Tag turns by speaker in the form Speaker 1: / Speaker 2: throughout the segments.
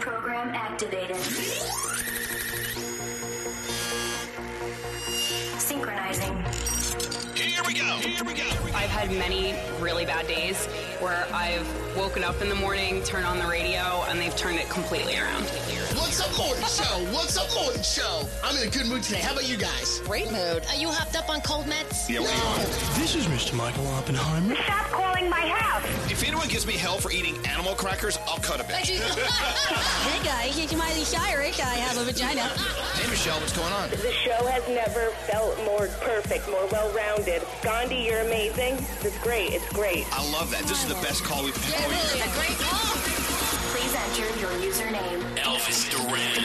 Speaker 1: program activated. Synchronizing.
Speaker 2: Here we go. Here we go.
Speaker 3: I've had many really bad days where I've woken up in the morning, turned on the radio, and they've turned it completely around.
Speaker 4: What's up, morning show? What's up, morning show? I'm in a good mood today. How about you guys?
Speaker 5: Great mood. Are you hopped up on cold meds?
Speaker 4: Yeah,
Speaker 6: This is Mr. Michael Oppenheimer.
Speaker 1: Stop calling my house.
Speaker 2: If anyone gives me hell for eating animal crackers, I'll cut a
Speaker 5: I
Speaker 2: bitch.
Speaker 5: do- hey guy, you might be Irish. I have a vagina.
Speaker 2: Hey, Michelle, what's going on?
Speaker 7: The show has never felt more perfect, more well rounded. Gandhi, you're amazing. This is great. It's great.
Speaker 2: I love that. This is the best call we've had all year.
Speaker 5: a great
Speaker 1: Please enter your username.
Speaker 8: Elvis Duran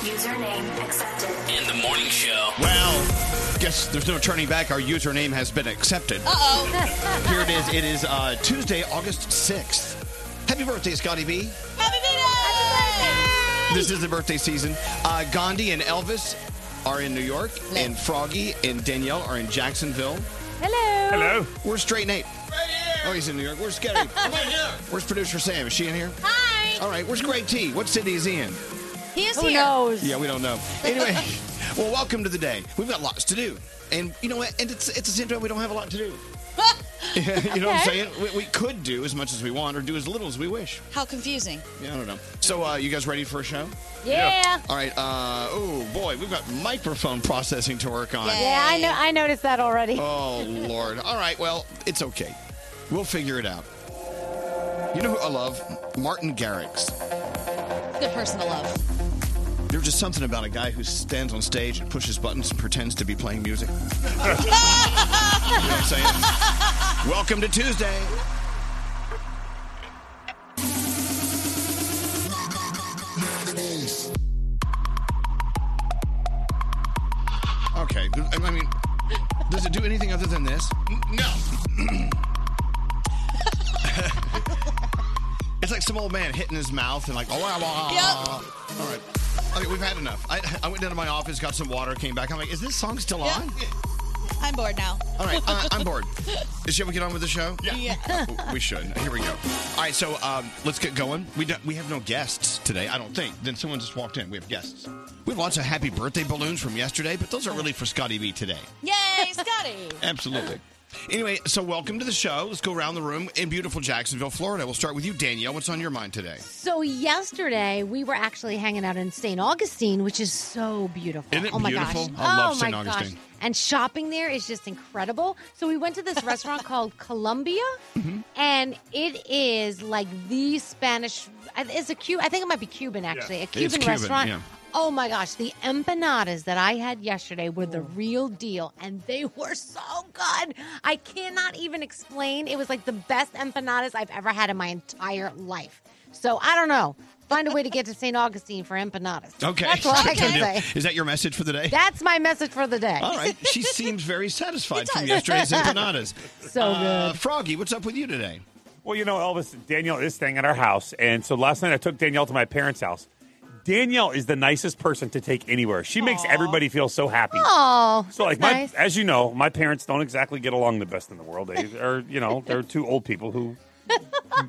Speaker 1: Username accepted.
Speaker 8: in the morning show.
Speaker 2: Well, guess there's no turning back. Our username has been accepted.
Speaker 5: Uh oh.
Speaker 2: Here it is. It is uh, Tuesday, August 6th. Happy birthday, Scotty B.
Speaker 5: Happy birthday!
Speaker 2: This is the birthday season. Uh, Gandhi and Elvis are in New York, and Froggy and Danielle are in Jacksonville.
Speaker 9: Hello.
Speaker 2: Where's Straight Nate? Right here. Oh, he's in New York. Where's Scotty? right here. Where's producer Sam? Is she in here?
Speaker 5: Hi.
Speaker 2: All right. Where's Great T? What city is he in?
Speaker 5: He is
Speaker 10: Who
Speaker 5: here.
Speaker 10: knows?
Speaker 2: Yeah, we don't know. Anyway, well, welcome to the day. We've got lots to do. And you know what? And it's, it's the same time we don't have a lot to do. you know what I'm saying? We, we could do as much as we want or do as little as we wish.
Speaker 5: How confusing.
Speaker 2: Yeah, I don't know. So, uh, you guys ready for a show?
Speaker 10: Yeah.
Speaker 2: All right. Uh, oh, boy. We've got microphone processing to work on.
Speaker 5: Yeah.
Speaker 10: Yeah, I know. I noticed that already.
Speaker 2: Oh, Lord. All right. Well, it's okay. We'll figure it out. You know who I love? Martin Garrix.
Speaker 5: Good person to love.
Speaker 2: There's just something about a guy who stands on stage and pushes buttons and pretends to be playing music. you know what I'm saying? Welcome to Tuesday. Okay, th- I mean, does it do anything other than this?
Speaker 4: No.
Speaker 2: It's like some old man hitting his mouth and like, oh, wow, wow, wow. ah." All right. Okay, we've had enough. I, I went down to my office, got some water, came back. I'm like, is this song still on?
Speaker 5: I'm bored now.
Speaker 2: All right, I, I'm bored. Shall we get on with the show?
Speaker 5: Yeah.
Speaker 2: We should. Here we go. All right, so um, let's get going. We don't, we have no guests today, I don't think. Then someone just walked in. We have guests. We have lots of happy birthday balloons from yesterday, but those are really for Scotty V today.
Speaker 5: Yay, Scotty.
Speaker 2: Absolutely. Anyway, so welcome to the show. Let's go around the room in beautiful Jacksonville, Florida. We'll start with you, Danielle. What's on your mind today?
Speaker 10: So yesterday we were actually hanging out in St. Augustine, which is so beautiful.
Speaker 2: Isn't it
Speaker 10: oh my
Speaker 2: beautiful?
Speaker 10: gosh!
Speaker 2: I love
Speaker 10: oh
Speaker 2: St.
Speaker 10: my
Speaker 2: Augustine.
Speaker 10: gosh! And shopping there is just incredible. So we went to this restaurant called Columbia,
Speaker 2: Mm-hmm.
Speaker 10: and it is like the Spanish. uh, It's a Cuban. I think it might be Cuban actually. A Cuban,
Speaker 2: Cuban,
Speaker 10: restaurant.
Speaker 2: yeah.
Speaker 10: Oh my gosh, the empanadas that I had yesterday were the
Speaker 2: Oh.
Speaker 10: real deal and they were so good. I cannot even explain. It was like the best empanadas I've ever had in my entire life. So I don't know. Find a way to get to St. Augustine for empanadas.
Speaker 2: Okay.
Speaker 10: That's all I can
Speaker 2: Danielle,
Speaker 10: say.
Speaker 2: Is that your message for the day?
Speaker 10: That's my message for the day.
Speaker 2: All right. She seems very satisfied from
Speaker 5: does.
Speaker 2: yesterday's empanadas.
Speaker 10: So
Speaker 2: Uh,
Speaker 10: good.
Speaker 2: Froggy, what's up with you today?
Speaker 9: Well, you know, Elvis, Danielle is staying at our house. And so last night I took Danielle to my parents' house. Danielle is the nicest person to take anywhere. She makes everybody feel so happy.
Speaker 10: Oh,
Speaker 9: So, like,
Speaker 10: that's
Speaker 9: my,
Speaker 10: nice.
Speaker 9: as you know, my parents don't exactly get along the best in the world. They are, you know, they're two old people who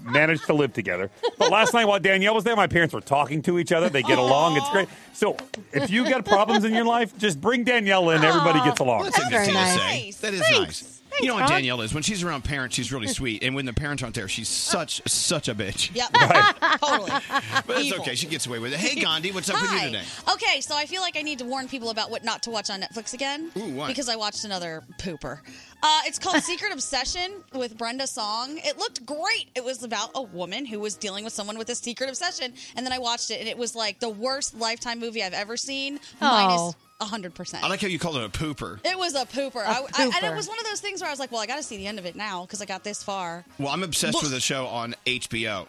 Speaker 9: manage to live together. But last night while Danielle was there, my parents were talking to each other. They get along. It's great. So, if you got problems in your life, just bring Danielle in. Everybody gets along.
Speaker 2: That's, a good
Speaker 10: very
Speaker 2: thing
Speaker 10: nice.
Speaker 2: to say.
Speaker 5: Nice.
Speaker 2: That is
Speaker 10: Thanks.
Speaker 2: nice. You know what
Speaker 10: Thanks, Rob.
Speaker 2: Danielle is? When she's around parents, she's really sweet. And when the parents aren't there, she's
Speaker 10: Uh.
Speaker 2: such, such a bitch.
Speaker 5: Yep. Totally.
Speaker 2: But it's
Speaker 5: Evil.
Speaker 2: okay. She gets away with it. Hey, Gandhi, what's up with
Speaker 5: Hi.
Speaker 2: you today?
Speaker 5: Okay, so I feel like I need to warn people about what not to watch on Netflix again.
Speaker 2: Ooh, why?
Speaker 5: Because I watched another pooper. Uh, it's called Secret Obsession with Brenda Song. It looked great. It was about a woman who was dealing with someone with a secret obsession, and then I watched it, and it was like the worst Lifetime movie I've ever seen, minus
Speaker 10: Oh.
Speaker 5: hundred percent.
Speaker 2: I like how you called it a pooper.
Speaker 5: It was a pooper. I, I- and it
Speaker 10: pooper.
Speaker 5: was one of those things where I was like, well, I got to see the end of it now because I got this far.
Speaker 2: Well, I'm obsessed with a show on HBO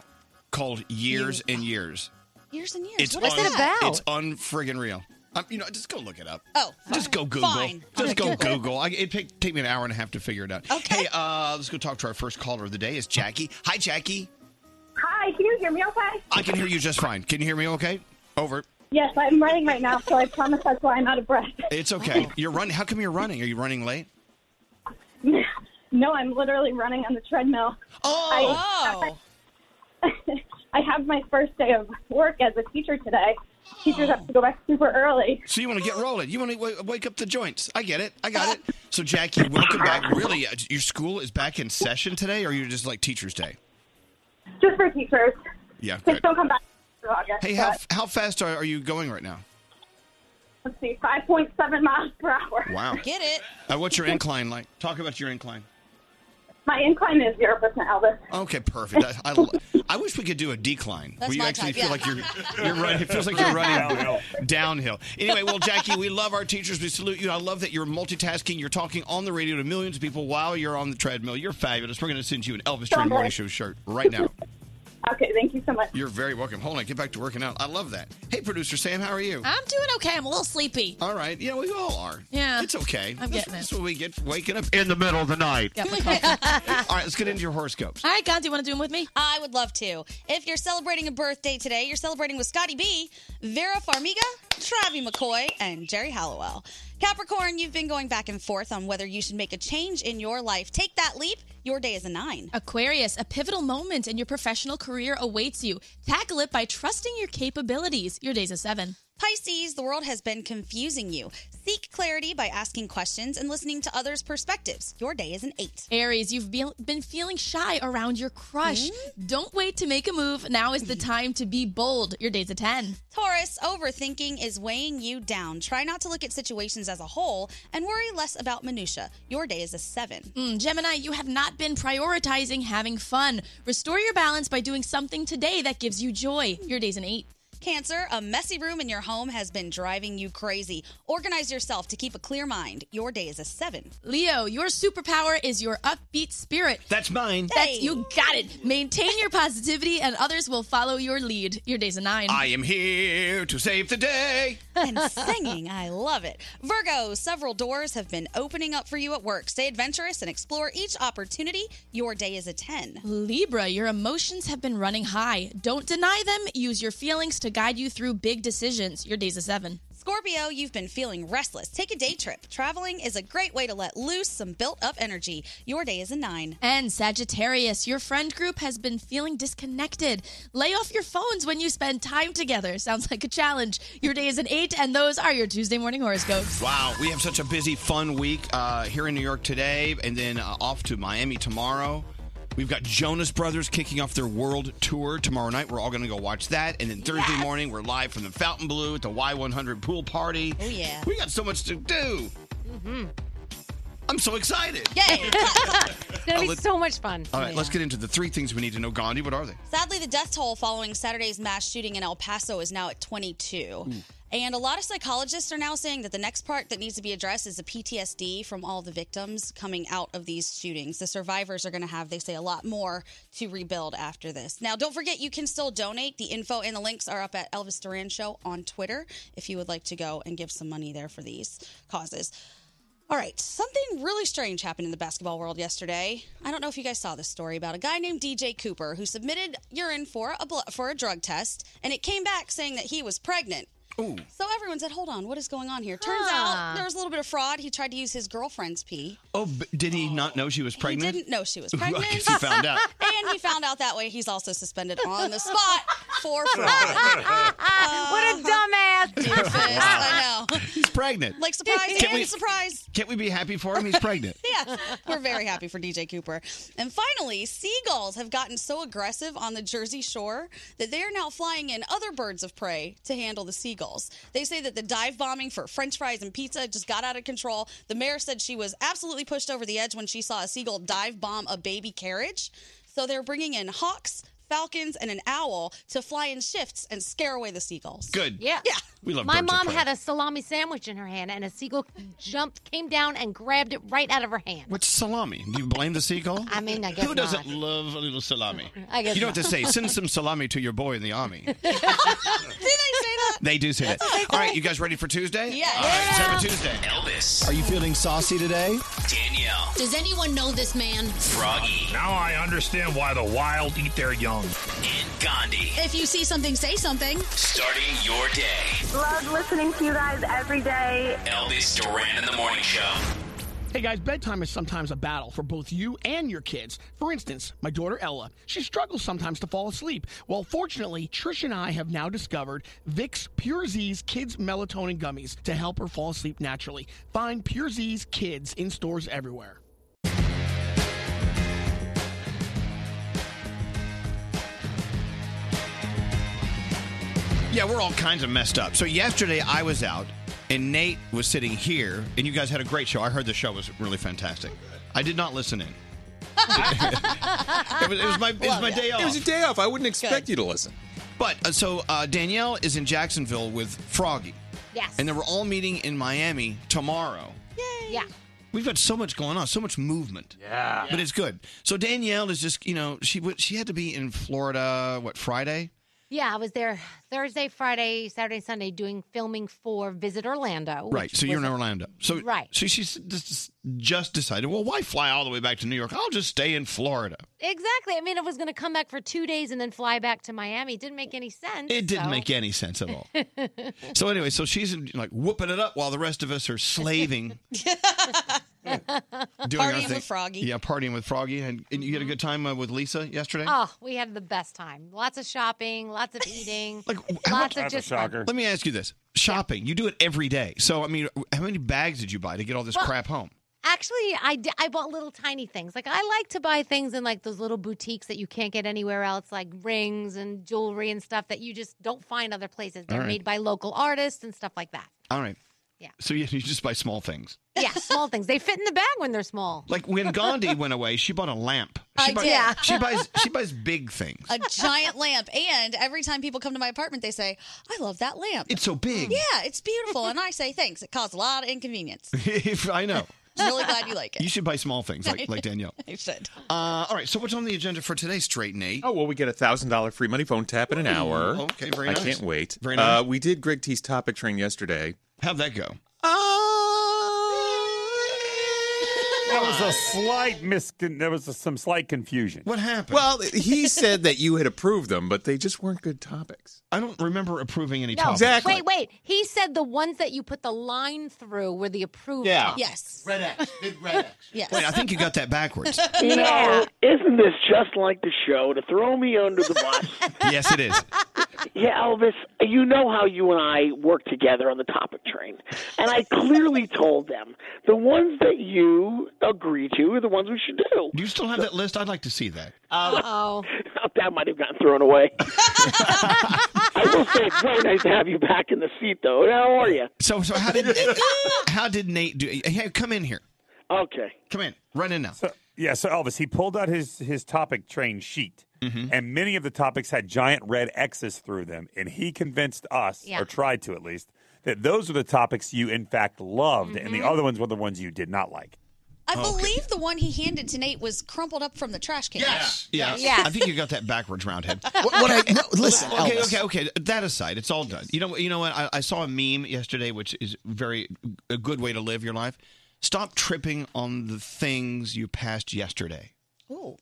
Speaker 2: called Years and Years.
Speaker 5: Years and years.
Speaker 2: It's
Speaker 5: what is
Speaker 2: un-
Speaker 10: it
Speaker 5: that?
Speaker 10: about?
Speaker 2: It's unfriggin' real. Um, you know, just go look it up.
Speaker 5: Oh, fine.
Speaker 2: Just go Google.
Speaker 5: Fine.
Speaker 2: Just go Google. I, it take, take me an hour and a half to figure it out.
Speaker 5: Okay.
Speaker 2: Hey, uh, let's go talk to our first caller of the day. Is Jackie? Hi, Jackie.
Speaker 11: Hi, can you hear me okay?
Speaker 2: I can hear you just fine. Can you hear me? Okay. Over.
Speaker 11: Yes, I'm running right now, so I promise that's why I'm out of breath.
Speaker 2: It's
Speaker 11: Oh.
Speaker 2: okay. You're running. How come you're running? Are you running late?
Speaker 12: Oh.
Speaker 11: no, I'm literally running on the treadmill.
Speaker 2: Oh.
Speaker 5: Oh.
Speaker 11: I have my first day of work as a teacher today. Teachers have to go back super early.
Speaker 2: So you want to get rolling? You want to w- wake up the joints? I get it. I
Speaker 11: Uh.
Speaker 2: got it. So Jackie, welcome back. Really, uh, your school is back in session today, or you're just like Teachers Day?
Speaker 11: Just for teachers.
Speaker 2: Yeah.
Speaker 11: Kids
Speaker 2: Good.
Speaker 11: don't come back to August.
Speaker 2: Hey, how f- how fast are, are you going right now?
Speaker 11: but Let's see, 5.7 miles per hour.
Speaker 2: Wow.
Speaker 5: Get it?
Speaker 2: Uh, what's your incline like? Talk about your incline.
Speaker 11: My incline is 0%, Elvis.
Speaker 2: Okay, perfect. I, I, lo- I wish we could do a decline
Speaker 11: That's
Speaker 2: where you
Speaker 11: my
Speaker 2: actually
Speaker 11: type,
Speaker 2: feel
Speaker 11: yeah.
Speaker 2: like you're you're running. It feels like you're running downhill. Anyway, well, Jackie, we love our teachers. We salute you. I love that you're multitasking. You're talking on the radio to millions of people while you're on the treadmill. You're fabulous. We're going to send you an Elvis Duran Morning Show shirt right now.
Speaker 11: Okay, thank you so much.
Speaker 2: You're very welcome. Hold on, get back to working out. I love that. Hey, producer Sam, how are you?
Speaker 13: I'm doing okay. I'm a little sleepy.
Speaker 2: All right. Yeah, we all are.
Speaker 13: Yeah.
Speaker 2: It's okay.
Speaker 13: I'm
Speaker 2: That's-
Speaker 13: getting it.
Speaker 2: That's what we get for waking up in the middle of the night.
Speaker 13: Got my coffee.
Speaker 2: All right, let's get into your horoscopes.
Speaker 5: All right, Gandhi, you want to do them with me? I would love to. If you're celebrating a birthday today, you're celebrating with Scotty B, Vera Farmiga, Travi McCoy, and Jerry Halliwell. Capricorn, you've been going back and forth on whether you should make a change in your life. Take that leap. Your day is a nine.
Speaker 13: Aquarius, a pivotal moment in your professional career awaits you. Tackle it by trusting your capabilities. Your day's a seven.
Speaker 5: Pisces, the world has been confusing you. Seek clarity by asking questions and listening to others' perspectives. Your day is an eight.
Speaker 13: Aries, you've be- been feeling shy around your crush.
Speaker 5: Mm-hmm.
Speaker 13: Don't wait to make a move. Now is the time to be bold. Your day's a 10.
Speaker 5: Taurus, overthinking is weighing you down. Try not to look at situations as a whole and worry less about minutia. Your day is a 7.
Speaker 13: Mm, Gemini, you have not been prioritizing having fun. Restore your balance by doing something today that gives you joy. Your day's an 8.
Speaker 5: Cancer, a messy room in your home has been driving you crazy. Organize yourself to keep a clear mind. Your day is a 7.
Speaker 13: Leo, your superpower is your upbeat spirit.
Speaker 2: That's mine.
Speaker 13: That's, you got it. Maintain your positivity and others will follow your lead. Your day's a nine.
Speaker 2: I am here to save the day.
Speaker 5: and singing. I love it. Virgo, several doors have been opening up for you at work. Stay adventurous and explore each opportunity. Your day is a 10.
Speaker 13: Libra, your emotions have been running high. Don't deny them. Use your feelings to guide you through big decisions. Your day's a seven.
Speaker 5: Scorpio, you've been feeling restless. Take a day trip. Traveling is a great way to let loose some built up energy. Your day is a 9.
Speaker 13: And Sagittarius, your friend group has been feeling disconnected. Lay off your phones when you spend time together. Sounds like a challenge. Your day is an eight, and those are your Tuesday morning horoscopes.
Speaker 2: Wow, we have such a busy, fun week uh, here in New York today, and then uh, off to Miami tomorrow. We've got Jonas Brothers kicking off their world tour tomorrow night. We're all going to go watch that, and then Thursday morning we're live from the Fountain Blue at the Y100 pool party. Oh
Speaker 5: yeah,
Speaker 2: we got so much to do.
Speaker 10: Mm-hmm.
Speaker 2: I'm so excited.
Speaker 5: Yay!
Speaker 10: it's gonna
Speaker 2: Oh,
Speaker 10: be
Speaker 2: let-
Speaker 10: so much fun.
Speaker 2: All right, let's get into the three things we need to know. Gandhi, what are they?
Speaker 5: Sadly, the death toll following Saturday's mass shooting in El Paso is now at 22. And a lot of psychologists are now saying that the next part that needs to be addressed is the PTSD from all the victims coming out of these shootings. The survivors are going to have, they say, a lot more to rebuild after this. Now, don't forget, you can still donate. The info and the links are up at Elvis Duran Show on Twitter if you would like to go and give some money there for these causes. All right, something really strange happened in the basketball world yesterday. I don't know if you guys saw this story about a guy named DJ Cooper who submitted urine for a blo- for a drug test, and it came back saying that he was pregnant.
Speaker 2: Ooh.
Speaker 5: So everyone said, "Hold on, what is going on here?" Turns
Speaker 2: Huh.
Speaker 5: out there was a little bit of fraud. He tried to use his girlfriend's pee.
Speaker 2: Oh, but did he not know she was pregnant?
Speaker 5: He didn't know she was
Speaker 2: Well, I
Speaker 5: pregnant.
Speaker 2: guess he found out.
Speaker 5: and he found out that way. He's also suspended on the spot for fraud. what a
Speaker 10: dumbass!
Speaker 5: I know.
Speaker 2: He's pregnant.
Speaker 5: Like surprise
Speaker 2: Can
Speaker 5: and
Speaker 2: we-
Speaker 5: surprise.
Speaker 2: Can't we be happy for him? He's pregnant.
Speaker 5: yeah, we're very happy for DJ Cooper. And finally, seagulls have gotten so aggressive on the Jersey Shore that they are now flying in other birds of prey to handle the seagulls. They say that the dive bombing for French fries and pizza just got out of control. The mayor said she was absolutely pushed over the edge when she saw a seagull dive bomb a baby carriage. So they're bringing in hawks. Falcons and an owl to fly in shifts and scare away the seagulls.
Speaker 2: Good.
Speaker 10: Yeah.
Speaker 5: Yeah.
Speaker 2: We love birds
Speaker 10: My
Speaker 2: of
Speaker 10: mom
Speaker 2: prey.
Speaker 10: had a salami sandwich in her hand, and a seagull jumped, came down, and grabbed it right out of her hand.
Speaker 2: What's salami? Do you blame the seagull?
Speaker 10: I mean, I guess
Speaker 2: Who doesn't love a little salami?
Speaker 10: I guess
Speaker 2: you know what
Speaker 10: not.
Speaker 2: to say. Send some salami to your boy in the army.
Speaker 5: Did they say that?
Speaker 2: They do say that. All right, you guys ready for Tuesday?
Speaker 5: Yeah.
Speaker 2: All right, let's have a Tuesday.
Speaker 8: Elvis.
Speaker 14: Are you feeling saucy today?
Speaker 8: Danielle.
Speaker 15: Does anyone know this man?
Speaker 8: Froggy.
Speaker 6: Now I understand why the wild eat their young.
Speaker 8: And Gandhi.
Speaker 15: If you see something, say something.
Speaker 8: Starting your day.
Speaker 11: Love listening to you guys every day.
Speaker 8: Elvis Duran in the Morning Show.
Speaker 16: Hey guys, bedtime is sometimes a battle for both you and your kids. For instance, my daughter Ella, she struggles sometimes to fall asleep. Well, fortunately, Trish and I have now discovered Vicks Pure Z's Kids Melatonin Gummies to help her fall asleep naturally. Find Pure Z's Kids in stores everywhere.
Speaker 2: Yeah, we're all kinds of messed up. So yesterday I was out and Nate was sitting here and you guys had a great show. I heard the show was really fantastic. I did not listen in. it, was, it was my, it was
Speaker 17: Love
Speaker 2: my
Speaker 17: it.
Speaker 2: day off.
Speaker 17: It was your day off. I wouldn't expect you to listen.
Speaker 2: But uh, so uh, Danielle is in Jacksonville with Froggy.
Speaker 10: Yes.
Speaker 2: And then we're all meeting in Miami tomorrow.
Speaker 10: Yeah.
Speaker 2: We've got so much going on, so much movement. Yeah. But it's good. So Danielle is just, you know, she w- she had to be in Florida what Friday?
Speaker 10: Yeah, I was there Thursday, Friday, Saturday, Sunday doing filming for Visit Orlando. which
Speaker 2: right. So you're in
Speaker 10: was-
Speaker 2: Orlando. So
Speaker 10: Right.
Speaker 2: So she's just, just decided, well, why fly all the way back to New York? I'll just stay in Florida.
Speaker 10: Exactly. I mean, I was going to come back for two days and then fly back to Miami. Didn't make any sense.
Speaker 2: It didn't
Speaker 10: so-
Speaker 2: make any sense at all. so anyway, so she's like whooping it up while the rest of us are slaving, doing our
Speaker 10: Partying with
Speaker 2: thing.
Speaker 10: Froggy.
Speaker 2: Yeah, partying with Froggy, and, and you had a good time uh, with Lisa yesterday.
Speaker 10: Oh, we had the best time. Lots of shopping, lots of eating,
Speaker 2: How
Speaker 10: lots
Speaker 2: much-
Speaker 10: of just fun.
Speaker 2: Let me ask you this: shopping, you do it every day. So I mean, how many bags did you buy to get all this
Speaker 10: Well-
Speaker 2: crap home?
Speaker 10: Actually, I, d- I bought little tiny things. Like, I like to buy things in like those little boutiques that you can't get anywhere else, like rings and jewelry and stuff that you just don't find other places. They're
Speaker 2: All right.
Speaker 10: made by local artists and stuff like that.
Speaker 2: All right.
Speaker 10: Yeah.
Speaker 2: So you, you just buy small things.
Speaker 10: Yeah, small things. They fit in the bag when they're small.
Speaker 2: Like when Gandhi went away, she bought a lamp. She
Speaker 5: I
Speaker 2: buy-
Speaker 5: did. Yeah.
Speaker 2: She buys she buys big things.
Speaker 5: a giant lamp. And every time people come to my apartment, they say, I love that lamp.
Speaker 2: It's so big.
Speaker 5: Yeah, it's beautiful. And I say, thanks. It caused a lot of inconvenience.
Speaker 2: If- I know.
Speaker 5: I'm really glad you like it.
Speaker 2: You should buy small things like, like Danielle.
Speaker 5: I should.
Speaker 2: Uh, all right. So what's on the agenda for today, Straight Nate?
Speaker 17: Oh well, we get a thousand dollar free money phone tap in an
Speaker 2: Ooh,
Speaker 17: hour.
Speaker 2: okay, very
Speaker 17: I
Speaker 2: nice.
Speaker 17: can't wait.
Speaker 2: Very nice.
Speaker 17: Uh, we did Greg T's topic train yesterday.
Speaker 2: How'd that go?
Speaker 9: That was a slight mis. There was some slight confusion.
Speaker 2: What happened?
Speaker 17: Well, he said that you had approved them, but they just weren't good topics.
Speaker 2: I don't remember approving any
Speaker 10: No,
Speaker 17: topics. Exactly.
Speaker 10: wait, wait. He said the ones that you put the line through were the approved.
Speaker 17: Yeah.
Speaker 10: ones.
Speaker 5: Yes.
Speaker 10: Red X, big red X. yes.
Speaker 2: Wait, I think you got that backwards.
Speaker 18: You know, isn't this just like the show to throw me under the bus?
Speaker 2: yes, it is.
Speaker 18: yeah, Elvis, you know how you and I work together on the topic train. And I clearly told them the ones that you agree to are the ones we should do.
Speaker 2: Do you still have that list? I'd like to see that.
Speaker 10: Oh.
Speaker 18: that might have gotten thrown away. I will say it's very nice to have you back in the seat, though. How are you?
Speaker 2: So, so how did how did Nate do? Hey, come in here.
Speaker 18: Okay,
Speaker 2: come in. Run in now.
Speaker 9: yeah, so Elvis, he pulled out his his topic train sheet,
Speaker 2: Mm-hmm.
Speaker 9: and many of the topics had giant red X's through them, and he convinced us,
Speaker 10: Yeah.
Speaker 9: or tried to at least, that those were the topics you in fact loved, and
Speaker 2: Mm-hmm.
Speaker 9: the
Speaker 5: Mhm.
Speaker 9: other ones were the ones you did not like.
Speaker 5: I believe the one he handed to Nate was crumpled up from the trash can. Yes.
Speaker 2: Yeah.
Speaker 5: Yeah.
Speaker 2: I think you got that backwards, roundhead.
Speaker 5: What- what I- no,
Speaker 4: listen,
Speaker 2: Okay,
Speaker 4: Elvis.
Speaker 2: okay, okay. That aside, it's all done. You know, you know what? I, I saw a meme yesterday, which is very a good way to live your life. Stop tripping on the things you passed yesterday.
Speaker 5: Ooh.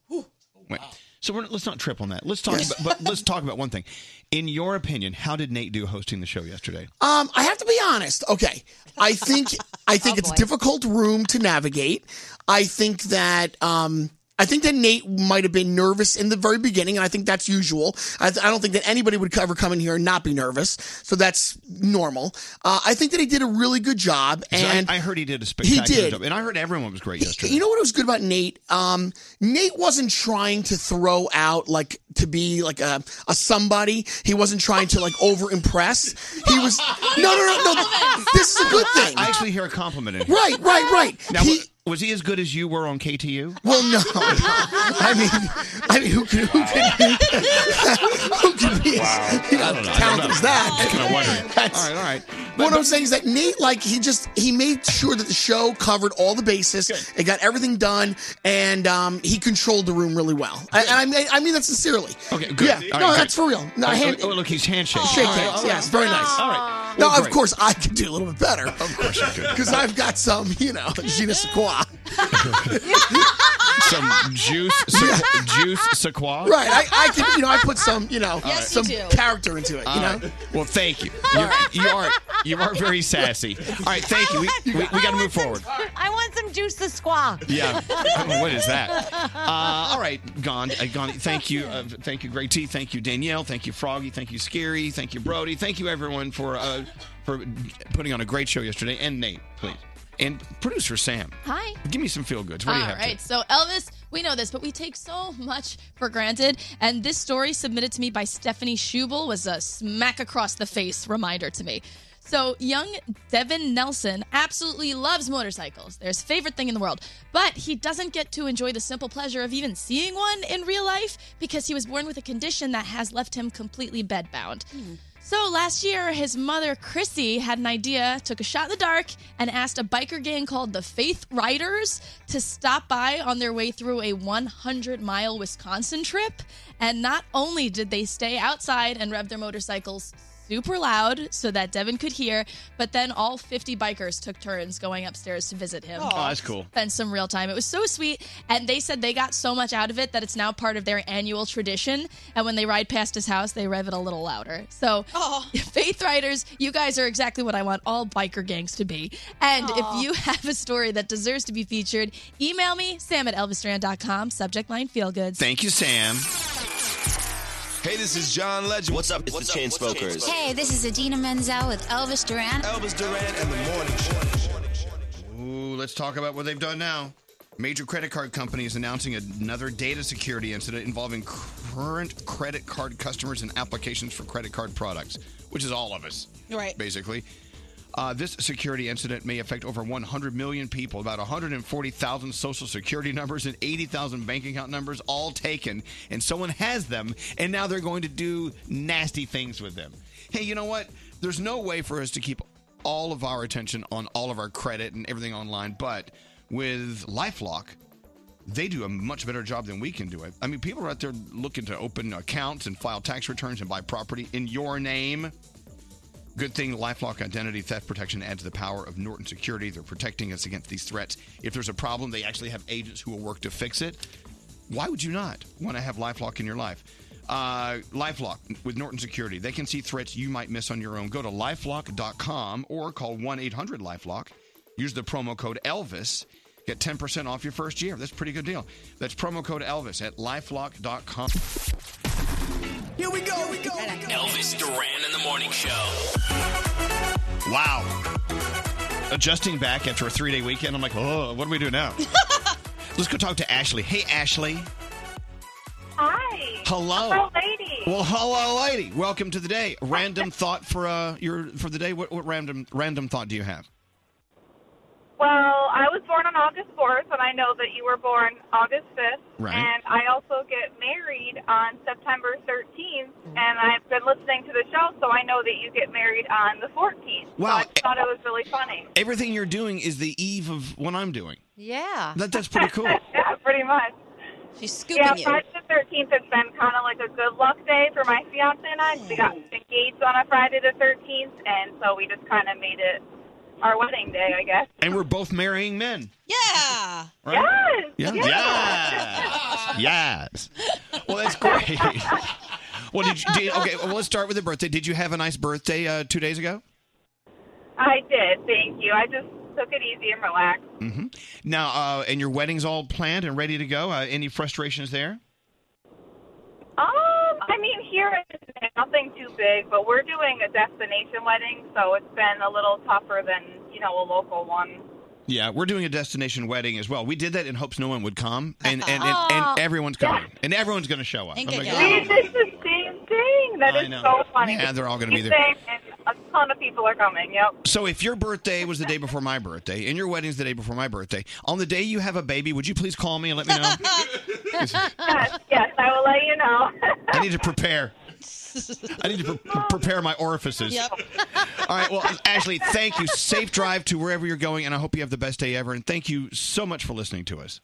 Speaker 2: Wait. So we're, let's not trip on that. Let's talk. about, but let's talk about one thing. In your opinion, how did Nate do hosting the show yesterday?
Speaker 4: Um, I have to be honest. Okay, I think I think it's a difficult room to navigate. I think that um, I think that Nate might have been nervous in the very beginning, and I think that's usual. I, th- I don't think that anybody would ever come in here and not be nervous, so that's normal. Uh, I think that he did a really good job,
Speaker 2: 'Cause
Speaker 4: and
Speaker 2: I, I heard he did a spectacular
Speaker 4: did.
Speaker 2: job, and I heard everyone was great yesterday.
Speaker 4: You know what was good about Nate? Um, Nate wasn't trying to throw out like to be like a, a somebody. He wasn't trying to like over impress. He was no no no no. This is a good thing.
Speaker 2: I actually hear a compliment in here.
Speaker 4: Right right right.
Speaker 2: Now, wa- was he as good as you were on KTU?
Speaker 4: Well, no. I mean, I mean, who could who could who could be as you know, talented as that?
Speaker 2: kind of wondering. all right, all right.
Speaker 4: what I'm saying is that Nate, like, he just he made sure that the show covered all the bases. It got everything done, and um, he controlled the room really well. I, and I mean, I mean that sincerely.
Speaker 2: Okay, good.
Speaker 4: Yeah,
Speaker 2: All right,
Speaker 4: no,
Speaker 2: good.
Speaker 4: that's for real. No,
Speaker 2: oh,
Speaker 4: hand,
Speaker 2: oh, look, he's handshake.
Speaker 4: shake
Speaker 2: All right,
Speaker 4: hands.
Speaker 2: all right.
Speaker 4: Yes, very nice.
Speaker 2: All right.
Speaker 4: No,
Speaker 2: Well,
Speaker 4: of
Speaker 2: great.
Speaker 4: course I could do a little bit better. Of
Speaker 2: course you could.
Speaker 4: Because I've got some, you know, je ne sais quoi.
Speaker 2: some juice, sequ- juice, sequoia.
Speaker 4: Right. I, I can, you know, I put some, you know,
Speaker 2: Yes,
Speaker 4: some
Speaker 2: you do.
Speaker 4: character into it, you
Speaker 2: All
Speaker 4: know?
Speaker 2: right. Uh, Well, thank you. You're, you are you are very sassy. All right, thank you. We, we, we got to move forward.
Speaker 10: I want some juice to squaw.
Speaker 2: Yeah. Oh, what is that? Uh, all right, Gond, uh, Gandhi, thank you. Uh, thank you, Greg T. Thank you, Danielle. Thank you, Froggy. Thank you, Scary. Thank you, Brody. Thank you, everyone, for uh, for putting on a great show yesterday. And Nate, please. And producer Sam.
Speaker 13: Hi.
Speaker 2: Give me some feel goods. What
Speaker 13: All
Speaker 2: do you have?
Speaker 13: right. So, Elvis, we know this, but we take so much for granted. And this story submitted to me by Stephanie Schubel was a smack across the face reminder to me. So, young Devin Nelson absolutely loves motorcycles. They're his favorite thing in the world. But he doesn't get to enjoy the simple pleasure of even seeing one in real life because he was born with a condition that has left him completely bedbound.
Speaker 5: Mm.
Speaker 13: So last year, his mother, Chrissy, had an idea, took a shot in the dark, and asked a biker gang called the Faith Riders to stop by on their way through a 100 mile Wisconsin trip. And not only did they stay outside and rev their motorcycles super loud so that Devin could hear, but then all 50 bikers took turns going upstairs to visit him.
Speaker 2: Oh, that's cool.
Speaker 13: Spend some real time. It was so sweet. And they said they got so much out of it that it's now part of their annual tradition. And when they ride past his house, they rev it a little louder. So, Faith Riders, you guys are exactly what I want all biker gangs to be. And if you have a story that deserves to be featured, email me, sam at elvistrand.com, subject line feel goods.
Speaker 2: Thank you, Sam.
Speaker 19: Hey, this is John Legend. What's up? It's the Chainsmokers.
Speaker 15: Hey, this is Adina Menzel with Elvis Duran.
Speaker 19: Elvis Duran and the Morning Show.
Speaker 2: Ooh, let's talk about what they've done now. Major credit card company is announcing another data security incident involving current credit card customers and applications for credit card products, which is all of us,
Speaker 5: Right.
Speaker 2: Basically, uh, this security incident may affect over 100 million people. About 140,000 social security numbers and 80,000 bank account numbers, all taken, and someone has them, and now they're going to do nasty things with them. Hey, you know what? There's no way for us to keep all of our attention on all of our credit and everything online, but with LifeLock they do a much better job than we can do it. I mean, people are out there looking to open accounts and file tax returns and buy property in your name. Good thing Lifelock Identity Theft Protection adds the power of Norton Security. They're protecting us against these threats. If there's a problem, they actually have agents who will work to fix it. Why would you not want to have Lifelock in your life? Uh, Lifelock with Norton Security. They can see threats you might miss on your own. Go to lifelock.com or call 1 800 Lifelock. Use the promo code Elvis. Get 10% off your first year. That's a pretty good deal. That's promo code Elvis at lifelock.com.
Speaker 19: Here we go. We go.
Speaker 8: Elvis Duran and the Morning Show.
Speaker 2: Wow. Adjusting back after a three day weekend, I'm like, oh, what do we do now? Let's go talk to Ashley. Hey, Ashley.
Speaker 12: Hi.
Speaker 2: Hello.
Speaker 12: Hello, lady.
Speaker 2: Well, hello, lady. Welcome to the day. Random thought for uh, your for the day. What, what random random thought do you have?
Speaker 12: Well, I was born on August 4th, and I know that you were born August 5th.
Speaker 2: Right.
Speaker 12: And I also get married on September 13th, and I've been listening to the show, so I know that you get married on the 14th.
Speaker 2: Wow.
Speaker 12: So I thought it was really funny.
Speaker 2: Everything you're doing is the eve of what I'm doing.
Speaker 10: Yeah.
Speaker 2: That, that's pretty cool.
Speaker 12: yeah, pretty much.
Speaker 5: She's
Speaker 2: scooping
Speaker 12: yeah,
Speaker 2: you.
Speaker 12: Friday the 13th has been kind of like a good luck day for my fiance and I. We got engaged on a Friday the 13th, and so we just kind of made it our wedding day, I guess.
Speaker 2: and we're both marrying men.
Speaker 5: Yeah.
Speaker 2: Right?
Speaker 12: Yes.
Speaker 2: Yeah. Yes. yes. Well, that's great. well, did you, did, okay, well, let's start with the birthday. Did you have a nice birthday uh, two days ago?
Speaker 12: I did. Thank you. I just took it easy and relaxed.
Speaker 2: hmm Now, uh, and your wedding's all planned and ready to go. Uh, any frustrations there?
Speaker 12: Um, I mean, here is nothing too big, but we're doing a destination wedding, so it's been a little tougher than you know a local one.
Speaker 2: Yeah, we're doing a destination wedding as well. We did that in hopes no one would come, and and, and, and everyone's coming, Oh. and everyone's going to show up. I'm like, "Oh."
Speaker 12: See, this is the same thing. That
Speaker 2: I
Speaker 12: is
Speaker 2: know.
Speaker 12: so funny.
Speaker 2: Yeah, they're all gonna be
Speaker 12: Same
Speaker 2: there.
Speaker 12: thing, and a ton of people are coming. Yep.
Speaker 2: So if your birthday was the day before my birthday and your wedding's the day before my birthday, on the day you have a baby, would you please call me and let me know?
Speaker 12: yes, yes, I will let you know.
Speaker 2: I need to prepare. I need to pre- prepare my orifices. All right. Well, Ashley, thank you. Safe drive to wherever you're going, and I hope you have the best day ever. And thank you so much for listening to us.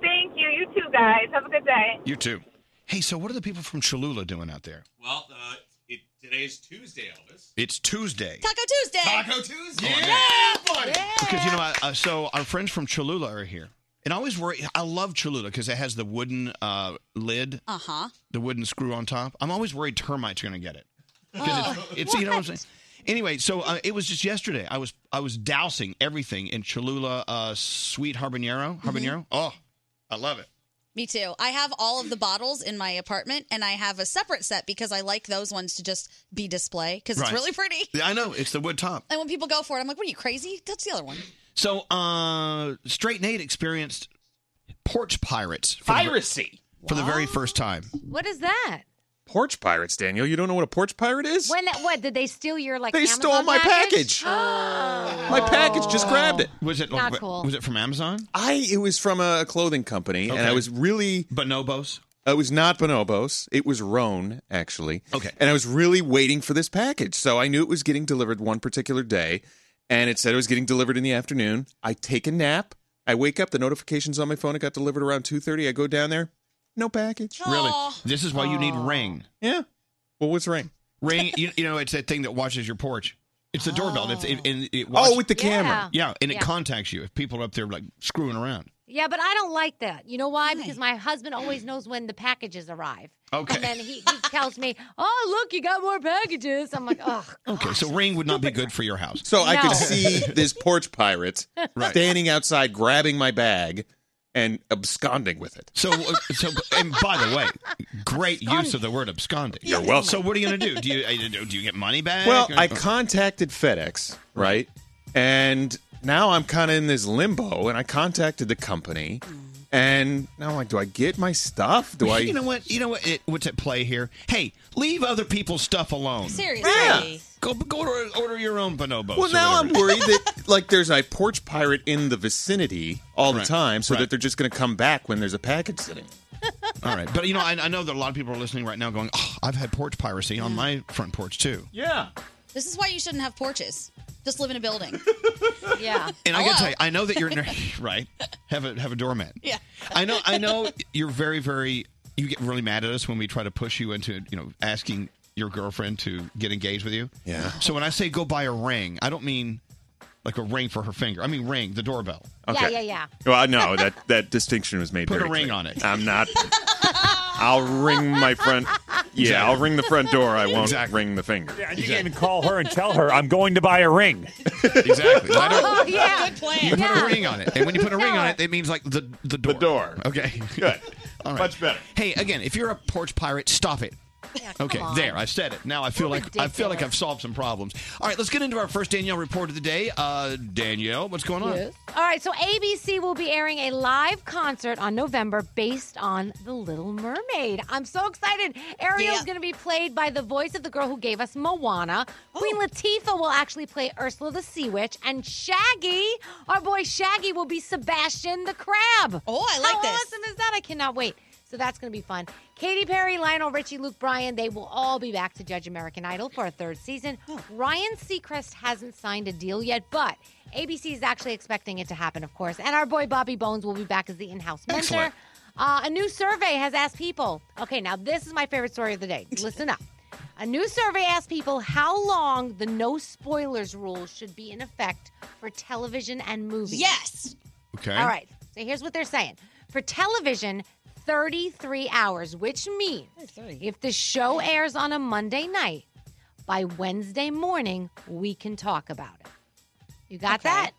Speaker 12: Thank you. You too, guys. Have a good day.
Speaker 2: You too. Hey, so what are the people from Cholula doing out there?
Speaker 20: Well, uh, it, today's Tuesday, Elvis.
Speaker 2: It's Tuesday.
Speaker 5: Taco Tuesday.
Speaker 2: Oh,
Speaker 20: Taco Tuesday.
Speaker 2: Because you know, I, uh, so our friends from Cholula are here, And I always worry. I love Cholula because it has the wooden uh, lid,
Speaker 5: Uh huh.
Speaker 2: the wooden screw on top. I'm always worried termites are going to get it. 'Cause it's, it's you know what I'm saying. Anyway, so uh, it was just yesterday. I was I was dousing everything in Cholula uh, sweet habanero. Habanero. Oh, I love it.
Speaker 5: Me too. I have all of the bottles in my apartment, and I have a separate set because I like those ones to just be display because it's
Speaker 2: Right.
Speaker 5: really pretty.
Speaker 2: Yeah, I know it's the wood top.
Speaker 5: And when people go for it, I'm like, "What are you crazy? That's the other one."
Speaker 2: So, uh, Straight Nate experienced porch pirates. for the-
Speaker 17: Piracy?
Speaker 2: For the very first time.
Speaker 10: What is that?
Speaker 17: Porch pirates, Daniel. You don't know what a porch pirate is?
Speaker 10: When that, what did they steal your like?
Speaker 17: They
Speaker 10: Amazon
Speaker 17: stole my
Speaker 10: package.
Speaker 17: package. My package just grabbed it.
Speaker 2: Was it uh,
Speaker 10: Not cool.
Speaker 2: was it from Amazon?
Speaker 17: I it was from a clothing company and I
Speaker 2: Okay.
Speaker 17: was really
Speaker 2: Bonobos.
Speaker 17: It was not Bonobos. It was Roan, actually.
Speaker 2: Okay.
Speaker 17: And I was really waiting for this package. So I knew it was getting delivered one particular day. And it said it was getting delivered in the afternoon. I take a nap. I wake up, the notification's on my phone. It got delivered around 2.30. I go down there. No package.
Speaker 2: Really? This is why you need Ring.
Speaker 17: Yeah. Well, what's Ring?
Speaker 2: Ring, you, you know, it's that thing that watches your porch. It's a doorbell. That's it, and it
Speaker 17: Oh,
Speaker 2: watches-
Speaker 17: with the camera.
Speaker 2: Yeah, and it
Speaker 10: Yeah.
Speaker 2: contacts you if people are up there like screwing around.
Speaker 10: Yeah, but I don't like that. You know why? Because my husband always knows when the packages arrive.
Speaker 2: Okay.
Speaker 10: And then he, he tells me, "Oh, look, you got more packages." I'm like, "Ugh."
Speaker 2: Okay, so Ring would not be good for your house.
Speaker 17: So I
Speaker 10: No.
Speaker 17: could see this porch pirate
Speaker 2: Right.
Speaker 17: standing outside, grabbing my bag, and absconding with it.
Speaker 2: So, uh, so, and by the way, great use of the word absconding.
Speaker 17: You're welcome.
Speaker 2: So, what are you going to do? Do you uh, do do you get money back?
Speaker 17: Well,
Speaker 2: Or-
Speaker 17: I contacted FedEx, right? And now I'm kind of in this limbo, and I contacted the company, and now I'm like, do I get my stuff? Do I?
Speaker 2: You know what? You know what? It, what's at play here? Hey, leave other people's stuff alone.
Speaker 5: Seriously.
Speaker 17: Yeah.
Speaker 2: Go go order, order your own bonobos.
Speaker 17: well,
Speaker 2: or
Speaker 17: now I'm
Speaker 2: whatever.
Speaker 17: worried that like there's a porch pirate in the vicinity all the time, so that they're just going to come back when there's a package sitting.
Speaker 2: All right, but you know, I, I know that a lot of people are listening right now, going, oh, "I've had porch piracy on my front porch too."
Speaker 17: Yeah.
Speaker 5: This is why you shouldn't have porches. Just live in a building.
Speaker 10: yeah.
Speaker 2: And I got to tell you, I know that you're right. Have a have a doormat.
Speaker 5: Yeah.
Speaker 2: I know. I know you're very, very. You get really mad at us when we try to push you into, you know, asking your girlfriend to get engaged with you. Yeah. So when I say go buy a ring, I don't mean like a ring for her finger. I mean ring, the doorbell.
Speaker 10: Yeah, yeah, yeah.
Speaker 17: Well, no, that that distinction was made.
Speaker 2: Put
Speaker 17: very
Speaker 2: a ring
Speaker 17: clear.
Speaker 2: on it.
Speaker 17: I'm not. I'll ring my front. Yeah, I'll ring the front door. I won't ring the finger.
Speaker 9: Yeah, and you can even call her and tell her I'm going to buy a ring.
Speaker 2: Exactly. Why don't-
Speaker 10: Oh yeah.
Speaker 5: Good plan.
Speaker 2: You put a ring on it, and when you put a ring on it, it means like the the door. The door. Okay. Good. All right. Much better. Hey, again, if you're a porch pirate, stop it. okay,
Speaker 21: on.
Speaker 2: there. I said it. Now I feel like I feel like I've solved some problems. All right, let's get into our first Danielle report of the day. Uh, Danielle, what's going on?
Speaker 10: All right, so ABC will be airing a live concert on November based on The Little Mermaid. I'm so excited. Ariel's going to be played by the voice of the girl who gave us Moana. Queen Latifah will actually play Ursula the Sea Witch. And Shaggy, our boy Shaggy, will be Sebastian the Crab.
Speaker 5: Oh, I like
Speaker 10: How
Speaker 5: this.
Speaker 10: awesome is that? I cannot wait. So that's going to be fun. Katy Perry, Lionel Richie, Luke Bryan, they will all be back to judge American Idol for a third season. Ryan Seacrest hasn't signed a deal yet, but ABC is actually expecting it to happen, of course. And our boy Bobby Bones will be back as the in house mentor.
Speaker 22: Excellent.
Speaker 10: Uh, a new survey has asked people okay, now this is my favorite story of the day. Listen up. A new survey asked people how long the no spoilers rule should be in effect for television and movies.
Speaker 5: Yes.
Speaker 2: Okay.
Speaker 10: All right. So here's what they're saying. For television, 33 hours, which means if the show airs on a Monday night, by Wednesday morning, we can talk about it. You got that?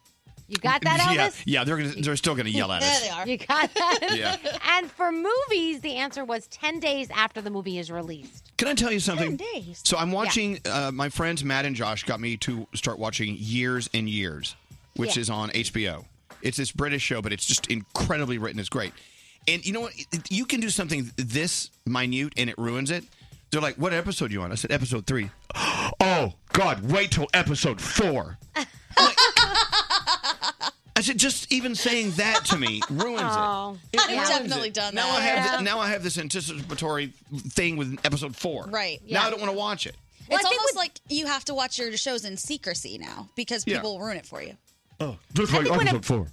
Speaker 10: You got that,
Speaker 2: yeah,
Speaker 10: Elvis?
Speaker 2: yeah, they're gonna, they're still going to yell at us.
Speaker 10: are. You got that?
Speaker 2: Yeah.
Speaker 10: And for movies, the answer was 10 days after the movie is released.
Speaker 2: Can I tell you something?
Speaker 10: days.
Speaker 2: So I'm watching. Uh, my friends Matt and Josh got me to start watching Years and Years, which
Speaker 10: Yeah.
Speaker 2: is on HBO. It's this British show, but it's just incredibly written. It's great. And you know what? It- You can do something this minute and it ruins it. They're like, "What episode you on?" I said, "Episode three. Oh God! Wait till episode four. I'm like- I said, "Just even saying that to me ruins
Speaker 5: Oh.
Speaker 2: it." It
Speaker 5: I've
Speaker 2: ruins
Speaker 5: definitely
Speaker 2: it.
Speaker 5: done
Speaker 2: now
Speaker 5: that.
Speaker 2: I have
Speaker 5: Yeah.
Speaker 2: th- now I have this anticipatory thing with episode four.
Speaker 5: Right.
Speaker 2: Now
Speaker 5: Yeah.
Speaker 2: I don't want to watch it.
Speaker 5: it's almost like you have to watch your shows in secrecy now because
Speaker 2: Yeah.
Speaker 5: people will ruin it for you.
Speaker 2: Oh, just
Speaker 10: I like think when episode
Speaker 2: four.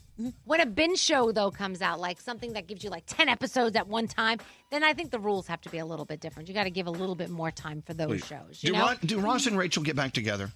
Speaker 10: When a binge show, though, comes out, like something that gives you like 10 episodes at one time, then I think the rules have to be a little bit different. You got to give a little bit more time for those shows.
Speaker 2: do,
Speaker 10: You know?
Speaker 2: Ron, do Ross and Rachel get back together?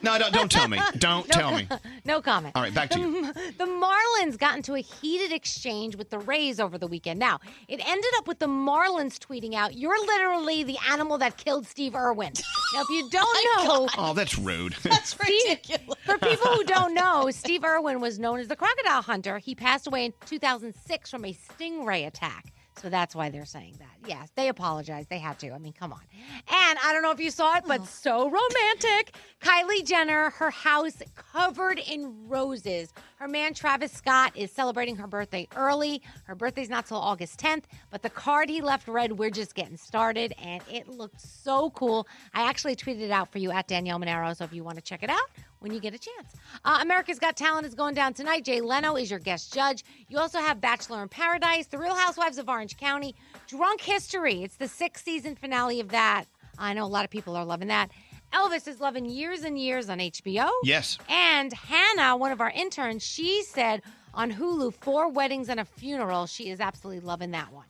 Speaker 2: No, don't, don't tell me. Don't
Speaker 10: No
Speaker 2: tell
Speaker 10: co-
Speaker 2: me.
Speaker 10: No comment.
Speaker 2: All right, back to
Speaker 10: The-
Speaker 2: you.
Speaker 10: The Marlins got into a heated exchange with the Rays over the weekend. Now, it ended up with the Marlins tweeting out, You're literally the animal that killed Steve Irwin. Now, if you don't know,
Speaker 2: Oh, that's rude.
Speaker 10: ridiculous. For people who don't know, Steve Irwin was known as the crocodile hunter. He passed away in 2006 from a stingray attack. So that's why they're saying that. Yes, they apologized. They had to. I mean, come on. And I don't know if you saw it,
Speaker 2: Oh.
Speaker 10: but so romantic. Kylie Jenner, her house covered in roses. Her man Travis Scott is celebrating her birthday early. Her birthday's not till August 10th, but the card he left read, We're just getting started. And it looked so cool. I actually tweeted it out for you at Danielle Monero. So if you want to check it out when you get a chance, uh, America's Got Talent is going down tonight. Jay Leno is your guest judge. You also have Bachelor in Paradise, The Real Housewives of Orange County, Drunk History. It's the sixth season finale of that. I know a lot of people are loving that. Elvis is loving years and years on HBO.
Speaker 2: Yes.
Speaker 10: And Hannah, one of our interns, she said on Hulu, Four Weddings and a Funeral. She is absolutely loving that one.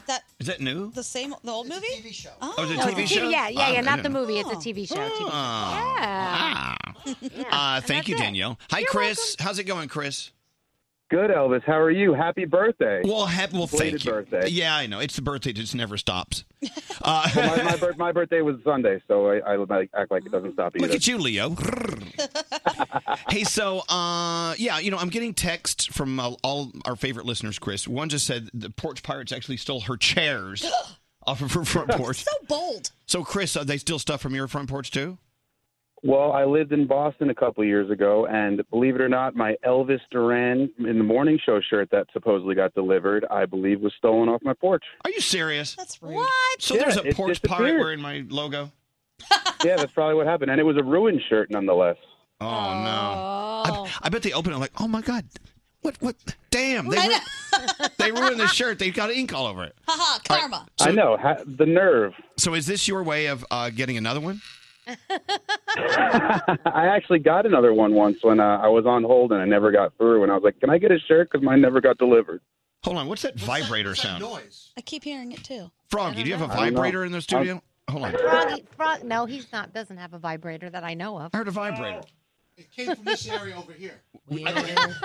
Speaker 2: Is that new?
Speaker 5: The same, the old movie? TV show. Oh,
Speaker 2: Oh, is it
Speaker 10: No,
Speaker 2: a
Speaker 10: it's a
Speaker 2: TV show?
Speaker 10: Yeah, yeah,
Speaker 2: Oh,
Speaker 10: yeah.
Speaker 2: I
Speaker 10: Not
Speaker 2: didn't
Speaker 10: the
Speaker 2: know.
Speaker 10: movie. It's a TV show. TV show.
Speaker 2: Oh.
Speaker 10: Yeah.
Speaker 2: Uh, thank you, Danielle. Hi, Chris. How's it going, Chris?
Speaker 21: Good, Elvis. How are you? Happy birthday.
Speaker 2: Well, hap- well,
Speaker 21: Belated
Speaker 2: thank you.
Speaker 21: birthday.
Speaker 2: Yeah, I know. It's the birthday that just never stops. Uh,
Speaker 21: Well, my, my, bir- my birthday was Sunday, so I, I act like it doesn't stop either.
Speaker 2: Look at you, Leo. hey, so uh, yeah, you know, I'm getting texts from uh, all our favorite listeners. Chris, one just said the porch pirates actually stole her chairs off of her front porch.
Speaker 5: So bold.
Speaker 2: So, Chris, are they steal stuff from your front porch too?
Speaker 21: Well, I lived in Boston a couple of years ago, and believe it or not, my Elvis Duran in the morning show shirt that supposedly got delivered, I believe, was stolen off my porch.
Speaker 2: Are you serious? That's
Speaker 10: rude. What?
Speaker 2: So
Speaker 21: Yeah,
Speaker 2: there's a
Speaker 21: it
Speaker 2: porch pirate
Speaker 21: disappeared.
Speaker 2: wearing my logo.
Speaker 21: yeah, that's probably what happened, and it was a ruined shirt nonetheless.
Speaker 2: Oh, no! I, I bet they open it like, oh my god, what? What? Damn! They, ru- they ruined the shirt. They've got ink all over it.
Speaker 5: Haha, karma.
Speaker 21: I know ha- the nerve.
Speaker 2: So, is this your way of uh, getting another one?
Speaker 21: I actually got another one once when uh, I was on hold and I never got through, and I was like, "Can I get a shirt? Because mine never got delivered."
Speaker 2: Hold on, what's that vibrator sound?
Speaker 5: I keep hearing it too.
Speaker 2: Froggy, do you have a
Speaker 21: I don't know.
Speaker 2: vibrator in the studio? Hold on.
Speaker 10: Froggy, frog. No, he's not. Doesn't have a vibrator that I know of.
Speaker 2: I heard a vibrator.
Speaker 10: It came from this area over here.
Speaker 2: Well,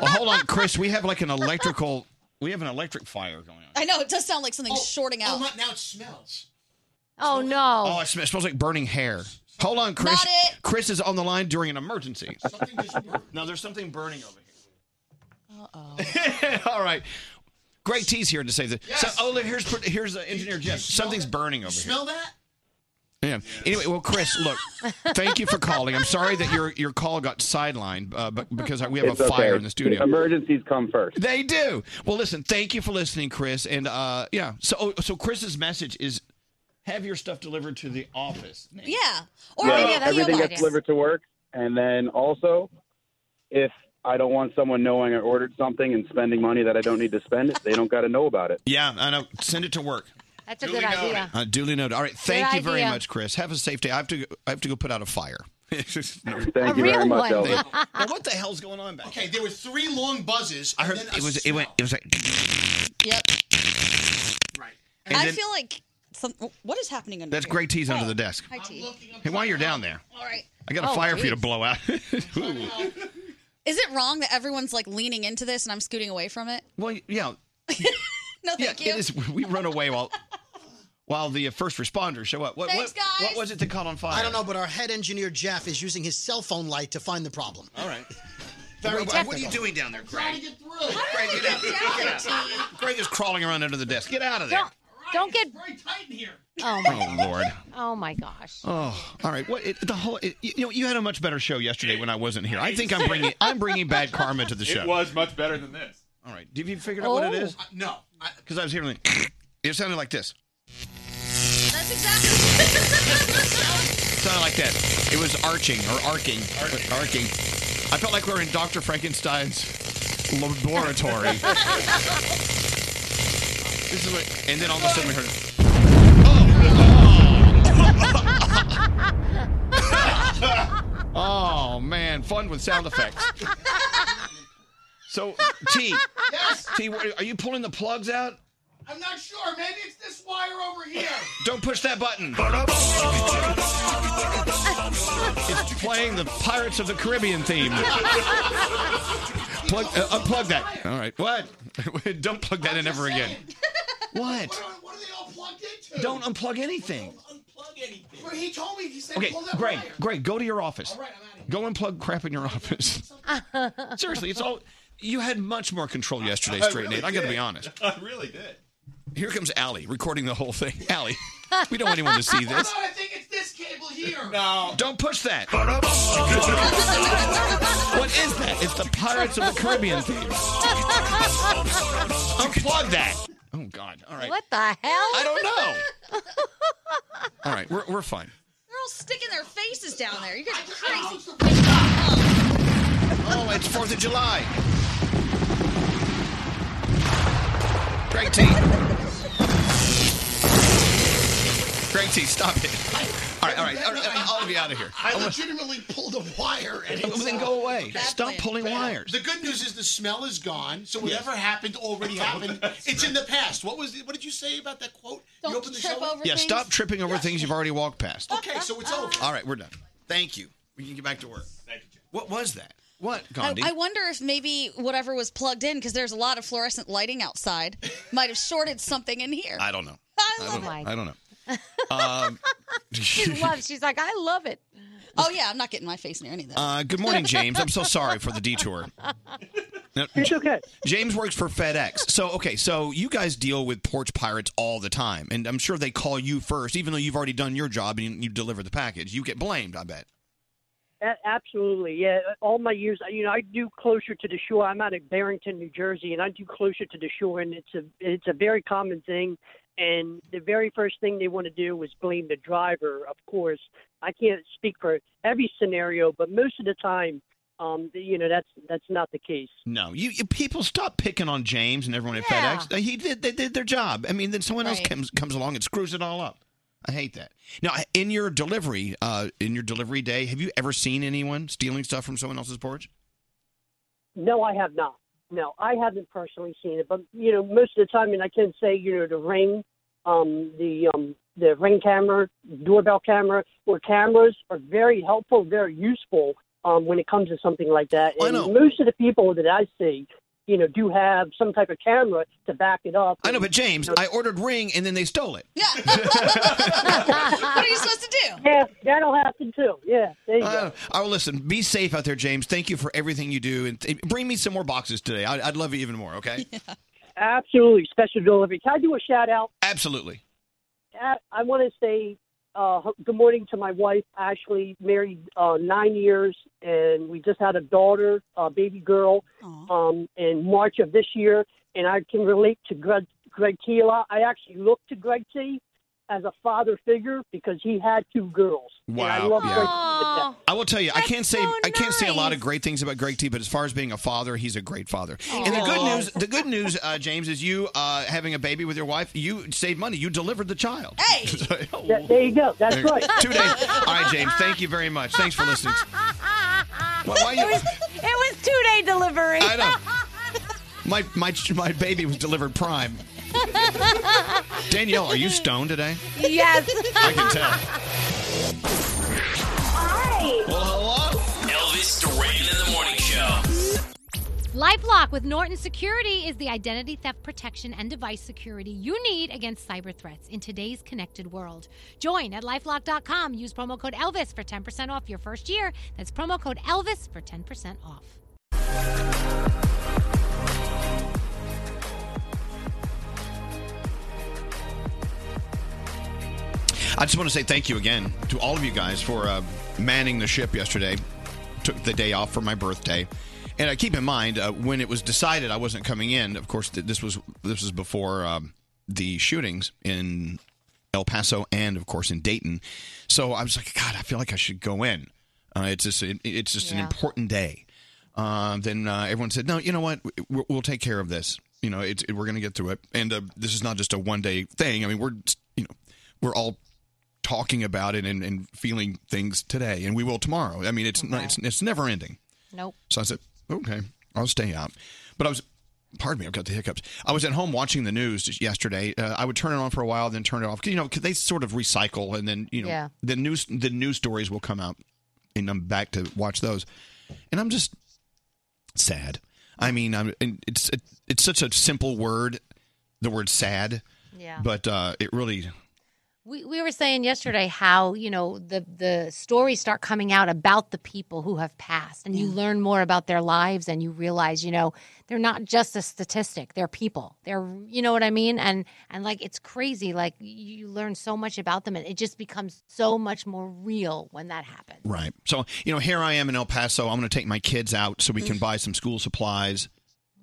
Speaker 2: hold on, Chris. We have like an electrical. We have an electric fire going on.
Speaker 5: I know, it does sound like something's shorting out.
Speaker 22: Oh, now it smells.
Speaker 10: Oh no!
Speaker 2: Oh, it sm- it smells like burning hair. Hold on, Chris. Chris is on the line during an emergency. no, there's something burning over here. All right. Greg T's here to say that. So, oh, look, here's here's uh, engineer Jeff. Something's burning over here.
Speaker 22: Smell that?
Speaker 2: Yeah. Anyway, well, Chris, look, thank you for calling. I'm sorry that your your call got sidelined, uh, but because I, we have
Speaker 21: It's
Speaker 2: a
Speaker 21: okay.
Speaker 2: fire in the studio.
Speaker 21: Emergencies come first.
Speaker 2: They do. Well, listen, thank you for listening, Chris. And uh, yeah, so oh, so Chris's message is have your stuff delivered to the office.
Speaker 5: Yeah.
Speaker 21: Yeah, everything gets delivered to work, and then also, if I don't want someone knowing I ordered something and spending money that I don't need to spend, it they don't got to know about it.
Speaker 2: Yeah, I know. Send it to work.
Speaker 10: That's a good idea.
Speaker 2: Uh, duly noted. All right, thank you very
Speaker 10: idea.
Speaker 2: much, Chris. Have a safe day. I have to go- I have to go put out a fire. thank
Speaker 21: you very real much, one. Elvis.
Speaker 2: now, what the hell's going on back
Speaker 22: Okay, there were three long buzzes.
Speaker 2: I heard
Speaker 22: and then
Speaker 2: it
Speaker 22: a
Speaker 2: was it went it was like
Speaker 5: Yep.
Speaker 2: and
Speaker 5: I
Speaker 2: then-
Speaker 5: feel like some, what is happening under
Speaker 2: that's
Speaker 5: here?
Speaker 2: Greg T's under the desk.
Speaker 5: Hi, T.
Speaker 2: Hey, while you're down there,
Speaker 5: All right. Oh,
Speaker 2: I got a fire for you to blow out. Ooh.
Speaker 5: Is it wrong that everyone's like leaning into this and I'm scooting away from it?
Speaker 2: well, yeah,
Speaker 5: No,
Speaker 2: yeah.
Speaker 5: thank you.
Speaker 2: It is. We run away while while the first responders show up. What
Speaker 5: Thanks,
Speaker 2: what,
Speaker 5: guys.
Speaker 2: what was it that caught on fire?
Speaker 22: I don't know, but our head engineer Jeff is using his cell phone light to find the problem.
Speaker 2: All right.
Speaker 22: Very
Speaker 2: What- what are you
Speaker 22: technical.
Speaker 2: doing down there, Greg?
Speaker 22: Trying to get through.
Speaker 2: Greg, get out. Get out. Greg is crawling around under the desk. Get out of there.
Speaker 10: Don't, don't get very tight in here. Oh my,
Speaker 2: Oh Lord.
Speaker 10: oh my gosh!
Speaker 2: Oh, all right. What it, the whole? It, you know, you had a much better show yesterday when I wasn't here. I think I'm bringing I'm bringing bad karma to the show.
Speaker 20: It was much better than this.
Speaker 2: All right. Did you figure out what it is?
Speaker 22: no.
Speaker 2: Because I was hearing like, it sounded like this.
Speaker 5: That's exactly.
Speaker 2: It sounded like that. It was arching or arcing, arcing. I felt like we were in Dr. Frankenstein's laboratory. this is what, and then all of a sudden we heard. Oh man, fun with sound effects. So T,
Speaker 22: Yes?
Speaker 2: T, what- are you pulling the plugs out?
Speaker 22: I'm not sure. Maybe it's this wire over here.
Speaker 2: Don't push that button. It's playing the Pirates of the Caribbean theme. Plug, uh, unplug that. All right. What? Don't plug that in ever again. What?
Speaker 4: What are they all plugged into?
Speaker 2: Don't unplug anything.
Speaker 4: He told me. He said,
Speaker 2: Okay,
Speaker 4: pull that
Speaker 2: Greg,
Speaker 4: wire.
Speaker 2: Greg, go to your office. Go unplug crap in your office. Seriously, it's all. You had much more control yesterday,
Speaker 17: I
Speaker 2: straight
Speaker 17: really
Speaker 2: Nate. I got to
Speaker 17: did.
Speaker 2: be honest.
Speaker 17: I really did.
Speaker 2: Here comes Allie recording the whole thing. Allie, we don't want anyone to see this.
Speaker 4: I think it's this cable here.
Speaker 17: No.
Speaker 2: Don't push that. What is that? It's the Pirates of the Caribbean theme. Unplug that. Oh God. All right.
Speaker 10: What the hell? I
Speaker 2: don't know. All right. We're we're fine.
Speaker 5: They're all sticking their faces down there. You guys are crazy.
Speaker 2: Oh, it's Fourth of July. Greg T. Greg T. Stop it. All right. All right. All right I'll be out of here.
Speaker 4: I legitimately pulled a wire. And
Speaker 2: Well, then go away. Stop pulling wires.
Speaker 3: The good news is the smell is gone, so whatever happened already happened. it's in the past. What was? What did you say about that quote? you opened the show. up?
Speaker 2: Yeah. Stop tripping over things you've already walked past.
Speaker 3: Okay, so it's over.
Speaker 2: All right. We're done. Thank you. We can get back to work. Thank you. What was that? What
Speaker 5: I,
Speaker 2: Gandhi?
Speaker 5: I wonder if maybe whatever was plugged in, because there's a lot of fluorescent lighting outside, might have shorted something in here.
Speaker 2: I don't know.
Speaker 5: I
Speaker 2: don't,
Speaker 5: love it.
Speaker 2: I don't know. Um,
Speaker 10: She loves. She's like, I love it.
Speaker 5: Oh yeah, I'm not getting my face near any of that.
Speaker 2: uh, good morning, James. I'm so sorry for the detour. No, J- James works for FedEx. So, okay, so you guys deal with porch pirates all the time, and I'm sure they call you first, even though you've already done your job and you, you deliver the package. You get blamed, I bet.
Speaker 23: A- absolutely, yeah. All my years, you know, I do closer to the shore. I'm out of Barrington, New Jersey, and I do closer to the shore, and it's a it's a very common thing. And the very first thing they want to do is blame the driver. Of course, I can't speak for every scenario, but most of the time, um, you know, that's that's not the case.
Speaker 2: No, you, you people stop picking on James and everyone at
Speaker 23: Yeah.
Speaker 2: FedEx. Uh, He did, they did their job. I mean, then someone else comes comes along and screws it all up. I hate that. Now, in your delivery, uh, in your delivery day, have you ever seen anyone stealing stuff from someone else's porch?
Speaker 23: No, I have not. No, I haven't personally seen it, but you know, most of the time, and I can say, you know, the ring, um, the um, the ring camera, doorbell camera, or cameras are very helpful, very useful um, when it comes to something like that. And most of the people that I see, you know, do have some type of camera to back it up.
Speaker 2: I know, but James, I ordered ring and then they stole it.
Speaker 23: what
Speaker 5: are you supposed to do?
Speaker 23: Yeah, that'll happen too. Yeah, there you go.
Speaker 2: Uh, oh, listen, be safe out there, James. Thank you for everything you do, and th- bring me some more boxes today. I- I'd love you even more. Okay,
Speaker 23: Absolutely, special delivery. Can I do a shout out?
Speaker 2: absolutely.
Speaker 23: I, I want to say uh, good morning to my wife, Ashley. Married uh, nine years, and we just had a daughter, a baby girl, um, in March of this year. And I can relate to Greg, Greg T a lot. I actually look to Greg T as a father figure because he had two girls. And I
Speaker 2: Wow,
Speaker 23: love
Speaker 2: yeah.
Speaker 23: Greg T to death.
Speaker 2: I will tell you, I can't say I can't say a lot of great things about Greg T, but as far as being a father, he's a great father. And the good
Speaker 23: Aw.
Speaker 2: news, the good news, uh, James, is you uh, having a baby with your wife, you saved money. You delivered the child.
Speaker 5: Hey,
Speaker 23: there you go. That's
Speaker 2: There you go.
Speaker 23: right.
Speaker 2: Two days. All right, James. Thank you very much. Thanks for listening. Why, why
Speaker 10: It
Speaker 2: you?
Speaker 10: was, it was two day delivery.
Speaker 2: I know. My my my baby was delivered prime. Danielle, are you stoned today?
Speaker 10: yes.
Speaker 2: I can tell.
Speaker 8: Elvis Duran in the morning show.
Speaker 10: LifeLock with Norton Security is the identity theft protection and device security you need against cyber threats in today's connected world. Join at lifelock.com. Use promo code Elvis for 10% off your first year. That's promo code Elvis for 10% off.
Speaker 2: I just want to say thank you again to all of you guys for uh, manning the ship yesterday. Took the day off for my birthday, and I keep in mind uh, when it was decided I wasn't coming in. Of course, th- this was this was before um, the shootings in El Paso and, of course, in Dayton. So I was like, God, I feel like I should go in. Uh, it's just it- it's just an
Speaker 24: Yeah.
Speaker 2: important day. Um, then uh, everyone said, "No, you know what? We'll, we'll take care of this. You know, it's, we're going to get through it. And uh, this is not just a one day thing. I mean, we're you know, we're all talking about it and, and feeling things today, and we will tomorrow. I mean, it's not, it's, it's never ending.
Speaker 10: Nope.
Speaker 2: So I said, okay, I'll stay out. But I was Pardon me, I've got the hiccups. I was at home watching the news just yesterday. Uh, I would turn it on for a while, then turn it off. 'Cause, You know, 'cause they sort of recycle, and then you know
Speaker 1: Yeah.
Speaker 2: the news the news stories will come out, and I'm back to watch those. And I'm just sad. I mean, I'm and it's it, it's such a simple word, the word sad.
Speaker 10: Yeah.
Speaker 2: But uh, it really
Speaker 10: We, we were saying yesterday how you know the the stories start coming out about the people who have passed, and you learn more about their lives, and you realize you know they're not just a statistic; they're people. They're you know what I mean, and and like it's crazy. Like you learn so much about them, and it just becomes so much more real when that happens.
Speaker 2: Right. So, you know, here I am in El Paso. I'm going to take my kids out so we can buy some school supplies.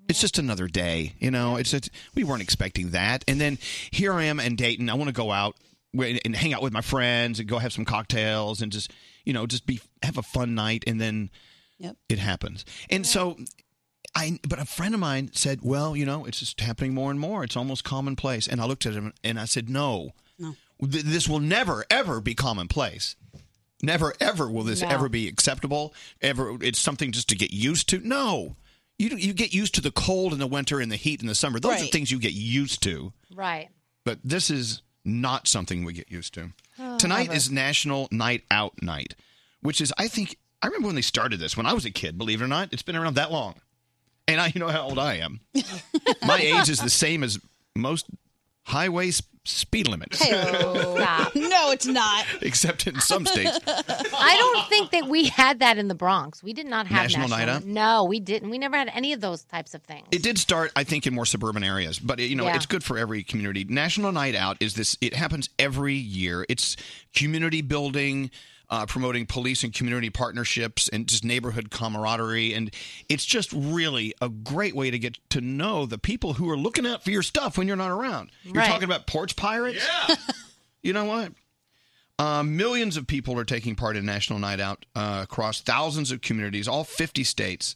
Speaker 2: It's just another day, you know. It's, it's we weren't expecting that. And then here I am in Dayton. I want to go out wi- and hang out with my friends and go have some cocktails and just, you know, just be have a fun night and then
Speaker 5: Yep.
Speaker 2: it happens. And so I but a friend of mine said, "Well, you know, it's just happening more and more. It's almost commonplace." And I looked at him and I said, "No.
Speaker 5: No.
Speaker 2: Th- this will never ever be commonplace. Never ever will this
Speaker 14: No.
Speaker 2: ever be acceptable. Ever it's something just to get used to. No. You don't- you get used to the cold in the winter and the heat in the summer. Those are
Speaker 10: Right.
Speaker 2: things you get used to.
Speaker 10: Right.
Speaker 2: But this is not something we get used to.
Speaker 10: Oh,
Speaker 2: Tonight
Speaker 10: never.
Speaker 2: is National Night Out Night, which is, I think, I remember when they started this when I was a kid, believe it or not. It's been around that long. And I, you know how old I am. My age is the same as most highway s- speed limits,
Speaker 10: oh,
Speaker 5: no, it's not.
Speaker 2: except in some states.
Speaker 10: I don't think that we had that in the Bronx. We did not have
Speaker 2: National
Speaker 10: national,
Speaker 2: Night Out?
Speaker 10: No, we didn't. We never had any of those types of things.
Speaker 2: It did start, I think, in more suburban areas, but you know,
Speaker 10: Yeah.
Speaker 2: it's good for every community. National Night Out is this; it happens every year. It's community building, uh, promoting police and community partnerships, and just neighborhood camaraderie. And it's just really a great way to get to know the people who are looking out for your stuff when you're not around. You're
Speaker 25: Right.
Speaker 2: talking about porch pirates. Yeah. you know what? Uh, millions of people are taking part in National Night Out uh, across thousands of communities, all 50 states,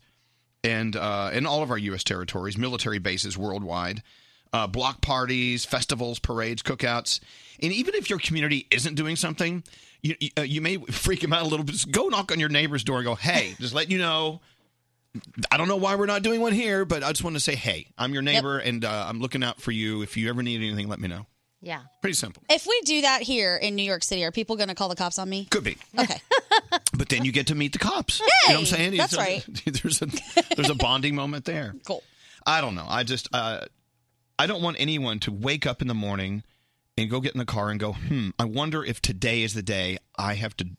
Speaker 2: and uh, in all of our U.S. territories, military bases worldwide, uh, block parties, festivals, parades, cookouts. And even if your community isn't doing something, you, you- uh, you may freak them out a little bit. Just go knock on your neighbor's door and go, hey, just let you know. I don't know why we're not doing one here, but I just want to say, hey, I'm your neighbor and uh, I'm looking out for you. If you ever need anything, let me know.
Speaker 10: Yeah.
Speaker 2: Pretty simple.
Speaker 5: If we do that here in New York City, are people going to call the cops on me?
Speaker 2: Could be. Okay. but then you get to meet the cops. You know what I'm saying?
Speaker 5: Hey, that's
Speaker 2: So There's a there's a bonding moment there.
Speaker 5: Cool.
Speaker 2: I don't know. I just uh, I don't want anyone to wake up in the morning and go get in the car and go, hmm, I wonder if today is the day I have to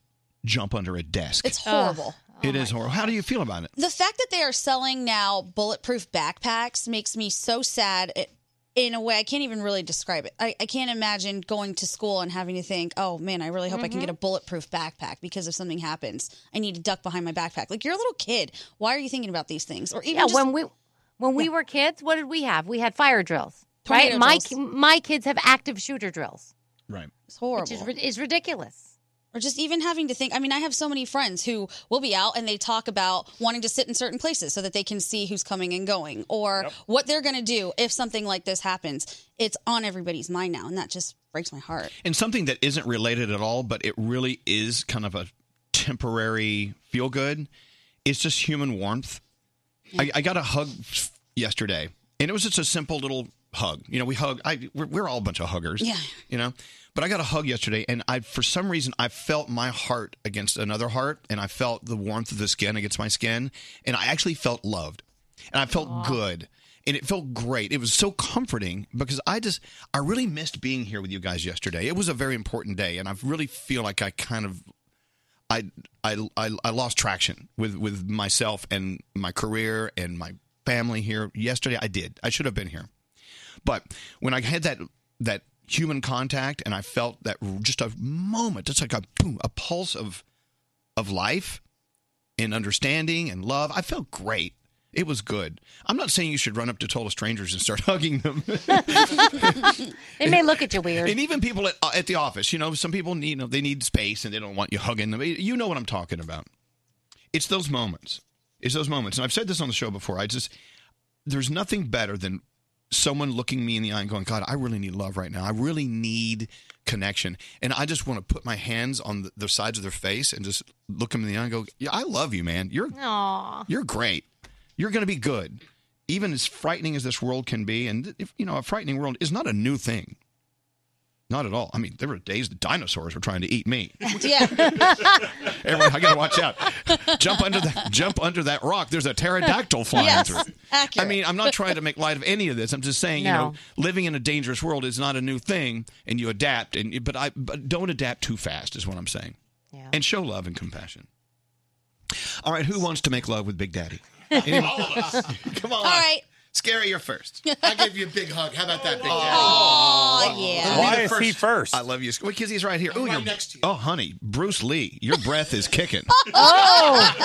Speaker 2: jump under a desk.
Speaker 5: It's horrible. Oh
Speaker 2: It is horrible. How do you feel about it?
Speaker 5: The fact that they are selling now bulletproof backpacks makes me so sad it, in a way. I can't even really describe it. I, I can't imagine going to school and having to think, oh man, I really hope I can
Speaker 10: Mm-hmm.
Speaker 26: Mhm.
Speaker 5: get a bulletproof backpack because if something happens, I need to duck behind my backpack. Like, you're a little kid. Why are you thinking about these things? Or even
Speaker 10: yeah,
Speaker 5: just-
Speaker 10: when we when we were kids, what did we have? We had fire drills,
Speaker 5: Tornado
Speaker 10: right? My
Speaker 5: drills.
Speaker 10: ki- my kids have active shooter drills.
Speaker 2: Right.
Speaker 5: It's horrible.
Speaker 10: Which is rid- is ridiculous.
Speaker 5: Or just even having to think. I mean, I have so many friends who will be out and they talk about wanting to sit in certain places so that they can see who's coming and going or what they're going to do if something like this happens. It's on everybody's mind now, and that just breaks my heart.
Speaker 2: And something that isn't related at all, but it really is kind of a temporary feel good. It's just human warmth. I, I got a hug yesterday, and it was just a simple little hug. You know, we hug. I we're, we're all a bunch of huggers.
Speaker 5: Yeah.
Speaker 2: You know, but I got a hug yesterday, and I for some reason I felt my heart against another heart, and I felt the warmth of the skin against my skin, and I actually felt loved, and I felt good. And it felt great. It was so comforting because I just, I really missed being here with you guys yesterday. It was a very important day, and I really feel like I kind of I, I, I, I lost traction with, with myself and my career and my family here yesterday. I did. I should have been here. But when I had that, that human contact and I felt that just a moment, just like a boom, a pulse of, of life and understanding and love, I felt great. It was good. I'm not saying you should run up to total strangers and start hugging them.
Speaker 10: They may look at you weird.
Speaker 2: And even people at, uh, at the office, you know, some people need you know, they need space and they don't want you hugging them. You know what I'm talking about. It's those moments. It's those moments. And I've said this on the show before. I just there's nothing better than someone looking me in the eye and going, "God, I really need love right now. I really need connection." And I just want to put my hands on the, the sides of their face and just look them in the eye and go, "Yeah, I love you, man. You're
Speaker 10: Aw.
Speaker 2: you're great. You're going to be good." even as frightening as this world can be, and if, you know, a frightening world is not a new thing. Not at all. I mean, there were days the dinosaurs were trying to eat me.
Speaker 5: yeah.
Speaker 2: Everyone, I gotta watch out. jump under that jump under that rock. There's a pterodactyl flying
Speaker 5: Yes,
Speaker 2: through.
Speaker 5: accurate.
Speaker 2: I mean, I'm not trying to make light of any of this. I'm just saying, you know,
Speaker 5: No.
Speaker 2: living in a dangerous world is not a new thing, and you adapt. And but I but don't adapt too fast is what I'm saying. Yeah. And show love and compassion. All right, who wants to make love with Big Daddy? Anyone?
Speaker 3: All of us.
Speaker 2: Come on.
Speaker 5: All right.
Speaker 2: Scary, you're first.
Speaker 3: I give you a big hug. How about that, big daddy?
Speaker 5: Aw, yeah.
Speaker 2: Why is he first? I love you because he's right here. Ooh, you're- Oh, honey, Bruce Lee, your breath is kicking.
Speaker 3: Uh,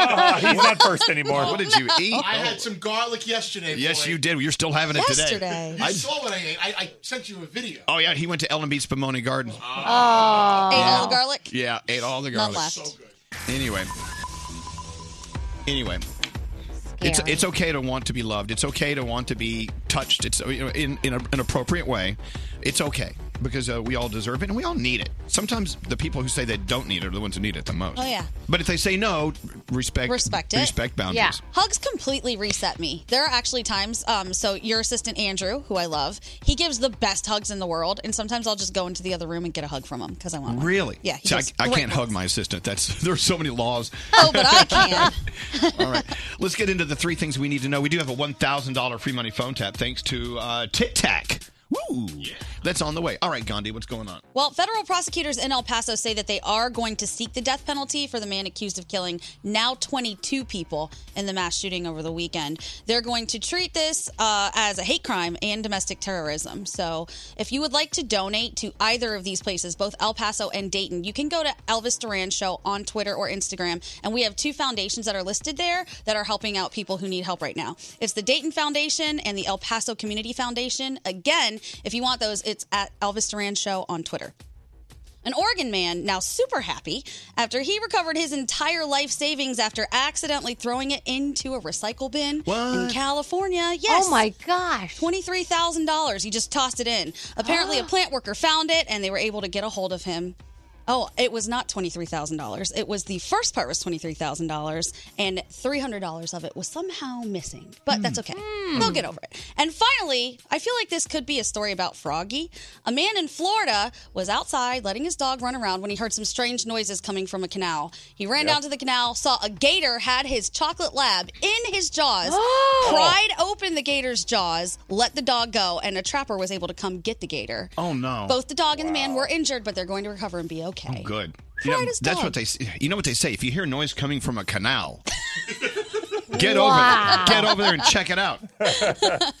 Speaker 5: Oh.
Speaker 2: he's not first anymore. What did you eat?
Speaker 3: I had some garlic yesterday.
Speaker 2: Yes,
Speaker 3: boy.
Speaker 2: you did. You're still having it
Speaker 3: Yesterday.
Speaker 2: today.
Speaker 3: You
Speaker 2: I-
Speaker 3: saw what I ate. I, I sent you a video.
Speaker 2: oh yeah, he went to Ellen Beach Spumoni Garden.
Speaker 3: Ah.
Speaker 5: Oh. Ate all the
Speaker 2: Yeah.
Speaker 5: garlic?
Speaker 2: Yeah, ate all the
Speaker 5: Not
Speaker 2: garlic.
Speaker 5: left.
Speaker 2: Anyway. Anyway. It's,
Speaker 5: Scary.
Speaker 2: it's okay to want to be loved. It's okay to want to be touched. It's you know, in in a, an appropriate way. It's okay because uh, we all deserve it and we all need it. Sometimes the people who say they don't need it are the ones who need it the most.
Speaker 5: Oh, yeah.
Speaker 2: But if they say no, respect
Speaker 5: Respect it.
Speaker 2: Respect boundaries.
Speaker 5: Yeah. Hugs completely reset me. There are actually times, um, so your assistant Andrew, who I love, he gives the best hugs in the world, and sometimes I'll just go into the other room and get a hug from him because I want one.
Speaker 2: Really?
Speaker 5: Yeah. he
Speaker 2: See, I,
Speaker 5: gives
Speaker 2: I
Speaker 5: great
Speaker 2: can't hug my assistant. That's there's so many laws.
Speaker 5: Oh, but I can.
Speaker 2: All right, let's get into the three things we need to know. We do have a one thousand dollar free money phone tap thanks to uh, Tic Tac. Woo! That's on the way. All right, Gandhi, what's going on?
Speaker 5: Well, federal prosecutors in El Paso say that they are going to seek the death penalty for the man accused of killing now 22 people in the mass shooting over the weekend. They're going to treat this uh, as a hate crime and domestic terrorism. So, if you would like to donate to either of these places, both El Paso and Dayton, you can go to Elvis Duran Show on Twitter or Instagram. And we have two foundations that are listed there that are helping out people who need help right now. It's the Dayton Foundation and the El Paso Community Foundation. Again, if you want those, it's at Elvis Duran Show on Twitter. An Oregon man now super happy after he recovered his entire life savings after accidentally throwing it into a recycle bin in California. Yes.
Speaker 10: Oh my gosh.
Speaker 5: $23,000. He just tossed it in. Apparently, a plant worker found it and they were able to get a hold of him. Oh, it was not $23,000. It was the first part was $23,000 and $300 of it was somehow missing. But that's okay. They'll get over it. And finally, I feel like this could be a story about Froggy. A man in Florida was outside letting his dog run around when he heard some strange noises coming from a canal. He ran
Speaker 1: Yep.
Speaker 5: down to the canal, saw a gator had his chocolate lab in his jaws, pried open the gator's jaws, let the dog go, and a trapper was able to come get the gator.
Speaker 2: Oh no! Oh,
Speaker 5: Both the dog and the man were injured, but they're going to recover and be okay.
Speaker 2: Good. You know,
Speaker 5: Fried as
Speaker 2: that's
Speaker 5: dog.
Speaker 2: what they. s- You know what they say? If you hear noise coming from a canal, get
Speaker 5: Wow.
Speaker 2: over there. Get over there and check it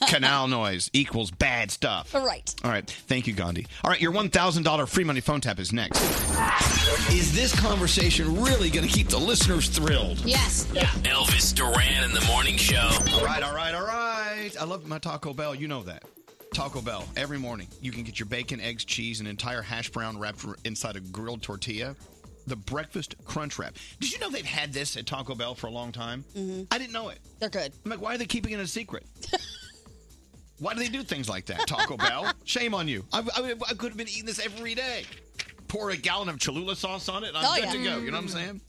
Speaker 2: out. canal noise equals bad stuff.
Speaker 5: All right.
Speaker 2: All right. Thank you, Gandhi. All right, your one thousand dollar free money phone tap is next. Is this conversation really going to keep the listeners thrilled?
Speaker 5: Yes.
Speaker 8: Elvis Duran in the morning show.
Speaker 2: All right, all right, all right. I love my Taco Bell. You know that. Taco Bell, every morning, you can get your bacon, eggs, cheese, and entire hash brown wrapped r- inside a grilled tortilla. The breakfast crunch wrap. Did you know they've had this at Taco Bell for a long time? I didn't know it.
Speaker 5: Mm-hmm. They're good.
Speaker 2: I'm like, why are they keeping it a secret? why do they do things like that, Taco Bell? Shame on you. I, I, I could have been eating this every day. Pour a gallon of Cholula sauce on it, and I'm
Speaker 14: Oh,
Speaker 2: good
Speaker 14: yeah.
Speaker 2: to go. You know what I'm saying?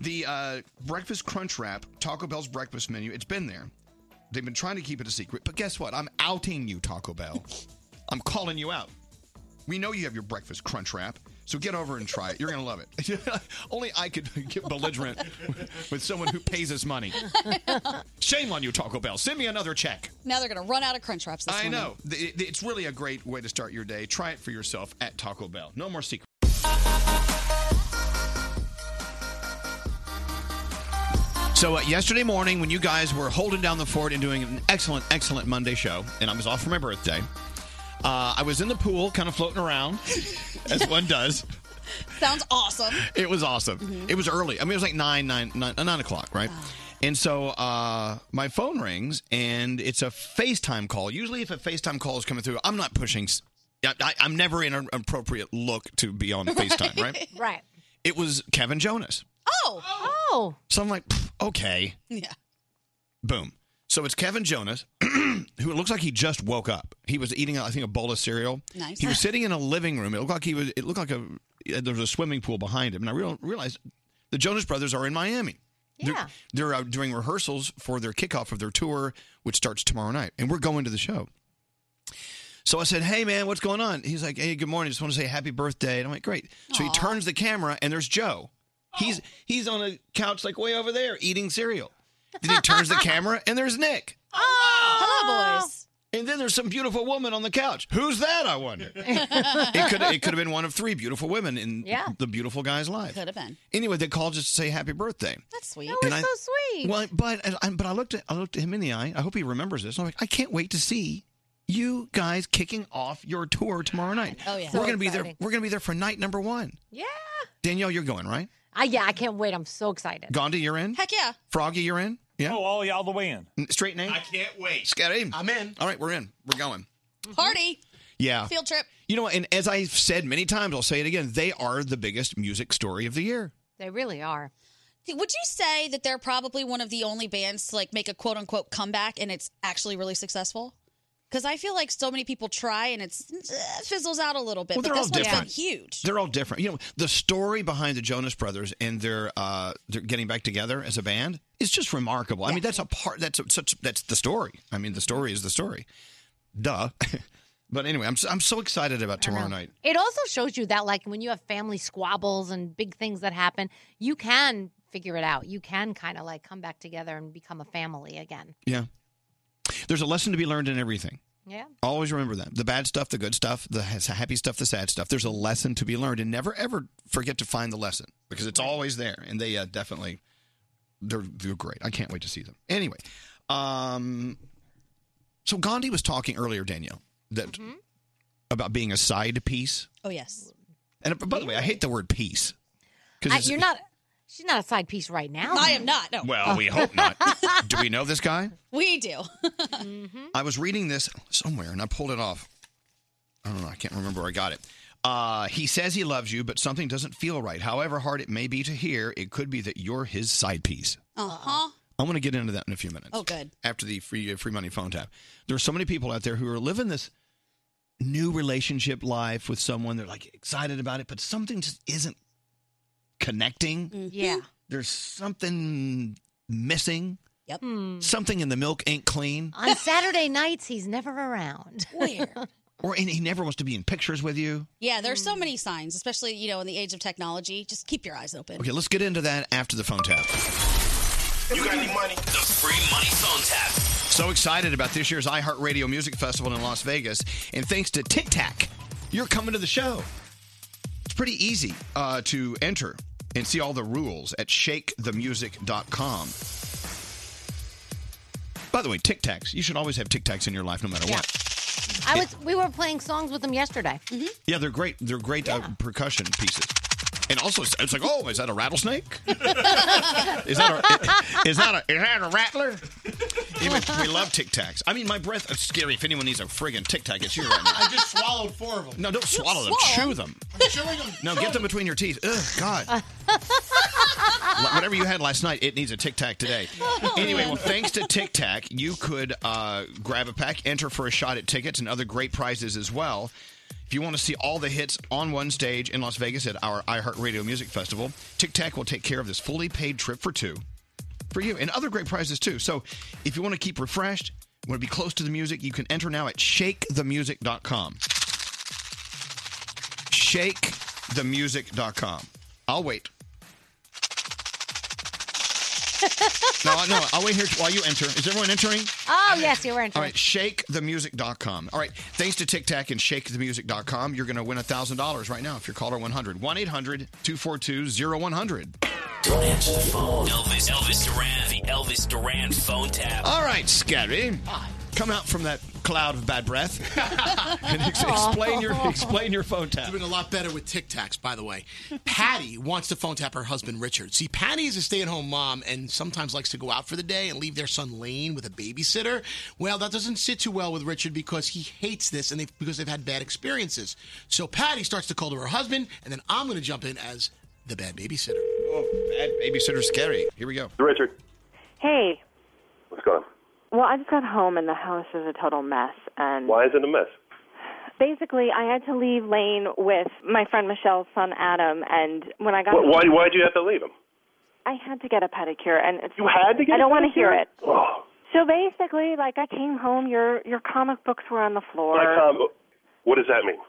Speaker 2: The uh, breakfast crunch wrap, Taco Bell's breakfast menu. It's been there. They've been trying to keep it a secret, but guess what? I'm outing you, Taco Bell. I'm calling you out. We know you have your breakfast crunch wrap, so get over and try it. You're gonna love it. Only I could get belligerent with someone who pays us money. Shame on you, Taco Bell. Send me another check.
Speaker 5: Now they're going to run out of crunch wraps this
Speaker 2: I
Speaker 5: morning.
Speaker 2: know. Th- it- It's really a great way to start your day. Try it for yourself at Taco Bell. No more secrets. So, uh, yesterday morning, when you guys were holding down the fort and doing an excellent, excellent Monday show, and I was off for my birthday, uh, I was in the pool, kind of floating around, as one does.
Speaker 5: Sounds awesome.
Speaker 2: It was awesome.
Speaker 5: Mm-hmm.
Speaker 2: It was early. I mean, it was like nine, nine, nine, uh, nine o'clock, right? And so uh, my phone rings, and it's a FaceTime call. Usually, if a FaceTime call is coming through, I'm not pushing. s- I, I, am never in an appropriate look to be on FaceTime, right?
Speaker 10: Right.
Speaker 2: It was Kevin Jonas.
Speaker 5: Oh.
Speaker 10: Oh.
Speaker 2: So I'm like, "Pff, okay,
Speaker 5: Yeah.
Speaker 2: boom. So it's Kevin Jonas, who looks like he just woke up. He was eating, I think, a bowl of cereal.
Speaker 5: Nice.
Speaker 2: He was sitting in a living room. It looked like he was. It looked like a there was a swimming pool behind him, and I real, realized the Jonas Brothers are in Miami. Yeah. They're, they're out doing rehearsals for their kickoff of their tour, which starts tomorrow night, and we're going to the show. So I said, "Hey man, what's going on?" He's like, "Hey, good morning. Just want to say happy birthday." And I'm like, "Great." So he turns the camera, and there's Joe. He's he's on a couch like way over there eating cereal. Then he turns the camera, and there's Nick.
Speaker 10: Oh,
Speaker 5: Hello, boys.
Speaker 2: And then there's some beautiful woman on the couch. Who's that? I wonder. it could it could have been one of three beautiful women in
Speaker 5: Yeah.
Speaker 2: the beautiful guy's life.
Speaker 5: Could have been.
Speaker 2: Anyway, they called just to say happy birthday.
Speaker 5: That's sweet.
Speaker 2: And I- Well, but and I, but I looked at I looked at him in the eye. I hope he remembers this. I'm like, I can't wait to see you guys kicking off your tour tomorrow night.
Speaker 10: Oh, yeah.
Speaker 2: we're
Speaker 10: So
Speaker 2: gonna be there.
Speaker 10: exciting.
Speaker 2: We're gonna be there for night number one.
Speaker 10: Yeah.
Speaker 2: Danielle, you're going right?
Speaker 10: I, yeah, I can't wait. I'm so excited.
Speaker 2: Gandhi, you're in.
Speaker 5: Heck yeah.
Speaker 2: Froggy, you're in. Yeah. Oh,
Speaker 9: all, all the way in.
Speaker 2: Straight name. I
Speaker 20: can't wait.
Speaker 2: Scotty, I'm in. All right, we're in. We're going.
Speaker 5: Mm-hmm. Party.
Speaker 2: Yeah.
Speaker 5: Field trip.
Speaker 2: You know, and as I've said many times, I'll say it again. They are the biggest music story of the year.
Speaker 5: They really are. Would you say that they're probably one of the only bands to like make a quote unquote comeback and it's actually really successful? Because I feel like so many people try and it's it fizzles out a little bit.
Speaker 2: Well,
Speaker 5: but
Speaker 2: they're all
Speaker 5: this one's been
Speaker 2: different.
Speaker 5: huge.
Speaker 2: They're all different. You know, the story behind the Jonas Brothers and their uh, they're getting back together as a band is just remarkable. I mean, that's a part. That's a, such. That's the story. I mean, the story is the story. Duh. but anyway, I'm so, I'm so excited about tomorrow night.
Speaker 10: It also shows you that, like, when you have family squabbles and big things that happen, you can figure it out. You can kind of like come back together and become a family again.
Speaker 2: Yeah. There's a lesson to be learned in everything.
Speaker 10: Yeah.
Speaker 2: Always remember that. The bad stuff, the good stuff, the ha- happy stuff, the sad stuff. There's a lesson to be learned, and never ever forget to find the lesson because it's always there. And they uh, definitely, they're, they're great. I can't wait to see them. Anyway, um, so Gandhi was talking earlier, Danielle, that about being a side piece.
Speaker 5: Oh yes.
Speaker 2: And by the way, I hate the word piece
Speaker 10: I-
Speaker 2: it's-
Speaker 10: you're not. She's not a side piece right now.
Speaker 5: I am not. No.
Speaker 2: Well, we hope not. Do we know this guy?
Speaker 5: We do.
Speaker 2: I was reading this somewhere and I pulled it off. I don't know. I can't remember where I got it. Uh, he says he loves you, but something doesn't feel right. However hard it may be to hear, it could be that you're his side piece.
Speaker 5: Uh huh.
Speaker 2: I'm going to get into that in a few minutes
Speaker 5: Oh, good.
Speaker 2: after the free uh, free money phone tap. There are so many people out there who are living this new relationship life with someone. They're like excited about it, but something just isn't connecting.
Speaker 10: Yeah.
Speaker 2: There's something missing.
Speaker 10: Mm-hmm.
Speaker 5: Yep.
Speaker 2: Something in the milk ain't clean.
Speaker 10: Hmm. On Saturday nights, he's never around.
Speaker 5: Weird.
Speaker 2: Or and he never wants to be in pictures with you.
Speaker 5: Yeah, there's so many signs, especially you know in the age of technology. Just keep your eyes open.
Speaker 2: Okay, let's get into that after the phone tap.
Speaker 8: You got any money? The free money phone tap.
Speaker 2: So excited about this year's iHeartRadio Music Festival in Las Vegas. And thanks to Tic Tac, you're coming to the show. It's pretty easy uh, to enter and see all the rules at shakethemusic.com. By the way, Tic Tacs, you should always have Tic Tacs in your life no matter what.
Speaker 10: I was. We were playing songs with him yesterday.
Speaker 2: Yeah, they're great. They're great uh, percussion pieces. And also, it's it's like, oh, is that a rattlesnake? Is that a, is that a, is that a rattler? Anyway, we love Tic Tacs. I mean, my breath is scary. If anyone needs a friggin' Tic Tac, it's you right now.
Speaker 3: I just swallowed four of them.
Speaker 2: No, don't swallow them. Chew them.
Speaker 3: I'm chewing them.
Speaker 2: No, get them between your teeth. Ugh, God. Li- Whatever you had last night, it needs a Tic Tac today.
Speaker 1: Oh,
Speaker 2: anyway,
Speaker 1: man.
Speaker 2: well, thanks to Tic Tac, you could uh, grab a pack, enter for a shot at tickets and other great prizes as well. If you want to see all the hits on one stage in Las Vegas at our iHeartRadio Music Festival, Tic Tac will take care of this fully paid trip for two for you and other great prizes too. So if you want to keep refreshed, want to be close to the music, you can enter now at shakethemusic.com shakethemusic.com. I'll wait. no, I- no, I'll wait here while you enter. Is everyone entering?
Speaker 10: Oh yes, you were in.
Speaker 2: All right, shakethemusic.com. All right, thanks to Tic Tac and shakethemusic.com, you're going to win $1,000 right now if you're caller 100. 1 800 242 0100.
Speaker 8: Don't answer the phone. Elvis, Elvis Duran, the Elvis Duran phone tap.
Speaker 2: All right, Scary. Come out from that cloud of bad breath and ex- explain your explain your phone tap.
Speaker 3: Doing a lot better with Tic Tacs, by the way. Patty wants to phone tap her husband Richard. See, Patty is a stay-at-home mom and sometimes likes to go out for the day and leave their son Lane with a babysitter. Well, that doesn't sit too well with Richard because he hates this and they, because they've had bad experiences. So Patty starts to call to her husband, and then I'm going to jump in as the bad babysitter.
Speaker 2: Oh, bad babysitter Scary. Here we go.
Speaker 14: Richard.
Speaker 25: Hey,
Speaker 14: What's going on?
Speaker 25: well, I just got home and the house is a total mess. And
Speaker 14: Why is it a mess?
Speaker 25: basically, I had to leave Lane with my friend Michelle's son Adam. And when I got
Speaker 14: Why, why did you have to leave him?
Speaker 25: I had to get a pedicure, and it's
Speaker 27: You had to get
Speaker 25: I don't
Speaker 27: a
Speaker 25: want to
Speaker 27: pedicure?
Speaker 25: hear it.
Speaker 27: Oh.
Speaker 25: So basically, like I came home, your your comic books were on the floor.
Speaker 15: Like, um, what does that mean?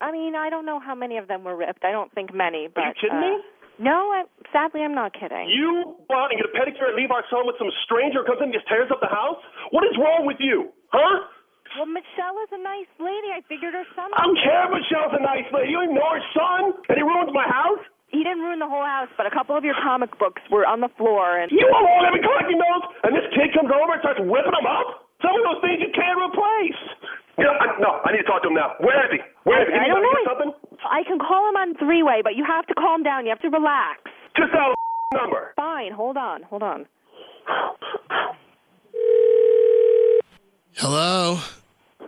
Speaker 25: I mean, I don't know how many of them were ripped. I don't think many, but
Speaker 15: Are you kidding
Speaker 25: uh,
Speaker 15: me?
Speaker 25: No, I, sadly, I'm not kidding.
Speaker 15: You go out and get a pedicure and leave our son with some stranger who comes in and just tears up the house? What is wrong with you? Huh?
Speaker 25: Well, Michelle is a nice lady. I figured her son.
Speaker 15: I don't care if Michelle's a nice lady. You didn't know her son, and he ruins my house?
Speaker 25: He didn't ruin the whole house, but a couple of your comic books were on the floor, and
Speaker 15: You alone have been collecting those, and this kid comes over and starts whipping them up? Some of those things you can't replace. You know, I, no, I need to talk to him now. Where is he? Where is he?
Speaker 25: I
Speaker 15: Can you
Speaker 25: don't
Speaker 15: tell me
Speaker 25: know.
Speaker 15: something?
Speaker 25: I can call him on three way, but you have to calm down. You have to relax.
Speaker 15: Just dial a number.
Speaker 25: Fine. Hold on. Hold on.
Speaker 1: Hello.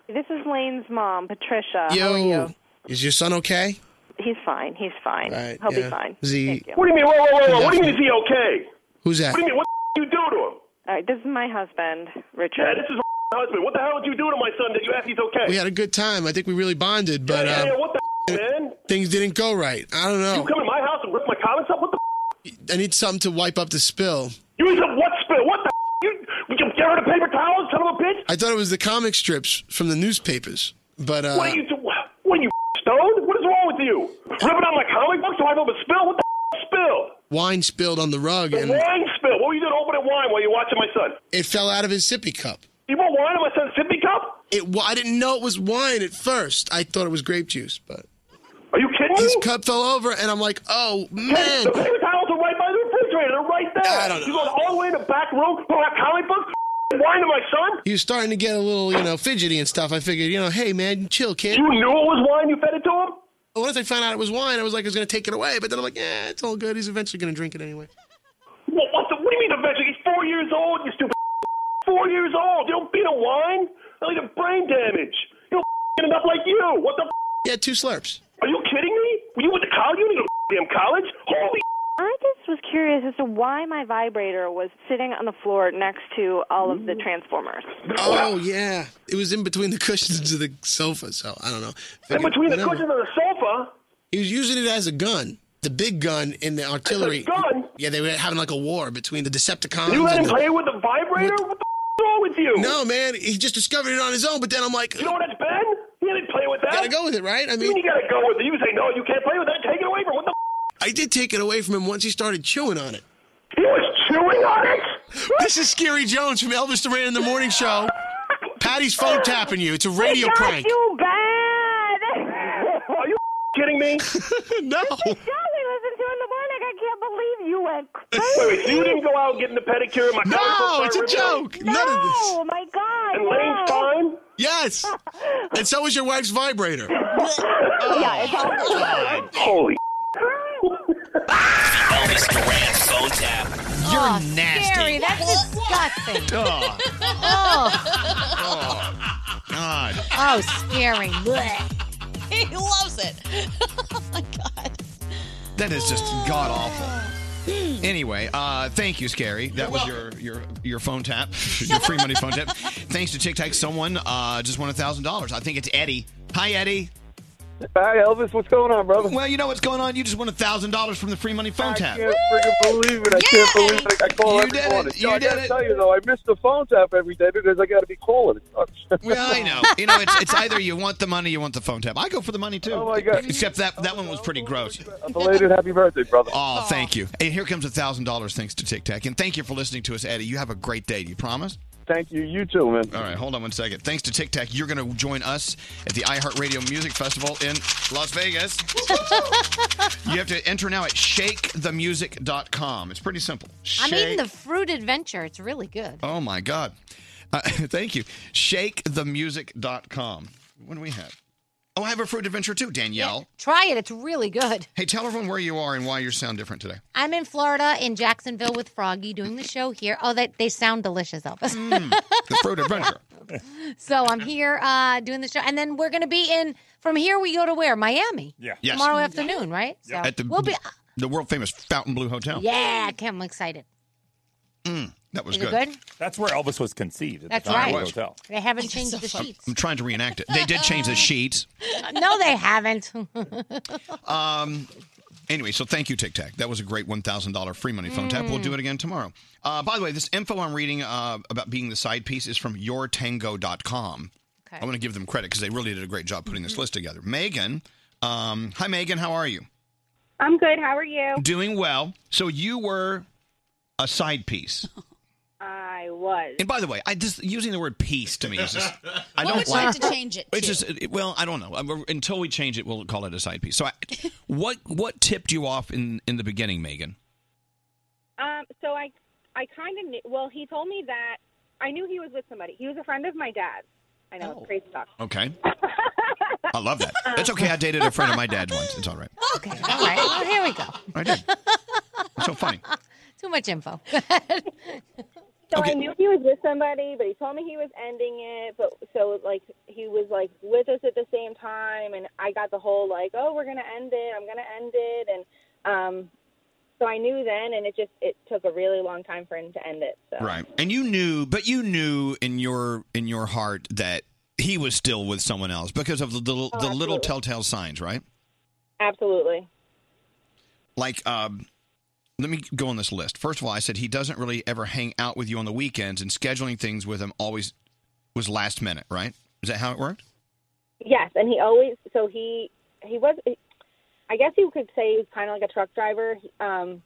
Speaker 25: This is Lane's mom, Patricia. How are you?
Speaker 1: Is your son okay?
Speaker 25: He's fine. He's fine.
Speaker 1: Right,
Speaker 25: He'll
Speaker 1: yeah.
Speaker 25: be fine.
Speaker 1: Is he-
Speaker 25: Thank you.
Speaker 15: What do you mean? Whoa, whoa, whoa, whoa. What do you mean is he okay?
Speaker 1: Who's that?
Speaker 15: What do you mean? What the f- you do to him?
Speaker 25: All right, this is my husband, Richard.
Speaker 15: Yeah, this is my husband. What the hell did you do to my son that you ask he's okay?
Speaker 1: We had a good time. I think we really bonded, but
Speaker 15: yeah,
Speaker 1: uh,
Speaker 15: yeah, what the f- man?
Speaker 1: things didn't go right. I don't
Speaker 15: You
Speaker 1: know.
Speaker 15: come to my house and rip my comics up? What the
Speaker 1: I need something to wipe up the spill.
Speaker 15: You use a what spit? What the f- you? Would you get rid of paper towels, son of a bitch?
Speaker 1: I thought it was the comic strips from the newspapers, but uh,
Speaker 15: what are you do? What are you f- stoned? What is wrong with you? Ripping out my comic books to wipe up a spill? What the f- spill?
Speaker 1: wine spilled on the rug
Speaker 15: The
Speaker 1: and
Speaker 15: wine spill. What were you doing opening wine while you were watching my son?
Speaker 1: it fell out of his sippy cup.
Speaker 15: You want wine in my son's sippy cup?
Speaker 1: It. wa- I didn't know it was wine at first. I thought it was grape juice, but
Speaker 15: are you kidding?
Speaker 1: His cup fell over, and I'm like, oh man.
Speaker 15: The paper towels are right by the refrigerator. They're right there. I don't know. You going all the way in the back room, put out comic books, f- wine to my son?
Speaker 1: He was starting to get a little, you know, fidgety and stuff. I figured, you know, hey man, chill, kid.
Speaker 15: You knew it was wine. You fed it to him.
Speaker 1: Once I found out it was wine, I was like, I was gonna take it away, but then I'm like, yeah, it's all good. He's eventually gonna drink it anyway.
Speaker 15: What, what, the, what do you mean eventually? He's four years old, you stupid. Four years old. You don't beat a wine. They'll get brain damage. You don't end up like you. What the?
Speaker 1: Yeah, two slurps.
Speaker 15: Are you kidding me? You went to college? You didn't go to damn college. Holy.
Speaker 25: I just was curious as to why my vibrator was sitting on the floor next to all of the transformers.
Speaker 1: Oh yeah, it was in between the cushions of the sofa, so I don't know.
Speaker 15: In between the
Speaker 1: Whatever.
Speaker 15: cushions of the sofa.
Speaker 1: He was using it as a gun, the big gun in the artillery.
Speaker 15: gun?
Speaker 1: Yeah, they were having like a war between the Decepticons.
Speaker 15: You let
Speaker 1: and
Speaker 15: him
Speaker 1: the-
Speaker 15: play with the vibrator? What the f- is wrong with you?
Speaker 1: No, man, he just discovered it on his own. But then I'm like, you
Speaker 15: know what that's been? You didn't play with that.
Speaker 1: Gotta go with it, right? I
Speaker 15: You mean, you gotta go with it. You say no, you can't play with that. Take it away from him. what the. F-
Speaker 1: I did take it away from him once he started chewing on it.
Speaker 15: He was chewing on it.
Speaker 1: This is Scary Jones from Elvis Duran in the Morning Show. Patty's phone tapping you. It's a radio
Speaker 25: got
Speaker 1: prank.
Speaker 25: you bad.
Speaker 15: Are you kidding me?
Speaker 1: no.
Speaker 25: show we listen to in the morning. I can't believe you went
Speaker 15: Wait, wait, so you didn't go out getting the pedicure? and My
Speaker 1: No,
Speaker 15: comic books
Speaker 1: it's a
Speaker 15: aren't
Speaker 1: joke.
Speaker 15: ripped?
Speaker 1: None of this.
Speaker 25: Oh my God!
Speaker 15: And Lane's
Speaker 25: no.
Speaker 15: fine.
Speaker 1: Yes. And so is your wife's vibrator.
Speaker 25: Yeah, it's all
Speaker 15: Holy.
Speaker 8: Elvis Duran phone tap.
Speaker 10: You're nasty. Scary. That's disgusting.
Speaker 8: Oh.
Speaker 10: oh.
Speaker 2: God.
Speaker 10: oh, scary. Blech.
Speaker 28: He loves it.
Speaker 2: That is just god awful. Anyway, uh, thank you, Scary. That was your, your your phone tap, your free money phone tap. Thanks to TikTok, someone uh, just won a thousand dollars. I think it's Eddie. Hi, Eddie.
Speaker 21: Hi, Elvis. What's going on, brother?
Speaker 2: Well, you know what's going on. You just won a thousand dollars from the free money phone
Speaker 21: I
Speaker 2: tap.
Speaker 21: can't freaking believe it. I can't believe it. I call
Speaker 2: You
Speaker 21: every
Speaker 2: did it.
Speaker 21: morning.
Speaker 2: You
Speaker 21: Yo, I
Speaker 2: did
Speaker 21: gotta
Speaker 2: it.
Speaker 21: tell you though, I miss the phone tap every day because I got to be calling. It sucks.
Speaker 2: Well, I know. You know, it's, it's either you want the money, you want the phone tap. I go for the money too.
Speaker 21: Oh, my God.
Speaker 2: Except that that one was pretty gross.
Speaker 21: Belated happy birthday, brother.
Speaker 2: Oh, thank you. And here comes a thousand dollars thanks to Tic Tac. And thank you for listening to us, Eddie. You have a great day. Do you promise?
Speaker 21: Thank you. You too, man.
Speaker 2: All right, hold on one second. Thanks to Tic Tac, you're going to join us at the iHeartRadio Music Festival in Las Vegas. you have to enter now at shakethemusic.com. It's pretty simple.
Speaker 10: I'm eating
Speaker 2: Shake-
Speaker 10: the fruit adventure. It's really good.
Speaker 2: Oh my God. Uh, thank you. ShakeTheMusic.com. What do we have? Oh, I have a fruit adventure too, Danielle.
Speaker 10: Try it. It's really good.
Speaker 2: Hey, tell everyone where you are and why you sound different today.
Speaker 10: I'm in Florida, in Jacksonville with Froggy, doing the show here. Oh, that they sound delicious, Elvis.
Speaker 2: Mm. The fruit adventure.
Speaker 10: so I'm here uh, doing the show, and then we're going to be in. From here, we go to where? Miami.
Speaker 2: Yeah. Yes.
Speaker 10: Tomorrow afternoon, right? So
Speaker 2: At the,
Speaker 10: we'll be. uh,
Speaker 2: the world famous Fountain Blue Hotel.
Speaker 10: Yeah, Kim, I'm excited.
Speaker 2: Mm, That was
Speaker 10: Is it
Speaker 2: good.
Speaker 10: good?
Speaker 9: That's where Elvis was conceived. At
Speaker 10: That's
Speaker 9: the Fountain
Speaker 10: right.
Speaker 9: Blue Hotel.
Speaker 10: They haven't changed the
Speaker 2: I'm,
Speaker 10: sheets.
Speaker 2: I'm trying to reenact it. They did change the sheets.
Speaker 10: no, they haven't.
Speaker 2: Um, Anyway, so thank you, Tic Tac. That was a great $1,000 free money phone tap. We'll do it again tomorrow. Uh, by the way, this info I'm reading uh, about being the side piece is from yourtango.com.
Speaker 10: Okay.
Speaker 2: I want to give them credit because they really did a great job putting this list together. Megan, um, hi, Megan. How are you?
Speaker 11: I'm good. How are you?
Speaker 2: Doing well. So you were a side piece.
Speaker 11: I was.
Speaker 2: And by the way, I just using the word piece to me is just I
Speaker 5: What
Speaker 2: don't
Speaker 5: would you
Speaker 2: like
Speaker 5: like to change it
Speaker 2: It's
Speaker 5: to?
Speaker 2: just it- well, I don't know. Um, Until we change it, we'll call it a side piece. So, I, what what tipped you off in in the beginning, Megan?
Speaker 11: Um, so I, I kind of knew. Well, he told me that I knew he was with somebody. He was a friend of my dad's. I
Speaker 10: Oh.
Speaker 11: know, it's crazy stuff.
Speaker 2: Okay, I love that. That's okay. I dated a friend of my dad once. It's all right.
Speaker 10: Okay. All right. Well, here we go.
Speaker 2: I did. It's so funny.
Speaker 10: Too much info.
Speaker 11: So I knew he was with somebody, but he told me he was ending it. But so like he was like with us at the same time, and I got the whole like, oh, we're gonna end it. I'm gonna end it, and um, so I knew then, and it just it took a really long time for him to end it. So
Speaker 2: Right. And you knew, but you knew in your in your heart that he was still with someone else because of the the, the little telltale signs, right?
Speaker 11: Oh, absolutely.
Speaker 2: like um let me go on this list. First of all, I said he doesn't really ever hang out with you on the weekends and scheduling things with him always was last minute, right? Is that how it worked?
Speaker 11: Yes, and he always so he he was I guess you could say he was kind of like a truck driver. Um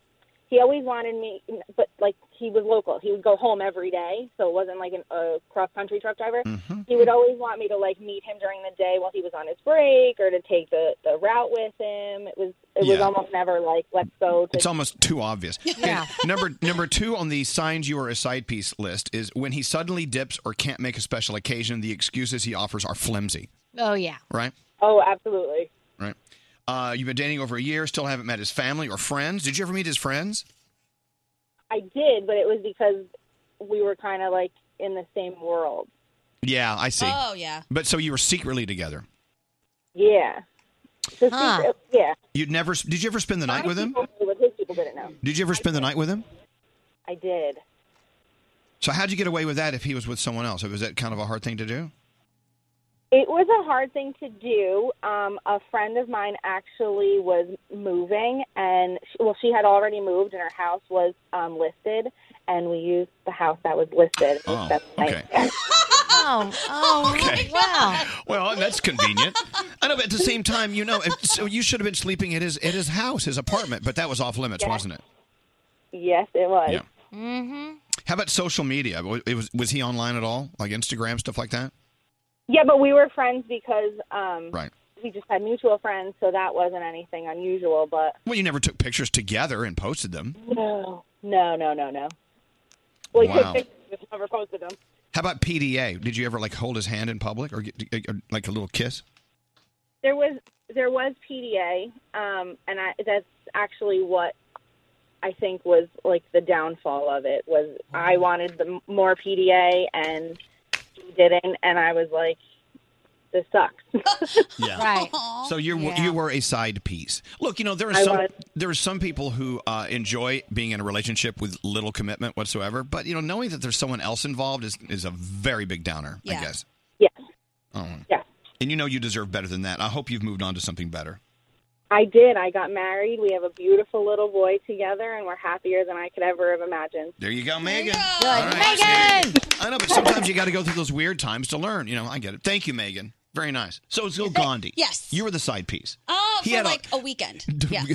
Speaker 11: he always wanted me but like he was local. He would go home every day, so it wasn't like an, a cross country truck driver.
Speaker 2: Mm-hmm.
Speaker 11: He would always want me to like meet him during the day while he was on his break or to take the the route with him. It was it was
Speaker 2: Yeah.
Speaker 11: almost never like let's go to
Speaker 2: It's almost too obvious.
Speaker 11: Yeah.
Speaker 2: Okay, number number two on the signs you are a side piece list is when he suddenly dips or can't make a special occasion, the excuses he offers are flimsy.
Speaker 10: Oh yeah.
Speaker 2: Right?
Speaker 11: Oh, absolutely.
Speaker 2: Right. Uh, you've been dating over a year, still haven't met his family or friends. Did you ever meet his friends?
Speaker 11: I did, but it was because we were kind of like in the same world.
Speaker 2: Yeah, I see.
Speaker 11: Oh, yeah.
Speaker 2: But so you were secretly together.
Speaker 11: Yeah. So
Speaker 2: Huh.
Speaker 11: secret- yeah.
Speaker 2: You'd never did you ever spend the night
Speaker 11: My
Speaker 2: with him?
Speaker 11: people knew, but his people didn't know.
Speaker 2: Did you ever spend the night with him?
Speaker 11: I did.
Speaker 2: So how'd you get away with that if he was with someone else? Was that kind of a hard thing to do?
Speaker 11: It was a hard thing to do. Um, a friend of mine actually was moving, and she, well, she had already moved, and her house was um, listed, and we used the house that was listed.
Speaker 2: Oh,
Speaker 11: That's
Speaker 2: okay.
Speaker 10: Oh, oh,
Speaker 2: Okay.
Speaker 10: wow.
Speaker 2: Well, that's convenient. I know, but at the same time, you know, if- so you should have been sleeping at his at his house, his apartment, but that was off limits,
Speaker 11: Yeah.
Speaker 2: wasn't it?
Speaker 11: Yes, it was.
Speaker 2: Yeah.
Speaker 11: Mm-hmm.
Speaker 2: How about social media? Wa- It was was he online at all, like Instagram stuff like that?
Speaker 11: Yeah, but we were friends because um,
Speaker 2: Right.
Speaker 11: we just had mutual friends, so that wasn't anything unusual. But
Speaker 2: Well, you never took pictures together and posted them.
Speaker 11: no, no, no, no, no. Well, he took
Speaker 2: Wow.
Speaker 11: pictures, but never posted them.
Speaker 2: How about PDA? Did you ever like hold his hand in public or get or, like a little kiss?
Speaker 11: There was there was PDA, um, and I, that's actually what I think was like the downfall of it was I wanted the m- more PDA and he didn't, and I was like, this sucks.
Speaker 2: Yeah.
Speaker 11: Right.
Speaker 2: So you were
Speaker 11: Yeah.
Speaker 2: you were a side piece. Look, you know there are
Speaker 11: I
Speaker 2: some
Speaker 11: was.
Speaker 2: there are some people who uh, enjoy being in a relationship with little commitment whatsoever. But you know, knowing that there's someone else involved is is a very big downer. I
Speaker 11: Yeah.
Speaker 2: guess.
Speaker 11: Yeah.
Speaker 2: Oh.
Speaker 11: Yeah.
Speaker 2: And you know you deserve better than that. I hope you've moved on to something better.
Speaker 11: I did. I got married. We have a beautiful little boy together, and we're happier than I could ever have imagined.
Speaker 2: There you go, Megan.
Speaker 11: Good.
Speaker 2: All right.
Speaker 11: Megan!
Speaker 2: I know, but sometimes you got to go through those weird times to learn. You know, I get it. Thank you, Megan. Very nice. So it's Gandhi.
Speaker 5: Yes.
Speaker 2: You were the side piece.
Speaker 5: Oh,
Speaker 2: He
Speaker 5: for
Speaker 2: had a-
Speaker 5: like a, weekend. Yeah. he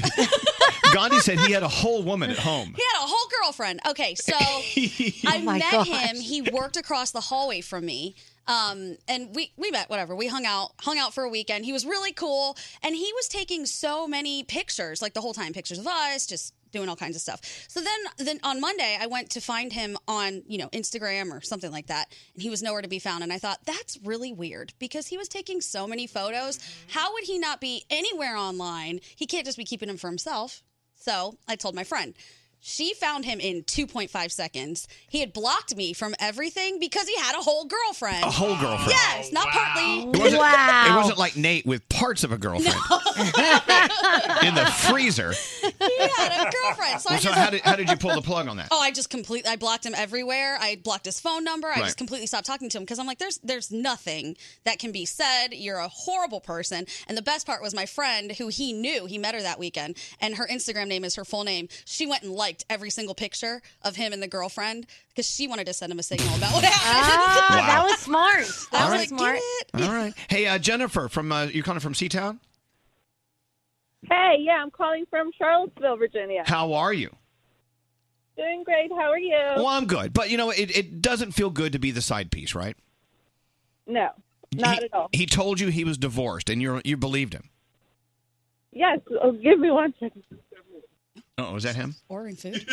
Speaker 2: Gandhi said he had a whole woman at home.
Speaker 5: had a whole girlfriend. Okay, so I
Speaker 2: Oh my
Speaker 5: met
Speaker 2: gosh.
Speaker 5: him. He worked across the hallway from me. Um, and we, we met, whatever. We hung out, hung out for a weekend. He was really cool. And he was taking so many pictures, like the whole time, pictures of us, just doing all kinds of stuff. So then, then on Monday, I went to find him on, you know, Instagram or something like that. And he was nowhere to be found. And I thought, that's really weird because he was taking so many photos. How would he not be anywhere online? He can't just be keeping them for himself. So I told my friend. She found him in 2.5 seconds. He had blocked me from everything because he had a whole girlfriend.
Speaker 2: A whole girlfriend.
Speaker 5: Yes, not partly.
Speaker 2: It wasn't, It wasn't like Nate with parts of a girlfriend in the freezer.
Speaker 5: he had a girlfriend. So, I
Speaker 2: Well, so
Speaker 5: just,
Speaker 2: how did, how did you pull the plug on that?
Speaker 5: Oh, I just completely. I blocked him everywhere. I blocked his phone number. I
Speaker 2: Right.
Speaker 5: just completely stopped talking to him because I'm like, there's there's nothing that can be said. You're a horrible person. And the best part was my friend who he knew. He met her that weekend, and her Instagram name is her full name. She went and liked every single picture of him and the girlfriend because she wanted to send him a signal about what happened.
Speaker 10: Ah,
Speaker 2: Wow.
Speaker 10: that was smart. That
Speaker 2: All
Speaker 10: was
Speaker 2: right.
Speaker 10: smart.
Speaker 2: All right. Hey, uh, Jennifer from uh, you're calling from Seatown.
Speaker 29: Hey, yeah, I'm calling from Charlottesville, Virginia.
Speaker 2: How are you?
Speaker 29: Doing great. How are you?
Speaker 2: Well, I'm good, but you know it, it doesn't feel good to be the side piece, right?
Speaker 29: No, not
Speaker 2: he,
Speaker 29: at all.
Speaker 2: He told you he was divorced, and you you believed him.
Speaker 29: Yes, oh, give me one second.
Speaker 2: Oh, is that him?
Speaker 5: Ordering food.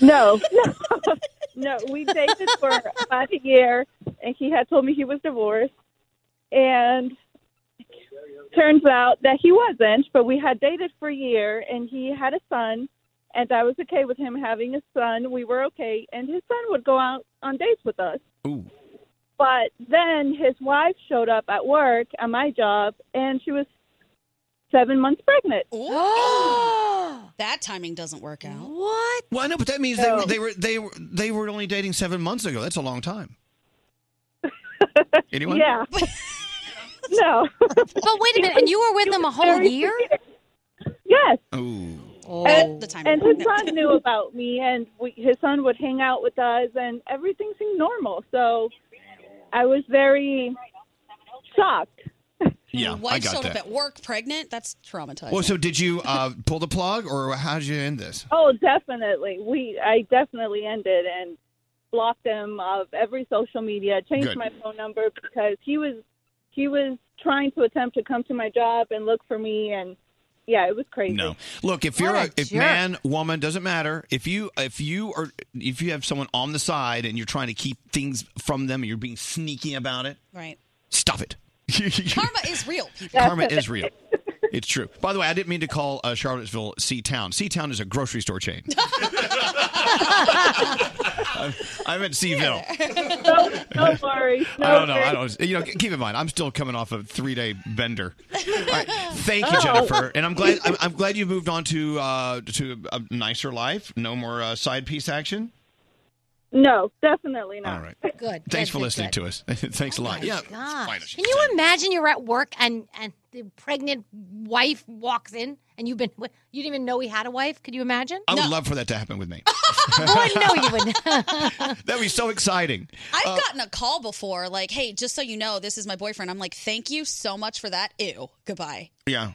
Speaker 29: No, no, no. We dated for about a year, and he had told me he was divorced, and turns out that he wasn't. But we had dated for a year, and he had a son, and I was okay with him having a son. We were okay, and his son would go out on dates with us. But then his wife showed up at work at my job, and she was seven months pregnant.
Speaker 5: that timing doesn't work out.
Speaker 10: What?
Speaker 2: Well, I know, but that means they were, they were they were they were only dating seven months ago. That's a long time. Anyone?
Speaker 29: Yeah. no.
Speaker 10: But wait a minute, and you were with him a whole year?
Speaker 29: Yes.
Speaker 2: Ooh.
Speaker 29: And, and his son knew about me, and we, his son would hang out with us, and everything seemed normal. So I was very shocked.
Speaker 2: Yeah, I
Speaker 5: Wife
Speaker 2: got
Speaker 5: showed up
Speaker 2: that.
Speaker 5: at work pregnant. That's traumatizing.
Speaker 2: Well, so did you uh, pull the plug, or how did you end this?
Speaker 29: Oh, definitely. We I definitely ended and blocked him of every social media. Changed
Speaker 2: Good.
Speaker 29: my phone number because he was he was trying to attempt to come to my job and look for me, and yeah, it was crazy.
Speaker 2: No. Look, if you're
Speaker 29: What
Speaker 2: a,
Speaker 29: a
Speaker 2: if
Speaker 29: jerk.
Speaker 2: man, woman, doesn't matter. If you if you are if you have someone on the side and you're trying to keep things from them, and you're being sneaky about it.
Speaker 5: Right.
Speaker 2: Stop it.
Speaker 5: Karma is real, people.
Speaker 2: Karma is real. It's true. By the way, I didn't mean to call uh, Charlottesville Sea Town. Sea Town is a grocery store chain. I, I meant Seaville.
Speaker 29: don't, don't worry.
Speaker 2: I don't know. I don't. You know, keep in mind, I'm still coming off a three day bender. All right. Thank you,
Speaker 29: Oh.
Speaker 2: Jennifer, and I'm glad. I'm, I'm glad you moved on to uh, to a nicer life. No more uh, side piece action.
Speaker 29: No, definitely not.
Speaker 2: All right.
Speaker 10: Good.
Speaker 2: Thanks
Speaker 10: good,
Speaker 2: for
Speaker 10: good,
Speaker 2: listening
Speaker 10: good.
Speaker 2: to us. Thanks a lot. Yeah.
Speaker 10: Gosh. Can you imagine you're at work and and the pregnant wife walks in and you've been you didn't even know he had a wife? Could you imagine?
Speaker 2: I would love for that to happen with me.
Speaker 10: Boy, no, you wouldn't.
Speaker 2: That'd be so exciting.
Speaker 5: I've
Speaker 2: Uh,
Speaker 5: gotten a call before, like, "Hey, just so you know, this is my boyfriend." I'm like, "Thank you so much for that." Ew, goodbye.
Speaker 2: Yeah.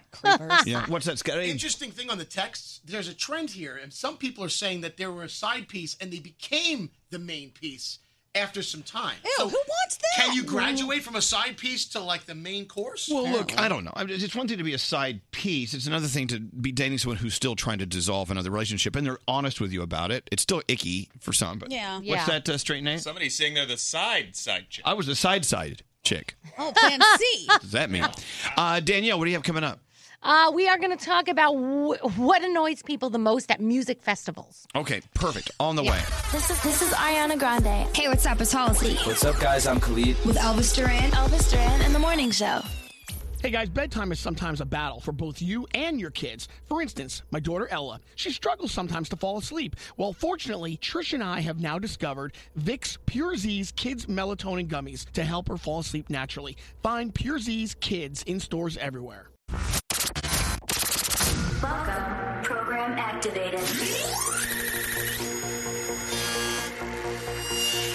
Speaker 2: Yeah. What's that? Scott?
Speaker 3: Interesting thing on the texts. There's a trend here, and some people are saying that they were a side piece and they became the main piece after some time. Ew,
Speaker 5: who wants that?
Speaker 3: Can you graduate from a side piece to like the main course?
Speaker 2: Well, look, I don't know. I mean, It's one thing to be a side piece. It's another thing to be dating someone who's still trying to dissolve another relationship, and they're honest with you about it. It's still icky for some, but
Speaker 5: Yeah.
Speaker 2: What's
Speaker 5: Yeah.
Speaker 2: that uh, straight name?
Speaker 17: Somebody's saying they're the side side chick.
Speaker 2: I was a side-sided chick.
Speaker 5: Oh, Plan C.
Speaker 2: What does that mean? Uh, Danielle, what do you have coming up?
Speaker 10: uh, we are going to talk about wh- what annoys people the most at music festivals.
Speaker 2: Okay, perfect. On the way.
Speaker 8: This is this is Ariana Grande. Hey, what's up? It's Halsey
Speaker 30: What's up, guys? I'm Khalid.
Speaker 8: with Elvis Duran. Elvis Duran and the Morning Show.
Speaker 4: Hey guys, bedtime is sometimes a battle for both you and your kids. For instance, my daughter Ella, she struggles sometimes to fall asleep. Well, fortunately, Trish and I have now discovered Vicks Pure Z's Kids Melatonin Gummies to help her fall asleep naturally. Find Pure Z's Kids in stores everywhere.
Speaker 8: Program activated.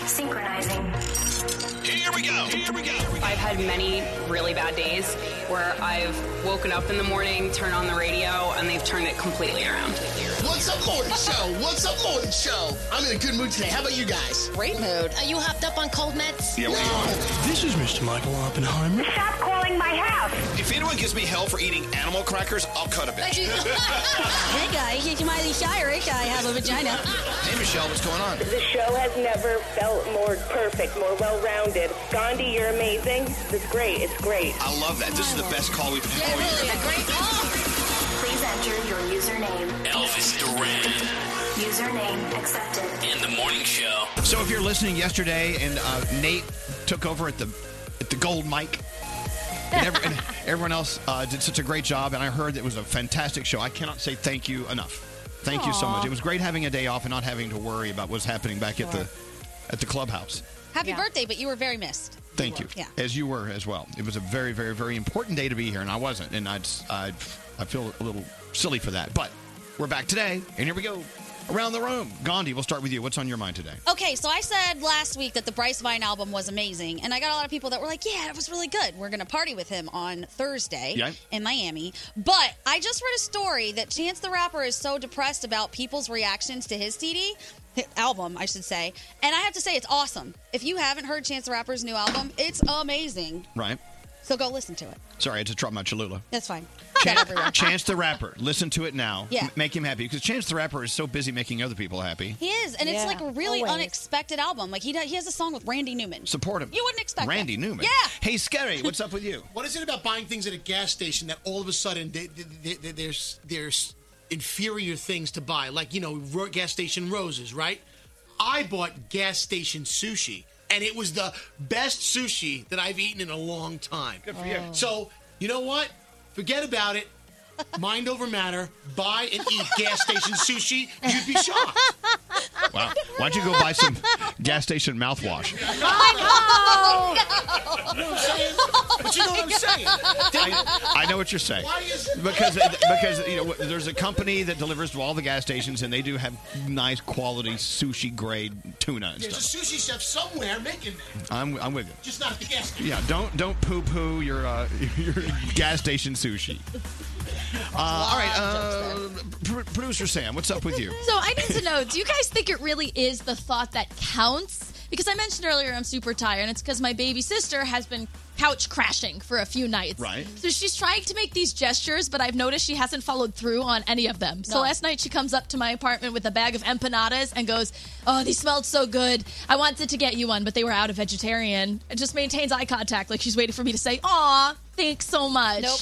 Speaker 8: Synchronizing.
Speaker 16: Here we go. Here we go. I've had many really bad days where I've woken up in the morning, turned on the radio, and they've turned it completely around.
Speaker 4: What's up, morning show? What's up, morning show? I'm in a good mood today. How about you guys?
Speaker 26: Great mood. Are you hopped up on cold meds? Yeah, what
Speaker 4: This is Mr. Michael Oppenheimer.
Speaker 26: Stop calling my house.
Speaker 17: If anyone gives me hell for eating animal crackers, I'll cut a bitch.
Speaker 26: hey, guys. It's Miley Cyrus. I have a vagina.
Speaker 2: Hey, Michelle, what's going on?
Speaker 26: The show has never felt more perfect, more well-rounded. Gandhi, you're amazing. It's great. It's great.
Speaker 17: I love that. This is the best call we've had.
Speaker 8: Oh. Please enter your username.
Speaker 31: Elvis Duran
Speaker 8: Username accepted.
Speaker 31: and the Morning Show.
Speaker 2: So, if you're listening yesterday, and uh, Nate took over at the at the gold mic, and, every, and everyone else uh, did such a great job, and I heard it was a fantastic show. I cannot say thank you enough. Thank you so
Speaker 5: Aw.
Speaker 2: much. It was great having a day off and not having to worry about what's happening back at the at the clubhouse.
Speaker 5: Happy birthday, but you were very missed.
Speaker 2: Thank you,
Speaker 5: Yeah.
Speaker 2: as you were as well. It was a very, very, very important day to be here, and I wasn't, and I'd, I, I feel a little silly for that. But we're back today, and here we go around the room. Gandhi, we'll start with you. What's on your mind today?
Speaker 5: Okay, so I said last week that the Bryce Vine album was amazing, and I got a lot of people that were like, "Yeah, it was really good. We're gonna party with him on Thursday
Speaker 14: Yeah.
Speaker 5: in Miami." But I just read a story that Chance the Rapper is so depressed about people's reactions to his CD album, I should say, and I have to say it's awesome. If you haven't heard Chance the Rapper's new album, it's amazing.
Speaker 2: Right?
Speaker 5: So go listen to it.
Speaker 2: Sorry, I just dropped my Cholula.
Speaker 5: That's fine.
Speaker 2: Chan-
Speaker 5: Got everywhere.
Speaker 2: Chance the Rapper. Listen to it now.
Speaker 5: Yeah.
Speaker 2: M- make him happy because Chance the Rapper is so busy making other people happy.
Speaker 5: He is, and it's
Speaker 2: Yeah,
Speaker 5: like a really
Speaker 2: always.
Speaker 5: unexpected album. Like he does, he has a song with Randy Newman.
Speaker 2: Support him.
Speaker 5: You wouldn't expect that.
Speaker 2: Randy Newman.
Speaker 5: Yeah.
Speaker 2: Hey, Scary, what's up with you?
Speaker 3: What is it about buying things at a gas station that all of a sudden they, they, they, there's there's inferior things to buy? Like you know, ro- gas station roses, right? I bought gas station sushi, and it was the best sushi that I've eaten in a long time. Good
Speaker 2: for you. Oh.
Speaker 3: So you know what? Forget about it. Mind over matter. Buy and eat gas station sushi. You'd be shocked.
Speaker 2: Wow. Why don't you go buy some gas station mouthwash?
Speaker 22: Oh
Speaker 3: Oh You know what I'm saying? But you know what I'm
Speaker 22: Oh
Speaker 3: saying.
Speaker 2: I know what you're saying.
Speaker 3: Why is it-
Speaker 2: Because because you know there's a company that delivers to all the gas stations, and they do have nice quality sushi grade tuna and
Speaker 3: There's a
Speaker 2: stuff.
Speaker 3: sushi chef somewhere making that,
Speaker 2: I'm I'm with you.
Speaker 3: just not at the gas station.
Speaker 2: Yeah, don't don't poo poo your uh, your gas station sushi. Uh, all right, uh, pr- producer Sam, what's up with you?
Speaker 14: So I need to know do you guys think it really is the thought that counts? Because I mentioned earlier I'm super tired, and it's because my baby sister has been couch crashing for a few nights.
Speaker 2: Right.
Speaker 14: So she's trying to make these gestures, but I've noticed she hasn't followed through on any of them. So
Speaker 5: No.
Speaker 14: last night she comes up to my apartment with a bag of empanadas and goes, Oh, these smelled so good. I wanted to get you one, but they were out of vegetarian. It just maintains eye contact, like she's waiting for me to say, Aw, thanks so much.
Speaker 5: Nope.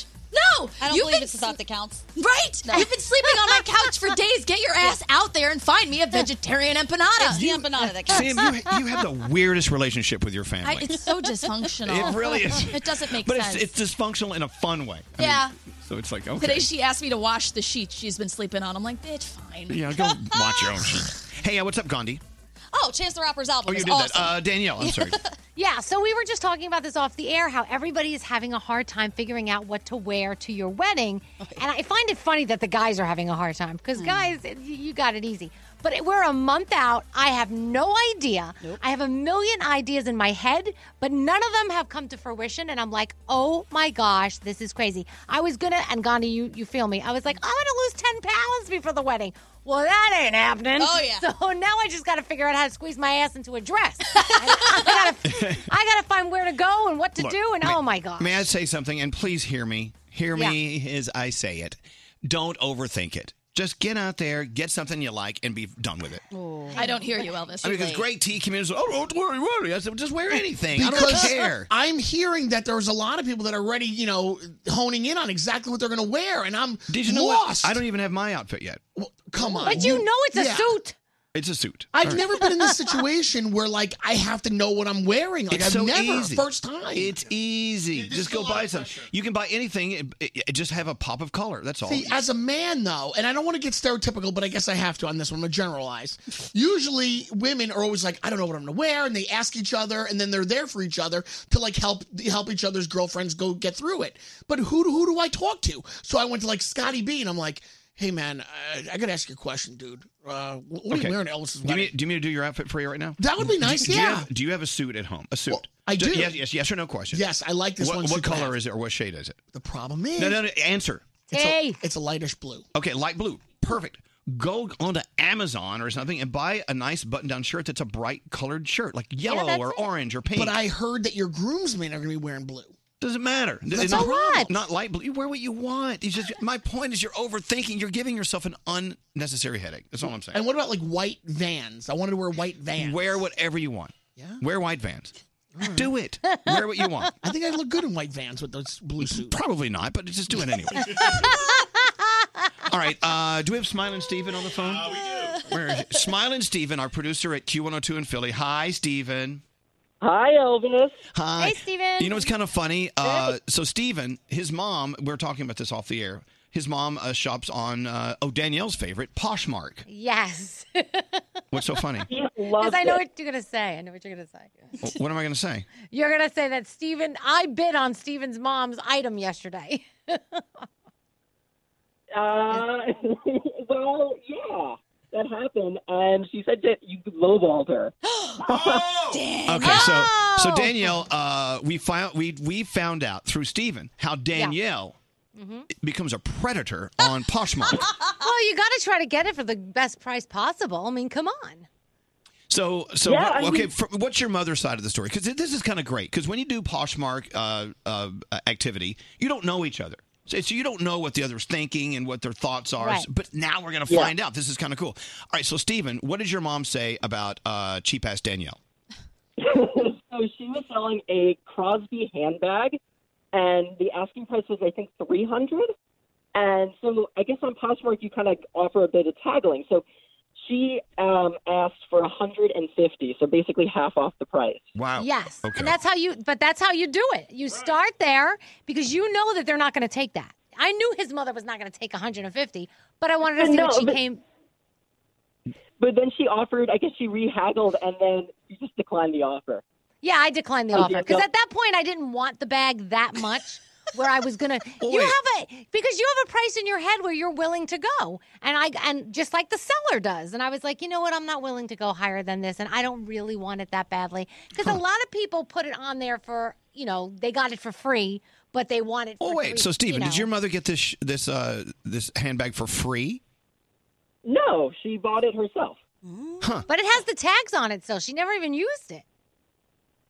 Speaker 14: No,
Speaker 5: I don't
Speaker 14: you've
Speaker 5: believe
Speaker 14: been
Speaker 5: it's the thought that counts.
Speaker 14: Right? You've been sleeping on my couch for days. Get your ass out there and find me a vegetarian empanada.
Speaker 5: It's the empanada that
Speaker 2: Sam, you, you have the weirdest relationship with your family.
Speaker 14: I, it's so dysfunctional.
Speaker 2: It really is.
Speaker 14: It doesn't make
Speaker 2: but
Speaker 14: sense.
Speaker 2: it's it's dysfunctional in a fun way. I mean,
Speaker 14: yeah.
Speaker 2: so it's like okay.
Speaker 14: Today she asked me to wash the sheets she's been sleeping on. I'm like, bitch, fine.
Speaker 2: Yeah, go watch your own shit. Hey, uh, what's up, Gandhi?
Speaker 5: Oh, Chance the Rapper's album.
Speaker 2: Oh, you
Speaker 5: is
Speaker 2: did
Speaker 5: awesome.
Speaker 2: that. Uh, Danielle, I'm sorry.
Speaker 10: Yeah, so we were just talking about this off the air how everybody is having a hard time figuring out what to wear to your wedding. And I find it funny that the guys are having a hard time
Speaker 14: Hmm.
Speaker 10: because, guys, y- you got it easy. But it- we're a month out. I have no idea. I have a million ideas in my head, but none of them have come to fruition. And I'm like, oh my gosh, this is crazy. I was gonna, and Gandhi, you, you feel me. I was like, I'm gonna lose 10 pounds before the wedding. Well, that ain't happening.
Speaker 14: Oh, yeah.
Speaker 10: So now I just gotta figure out how to squeeze my ass into a dress. I gotta find where to go and what to
Speaker 2: Look,
Speaker 10: do, and
Speaker 2: may-
Speaker 10: oh my god,
Speaker 2: May I say something? And please hear me. Hear me as I say it. Don't overthink it. Just get out there, get something you like, and be done with it.
Speaker 14: I don't hear you, Elvis.
Speaker 2: I mean, because great tea communities, oh, don't worry, worry. I said, just wear
Speaker 10: Eh,
Speaker 2: anything. I don't
Speaker 4: Because
Speaker 2: care.
Speaker 4: I'm hearing that there's a lot of people that are already, you know, honing in on exactly what they're going to wear, and I'm
Speaker 2: Did you know
Speaker 4: lost.
Speaker 2: what? I don't even have my outfit yet.
Speaker 4: Come on,
Speaker 10: But you know it's a suit.
Speaker 2: It's a suit.
Speaker 4: I've
Speaker 2: All right.
Speaker 4: never been in this situation where like I have to know what I'm wearing. Like
Speaker 2: it's
Speaker 4: I've
Speaker 2: so
Speaker 4: never
Speaker 2: easy.
Speaker 4: first time.
Speaker 2: It's easy. Just go buy some. You can buy anything. It, it- it- just have a pop of color. That's all.
Speaker 4: See, as a man though, and I don't want to get stereotypical, but I guess I have to on this one. I'm gonna generalize. Usually, women are always like, "I don't know what I'm gonna wear," and they ask each other, and then they're there for each other to like help help each other's girlfriends go get through it. But who do- who do I talk to? So I went to like Scotty B, and I'm like, "Hey man, I, I gotta ask you a question, dude. Uh, wh- what are
Speaker 2: Okay.
Speaker 4: you wearing at Elvis's
Speaker 2: Do you,
Speaker 4: wedding?"
Speaker 2: mean, do you mean to do your outfit for you right now?
Speaker 4: That would be
Speaker 2: Do-
Speaker 4: nice,
Speaker 2: Do, You
Speaker 4: yeah.
Speaker 2: have, do you have a suit at home? A suit.
Speaker 4: I
Speaker 2: Ju-
Speaker 4: do.
Speaker 2: Yes, yes, yes or no question.
Speaker 4: Yes, I like this
Speaker 2: what,
Speaker 4: one
Speaker 2: What
Speaker 4: suit that I
Speaker 2: color
Speaker 4: have.
Speaker 2: is it, or what shade is it?
Speaker 4: The problem is,
Speaker 2: No, no, no. Answer.
Speaker 4: It's, a, it's a lightish blue.
Speaker 2: Okay, light blue. Perfect. Go onto Amazon or something and buy a nice button-down shirt that's a bright colored shirt, like yellow
Speaker 4: that's
Speaker 2: or orange or pink.
Speaker 4: But I heard that your groomsmen are gonna be wearing blue.
Speaker 2: Doesn't matter.
Speaker 4: That's
Speaker 2: not,
Speaker 4: a lot.
Speaker 2: Not light blue. You wear what you want. It's just my point is you're overthinking. You're giving yourself an unnecessary headache. That's all I'm saying.
Speaker 4: And what about like white vans? I wanted to wear white vans. Mm.
Speaker 2: Wear whatever you want. Yeah. Wear white vans. Do it. Wear what you want.
Speaker 4: I think I look good in white vans with those blue suits.
Speaker 2: Probably not, but just do it anyway. All right. Uh, do we have Smiling Steven on the phone? we do. Where is Smiling Steven, our producer at Q102 in Philly. Hi, Steven.
Speaker 17: Hi, Elvis.
Speaker 2: Hi.
Speaker 17: Hey, Steven.
Speaker 2: You know, it's kind of funny. Uh, so, Steven, his mom, we are talking about this off the air. his mom uh, shops on uh, oh Danielle's favorite Poshmark.
Speaker 10: Yes.
Speaker 2: What's so funny?
Speaker 10: Because I know what you're going to say. I know what you're going to say.
Speaker 2: Wh- what am I going to say?
Speaker 10: You're going to say that Steven, I bid on Steven's mom's item yesterday.
Speaker 17: Uh, well, yeah, that happened, and she said that you lowballed her.
Speaker 2: Okay, so so Danielle, uh, we found we we found out through Steven how Danielle
Speaker 10: mm-hmm.
Speaker 2: becomes a predator on Poshmark.
Speaker 10: Well, you got to try to get it for the best price possible. I mean, come on.
Speaker 2: So, so
Speaker 10: Yeah,
Speaker 2: what-
Speaker 10: I mean-
Speaker 2: okay. fr what's your mother's side of the story? Because this is kind of great. Because when you do Poshmark uh, uh, activity, you don't know each other, so, so you don't know what the other's thinking and what their thoughts are.
Speaker 19: Right.
Speaker 2: But now we're gonna
Speaker 19: Yeah.
Speaker 2: find out. This is kind of cool. All right. So, Steven, what does your mom say about uh, cheap ass Danielle?
Speaker 17: so she was selling a Crosby handbag, and the asking price was I think three hundred. And so I guess on Poshmark you kind of offer a bit of tagging. So she um, asked for a hundred and fifty, so basically half off the price.
Speaker 2: Wow.
Speaker 10: Yes. And that's how you but that's how you do it. You start there because you know that they're not going to take that. I knew his mother was not going to take 150, but I wanted to
Speaker 17: But
Speaker 10: see what
Speaker 17: no,
Speaker 10: she
Speaker 17: but-
Speaker 10: came
Speaker 17: But then she offered, I guess she rehaggled, and then you just declined the offer.
Speaker 10: Yeah, I declined the
Speaker 17: Oh,
Speaker 10: offer
Speaker 17: dear
Speaker 10: because
Speaker 17: God.
Speaker 10: at that point I didn't want the bag that much. Where I was gonna, you
Speaker 17: wait.
Speaker 10: have a because you have a price in your head where you're willing to go, and I and just like the seller does, and I was like, you know what, I'm not willing to go higher than this, and I don't really want it that badly because a lot of people put it on there for you know they got it for free, but they want it.
Speaker 2: Oh
Speaker 10: for
Speaker 2: wait.
Speaker 10: free,
Speaker 2: so, Steven,
Speaker 10: you know.
Speaker 2: did your mother get this sh- this uh, this handbag for free?
Speaker 17: No, she bought it herself.
Speaker 10: Mm. But it has the tags on it, so she never even used it.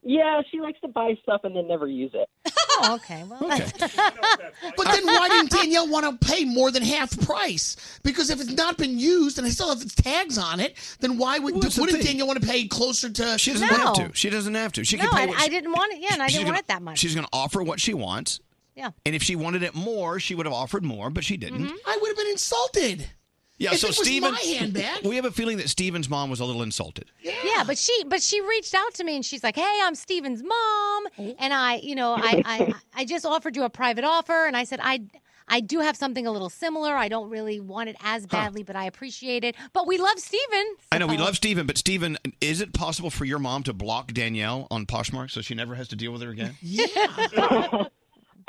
Speaker 17: Yeah, she likes to buy stuff and then never use it.
Speaker 10: Oh, okay. Well,
Speaker 4: But then why didn't Danielle want to pay more than half price? Because if it's not been used and I still have its tags on it, then why would
Speaker 2: that's the
Speaker 4: wouldn't
Speaker 2: thing.
Speaker 4: Danielle want to pay closer to?
Speaker 2: She doesn't have to. She doesn't have to. She can
Speaker 10: no,
Speaker 2: pay.
Speaker 10: I,
Speaker 2: what
Speaker 10: I
Speaker 2: she-
Speaker 10: didn't want it. Yeah, and I
Speaker 2: she's
Speaker 10: didn't
Speaker 2: gonna-
Speaker 10: want it that much.
Speaker 2: She's going to offer what she wants.
Speaker 10: Yeah. Mm-hmm.
Speaker 2: And if she wanted it more, she would have offered more, but she didn't.
Speaker 4: I would have been insulted.
Speaker 2: Yeah,
Speaker 4: If
Speaker 2: so
Speaker 4: it was
Speaker 2: Steven,
Speaker 4: my handbag.
Speaker 2: we have a feeling that Steven's mom was a little insulted.
Speaker 10: Yeah, but she but she reached out to me and she's like, "Hey, I'm Steven's mom, and I, you know, I I, I just offered you a private offer, and I said I." I do have something a little similar. I don't really want it as badly, but I appreciate it. But we love Steven.
Speaker 2: I know we love Steven, but Steven, is it possible for your mom to block Danielle on Poshmark so she never has to deal with her again?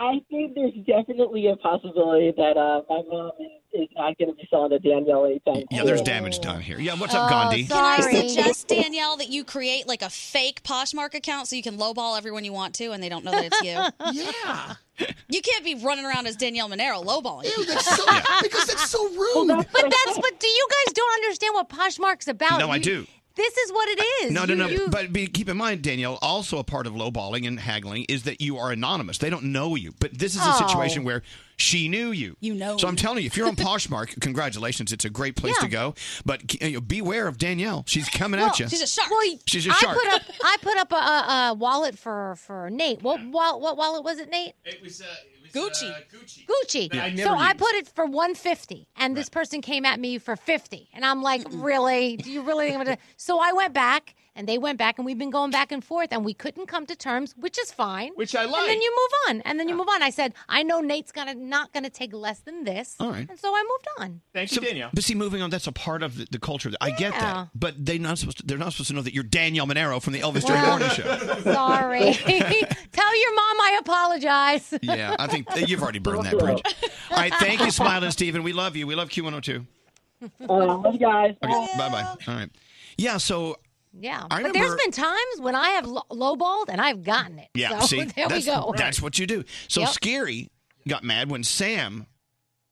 Speaker 17: I think there's definitely a possibility that uh, my mom is, is not going to be selling to Danielle anytime
Speaker 2: Yeah,
Speaker 17: soon.
Speaker 2: there's damage done here. Yeah, what's
Speaker 10: Oh,
Speaker 2: up, Gandhi?
Speaker 10: sorry.
Speaker 5: I
Speaker 10: Sorry.
Speaker 5: suggest, Danielle, that you create like a fake Poshmark account so you can lowball everyone you want to and they don't know that it's you.
Speaker 4: yeah.
Speaker 5: You can't be running around as Danielle Monero lowballing. Ew,
Speaker 4: that's so, Because that's so rude.
Speaker 10: but that's but do you guys don't understand what Poshmark's about?
Speaker 2: No, I
Speaker 10: You-
Speaker 2: do.
Speaker 10: This is what it is.
Speaker 2: No, no,
Speaker 10: You-
Speaker 2: no.
Speaker 10: you-
Speaker 2: But be, keep in mind, Danielle, also a part of lowballing and haggling is that you are anonymous. They don't know you. But this is a
Speaker 10: Oh.
Speaker 2: situation where she knew you.
Speaker 5: You know
Speaker 2: So I'm
Speaker 5: you.
Speaker 2: telling you, if you're on Poshmark, congratulations. It's a great place to go. But you know, beware of Danielle. She's coming
Speaker 10: Well,
Speaker 2: at you.
Speaker 10: shark. Well,
Speaker 2: She's a
Speaker 10: I
Speaker 2: shark.
Speaker 10: put up I put up a, a, a wallet for for Nate. What, what what wallet was it, Nate?
Speaker 12: It was, uh, it
Speaker 10: was, Gucci.
Speaker 12: Gucci.
Speaker 10: Gucci.
Speaker 12: That I
Speaker 10: so
Speaker 12: never
Speaker 10: I
Speaker 12: used.
Speaker 10: put it for 150 and this person came at me for 50 and I'm like, "Really? Do you really think I'm gonna-" So I went back and they went back and we've been going back and forth and we couldn't come to terms, which is fine. Which I like. And then you move on. And then you move on. I said, "I know Nate's going to not going to take less than this."
Speaker 2: All right.
Speaker 10: And so I moved on.
Speaker 2: So- But see, moving on, that's a part of the, the culture. I get
Speaker 10: Yeah.
Speaker 2: that, but they not supposed to, they're not supposed to know that you're Danielle Monero from the Elvis Duran
Speaker 10: Well,
Speaker 2: Morning Show.
Speaker 10: Sorry. Tell your mom I apologize.
Speaker 2: yeah, I think that you've already burned that bridge. All right, thank you, Smile and Steven. We love you. We love Q102. Um,
Speaker 17: love you guys.
Speaker 2: Okay, bye bye. All right. Yeah, so,
Speaker 10: Yeah,
Speaker 2: I
Speaker 10: but
Speaker 2: remember-
Speaker 10: there's been times when I have lo- lowballed and I've gotten it.
Speaker 2: yeah,
Speaker 10: so
Speaker 2: see,
Speaker 10: there we
Speaker 2: that's,
Speaker 10: go.
Speaker 2: that's what you do. So,
Speaker 10: Yep.
Speaker 2: Scary got mad when Sam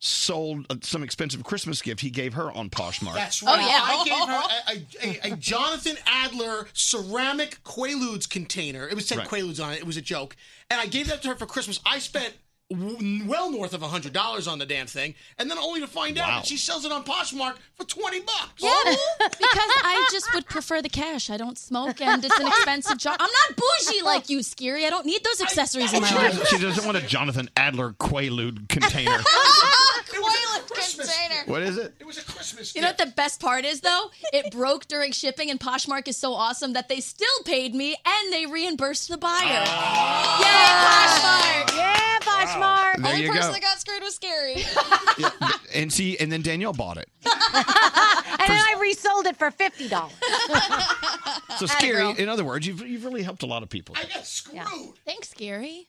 Speaker 2: sold uh, some expensive Christmas gift he gave her on Poshmark.
Speaker 3: That's right.
Speaker 4: Oh, yeah.
Speaker 3: I gave her a, a, a, a Jonathan Adler ceramic Quaaludes container. It was said
Speaker 2: Right.
Speaker 3: Quaaludes on it. It was a joke, and I gave that to her for Christmas. I spent w- well north of hundred dollars on the damn thing, and then only to find out
Speaker 2: Wow.
Speaker 3: that she sells it on Poshmark for twenty bucks.
Speaker 14: Yeah, because I just would prefer the cash. I don't smoke, and it's an expensive job. I'm not bougie like you, Scary. I don't need those accessories in my
Speaker 2: She
Speaker 14: life.
Speaker 2: doesn't, she doesn't want a Jonathan Adler Quaalude container.
Speaker 5: Toilet container.
Speaker 2: What is it?
Speaker 14: You know what the best part is though? It broke during shipping, and Poshmark is so awesome that they still paid me and they reimbursed the buyer. Yeah, Poshmark.
Speaker 10: Yeah,
Speaker 2: Ah. Wow. There
Speaker 5: Only
Speaker 2: you
Speaker 5: person
Speaker 2: go.
Speaker 5: that got screwed was Scary.
Speaker 2: And see, and then Danielle bought it.
Speaker 10: and then I resold it for fifty dollars.
Speaker 2: So scary. In other words, you've you've really helped a lot of people.
Speaker 10: Thanks, Gary.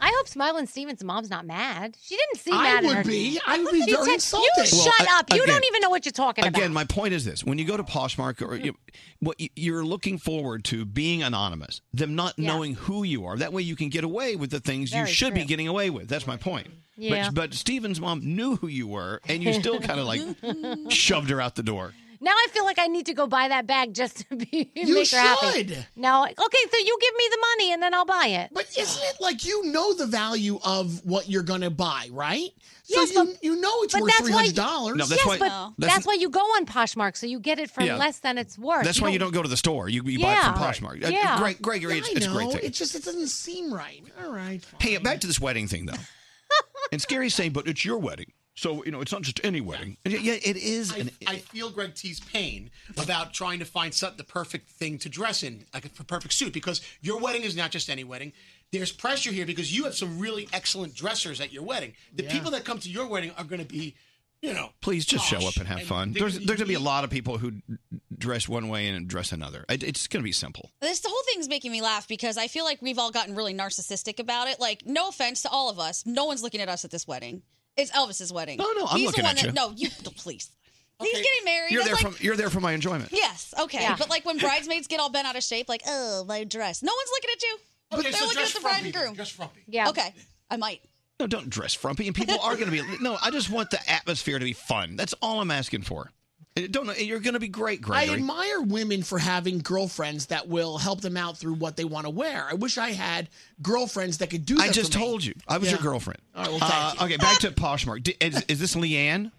Speaker 10: I hope Smiling Steven's mom's not mad. She didn't seem
Speaker 4: I
Speaker 10: mad. at
Speaker 4: would
Speaker 10: her.
Speaker 4: be. I would be
Speaker 10: She
Speaker 4: very
Speaker 10: you
Speaker 4: insulted.
Speaker 2: Well,
Speaker 10: shut
Speaker 2: a-
Speaker 10: up. You
Speaker 2: again-
Speaker 10: don't even know what you're talking
Speaker 2: Again,
Speaker 10: about.
Speaker 2: my point is this: when you go to Poshmark, or you, what you- you're looking forward to being anonymous, them not
Speaker 10: Yeah.
Speaker 2: knowing who you are. That way, you can get away with the things
Speaker 10: Very
Speaker 2: you should be
Speaker 10: true.
Speaker 2: getting away with. That's my point.
Speaker 10: Yeah.
Speaker 2: But but Steven's mom knew who you were, and you still kind of like shoved her out the door.
Speaker 10: Now I feel like I need to go buy that bag just to be
Speaker 4: You
Speaker 10: make her happy.
Speaker 4: should.
Speaker 10: No, okay, so you give me the money and then I'll buy it.
Speaker 4: But isn't it like you know the value of what you're gonna buy, right? So you, you know it's
Speaker 10: but
Speaker 4: worth
Speaker 10: that's
Speaker 4: three
Speaker 10: why
Speaker 4: hundred dollars.
Speaker 2: No, that's
Speaker 10: yes,
Speaker 2: why-
Speaker 10: but
Speaker 2: that's-
Speaker 10: that's, why you go on Poshmark, so you get it for
Speaker 2: Yeah.
Speaker 10: less than it's worth.
Speaker 2: That's why you don't go to the store. You, you buy
Speaker 10: Yeah.
Speaker 2: it from Poshmark. Uh,
Speaker 10: Yeah.
Speaker 2: Gre- Gregory,
Speaker 4: I
Speaker 2: it's, it's a
Speaker 4: know.
Speaker 2: great thing.
Speaker 4: It just it doesn't seem right. All right.
Speaker 2: Hey, back to this wedding thing though. and Scary's saying, but it's your wedding, so you know it's not just any wedding. And y- yeah, it is.
Speaker 3: I,
Speaker 2: an-
Speaker 3: I feel Greg T's pain about trying to find some, the perfect thing to dress in, like a perfect suit, because your wedding is not just any wedding. There's pressure here because you have some really excellent dressers at your wedding. The people that come to your wedding are going to be, you know,
Speaker 2: Please just show
Speaker 3: posh
Speaker 2: up and have fun.
Speaker 3: they-
Speaker 2: There's there's gonna be a lot of people who dress one way and dress another. It- It's gonna be simple.
Speaker 5: This the whole thing's making me laugh because I feel like we've all gotten really narcissistic about it. Like, no offense to all of us, no one's looking at us at this wedding. It's Elvis's wedding.
Speaker 2: No, no, I'm
Speaker 5: He's
Speaker 2: looking
Speaker 5: the one
Speaker 2: at you.
Speaker 5: That, no, you please. He's getting married.
Speaker 2: You're
Speaker 5: That's
Speaker 2: there
Speaker 5: like,
Speaker 2: from you're there for my enjoyment.
Speaker 5: Yes, okay.
Speaker 2: Yeah.
Speaker 5: But like when bridesmaids get all bent out of shape, like, oh, my dress. No one's looking at you.
Speaker 3: Okay,
Speaker 5: They're
Speaker 3: so
Speaker 5: looking at
Speaker 3: dress
Speaker 5: the bride and
Speaker 3: frumpy then,
Speaker 5: groom.
Speaker 3: Dress frumpy.
Speaker 5: Yeah. Okay. I might.
Speaker 2: No, don't dress frumpy. And people are gonna be no. I just want the atmosphere to be fun. That's all I'm asking for. Uh, Don't know. You're gonna be great, Gregory.
Speaker 4: I admire women for having girlfriends that will help them out through what they want to wear. I wish I had girlfriends that could do that.
Speaker 2: I just
Speaker 4: for me.
Speaker 2: told you. I was
Speaker 4: Yeah.
Speaker 2: your girlfriend.
Speaker 4: All right, well, thank
Speaker 2: Uh, Okay, back to Poshmark. D- Is, is this Leanne?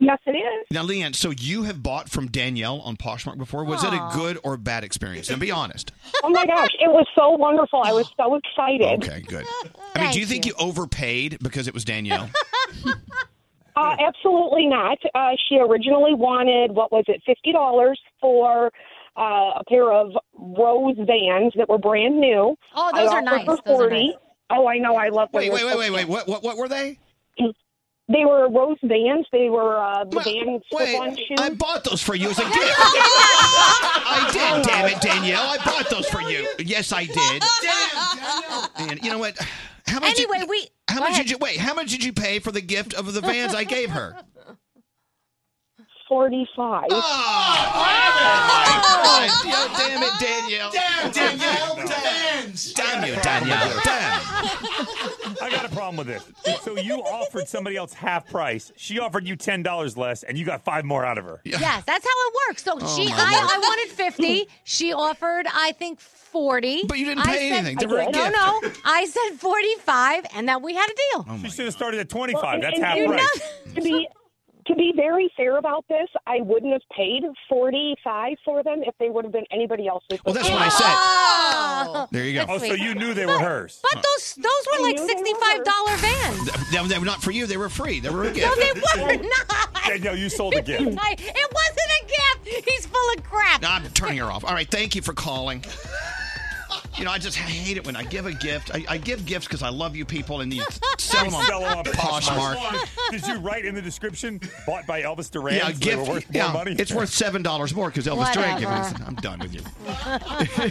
Speaker 13: Yes, it is.
Speaker 2: Now, Leanne, so you have bought from Danielle on Poshmark before. Was it
Speaker 13: Aw.
Speaker 2: a good or bad experience? Now, be honest.
Speaker 13: Oh my gosh, it was so wonderful. I was so excited.
Speaker 2: Okay, good. I mean, do you think you overpaid because it was Danielle?
Speaker 13: Uh, absolutely not.
Speaker 11: Uh, she originally wanted what was it, fifty dollars for uh, a pair of Rose Vans that were brand new.
Speaker 10: Oh, those
Speaker 11: I
Speaker 10: are
Speaker 11: offered
Speaker 10: nice.
Speaker 11: her
Speaker 10: Those are
Speaker 11: 40.
Speaker 10: nice.
Speaker 11: Oh, I know. I love.
Speaker 2: Wait,
Speaker 11: when
Speaker 2: wait,
Speaker 11: they're
Speaker 2: wait,
Speaker 11: so
Speaker 2: wait, wait. What, what, what were they?
Speaker 11: They were Rose Vans. They were uh, the Vans slip-on shoes.
Speaker 2: I bought those for you as a gift. I
Speaker 11: Oh,
Speaker 2: did, damn it, Danielle. I bought those for you. Yes, I did. And you know what? How much?
Speaker 10: Anyway,
Speaker 2: did,
Speaker 10: we.
Speaker 2: How
Speaker 10: go
Speaker 2: much
Speaker 10: ahead.
Speaker 2: did you wait? How much did you pay for the gift of the Vans I gave her?
Speaker 11: Forty-five.
Speaker 2: Oh, damn it, Danielle.
Speaker 3: Damn, Danielle. Damn.
Speaker 2: Damn you, Danielle.
Speaker 9: I got a problem with this. So you offered somebody else half price. She offered you ten dollars less, and you got five more out of her.
Speaker 10: Yes, that's how it works. So
Speaker 9: Oh,
Speaker 10: she,
Speaker 9: my
Speaker 10: I,
Speaker 9: word.
Speaker 10: I wanted fifty. She offered, I think, forty. But you
Speaker 9: didn't pay anything. They were a
Speaker 10: no,
Speaker 9: gift.
Speaker 10: no, I said forty-five, and then we had a deal.
Speaker 2: Oh
Speaker 9: she should have started at twenty
Speaker 11: Well,
Speaker 9: five.
Speaker 11: and-
Speaker 9: That's
Speaker 11: and
Speaker 9: half
Speaker 11: you
Speaker 9: price.
Speaker 11: know, to be to be very fair about this, I wouldn't have paid forty five for them if they would have been anybody else. Well,
Speaker 2: that's what I said.
Speaker 10: Oh,
Speaker 2: There you go.
Speaker 10: that's sweet.
Speaker 9: knew they were hers.
Speaker 10: But those those were like sixty-five dollar vans.
Speaker 2: They, they were not for you. They were free. They were a gift.
Speaker 10: No, they were not.
Speaker 9: Danielle, you sold
Speaker 10: I- it wasn't a gift. He's full of crap.
Speaker 2: I'm turning her off. All right, thank you for calling. You know, I just hate it when I give a gift. I, I give gifts because I love you people and you sell them on,
Speaker 9: Sell 'em on
Speaker 2: Poshmark.
Speaker 9: Did you write in the description bought by Elvis Duran?
Speaker 2: Yeah,
Speaker 9: so
Speaker 2: a
Speaker 9: they were
Speaker 2: gift.
Speaker 9: worth more
Speaker 2: yeah,
Speaker 9: money?
Speaker 2: It's worth seven dollars more because Elvis Duran gave me.
Speaker 9: Whatever.
Speaker 2: some- I'm done with you.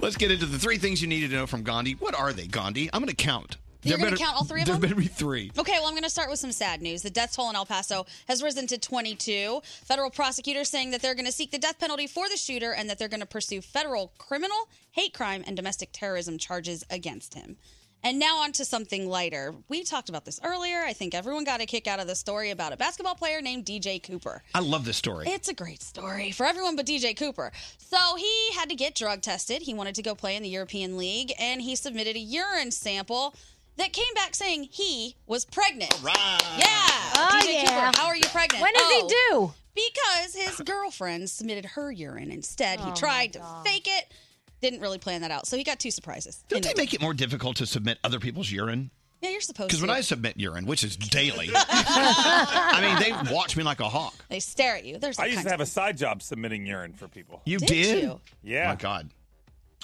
Speaker 2: Let's get into the three things you needed to know from Gandhi. What are they, Gandhi? I'm going to count.
Speaker 5: You're
Speaker 2: There
Speaker 5: gonna
Speaker 2: better-
Speaker 5: count all three of them?
Speaker 2: There better be three.
Speaker 5: Okay, well, I'm going to start with some sad news. The death toll in El Paso has risen to 22. Federal prosecutors saying that they're going to seek the death penalty for the shooter and that they're going to pursue federal criminal, hate crime, and domestic terrorism charges against him. And now on to something lighter. We talked about this earlier. I think everyone got a kick out of the story about a basketball player named DJ Cooper.
Speaker 2: I love this story.
Speaker 5: It's a great story for everyone but DJ Cooper. So he had to get drug tested. He wanted to go play in the European League, and he submitted a urine sample that came back saying he was pregnant. Yeah.
Speaker 10: Oh,
Speaker 5: DJ
Speaker 10: yeah.
Speaker 5: Cooper, how are you pregnant?
Speaker 10: When does he
Speaker 5: Oh, Because his girlfriend submitted her urine instead.
Speaker 10: Oh,
Speaker 5: he
Speaker 10: my
Speaker 5: tried to fake it. Didn't really plan that out. So he got two surprises.
Speaker 2: Don't they make it more difficult to submit other people's urine?
Speaker 5: Yeah, you're supposed to.
Speaker 2: Because when I submit urine, which is daily, I mean, they watch me like a hawk.
Speaker 5: they stare at you. There's all
Speaker 9: I used
Speaker 5: kinds
Speaker 9: to have a side job submitting urine for people.
Speaker 2: You Did did? you?
Speaker 9: Yeah.
Speaker 2: my God.
Speaker 5: of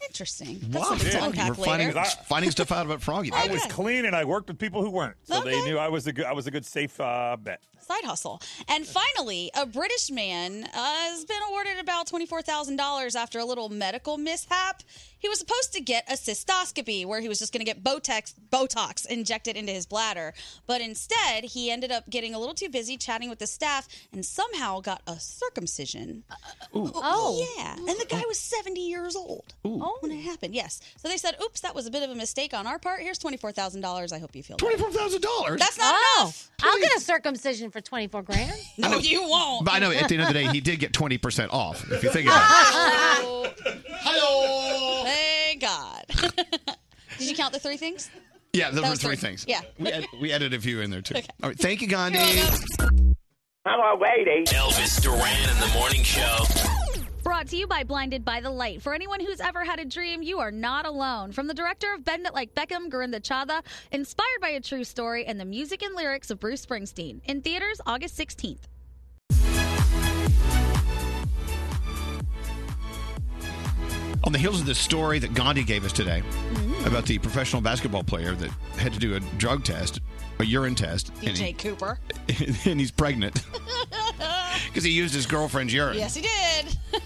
Speaker 5: interesting.
Speaker 9: Wow.
Speaker 5: That's something
Speaker 9: Yeah.
Speaker 5: to unpack
Speaker 9: We're finding-
Speaker 5: later.
Speaker 2: Finding stuff out about Froggy.
Speaker 9: I was clean and I worked with people who weren't, so they
Speaker 5: Okay.
Speaker 9: knew I was a good. I was a good safe uh, bet.
Speaker 5: Side hustle. And finally, a British man uh, has been awarded about $24,000 after a little medical mishap. He was supposed to get a cystoscopy where he was just going to get Botox, Botox injected into his bladder. But instead, he ended up getting a little too busy chatting with the staff and somehow got a circumcision. Oh, yeah. And the guy was 70 years old when it happened. Yes. So they said, oops, that was a bit of a mistake on our part. Here's $24,000. I hope you feel better."
Speaker 2: $24,000?
Speaker 5: That's not
Speaker 10: Oh,
Speaker 5: enough.
Speaker 10: I'll get a circumcision for twenty four grand.
Speaker 2: I know-
Speaker 5: you won't.
Speaker 2: But I know at the end of the day, he did get 20% off, if you think
Speaker 5: Ah!
Speaker 2: about
Speaker 5: Hello. Thank God. Did you count the three things?
Speaker 2: it. Yeah, those
Speaker 5: That
Speaker 2: were
Speaker 5: was
Speaker 2: three
Speaker 5: three.
Speaker 2: things.
Speaker 5: Yeah.
Speaker 2: We, ed- we added a few in there, too.
Speaker 5: Okay.
Speaker 2: All right. Thank you, Gandhi.
Speaker 26: Hello, lady.
Speaker 8: Elvis Duran in the morning show.
Speaker 19: Brought to you by Blinded by the Light. For anyone who's ever had a dream, you are not alone. From the director of Bend It Like Beckham, Gorinda Chadha, inspired by a true story and the music and lyrics of Bruce Springsteen. In theaters August 16th.
Speaker 2: On the heels of this story that Gandhi gave us today
Speaker 5: Mm-hmm.
Speaker 2: about the professional basketball player that had to do a drug test, a urine test, and,
Speaker 5: DJ Cooper.
Speaker 2: he- and he's pregnant because he used his girlfriend's urine.
Speaker 5: Yes, he did.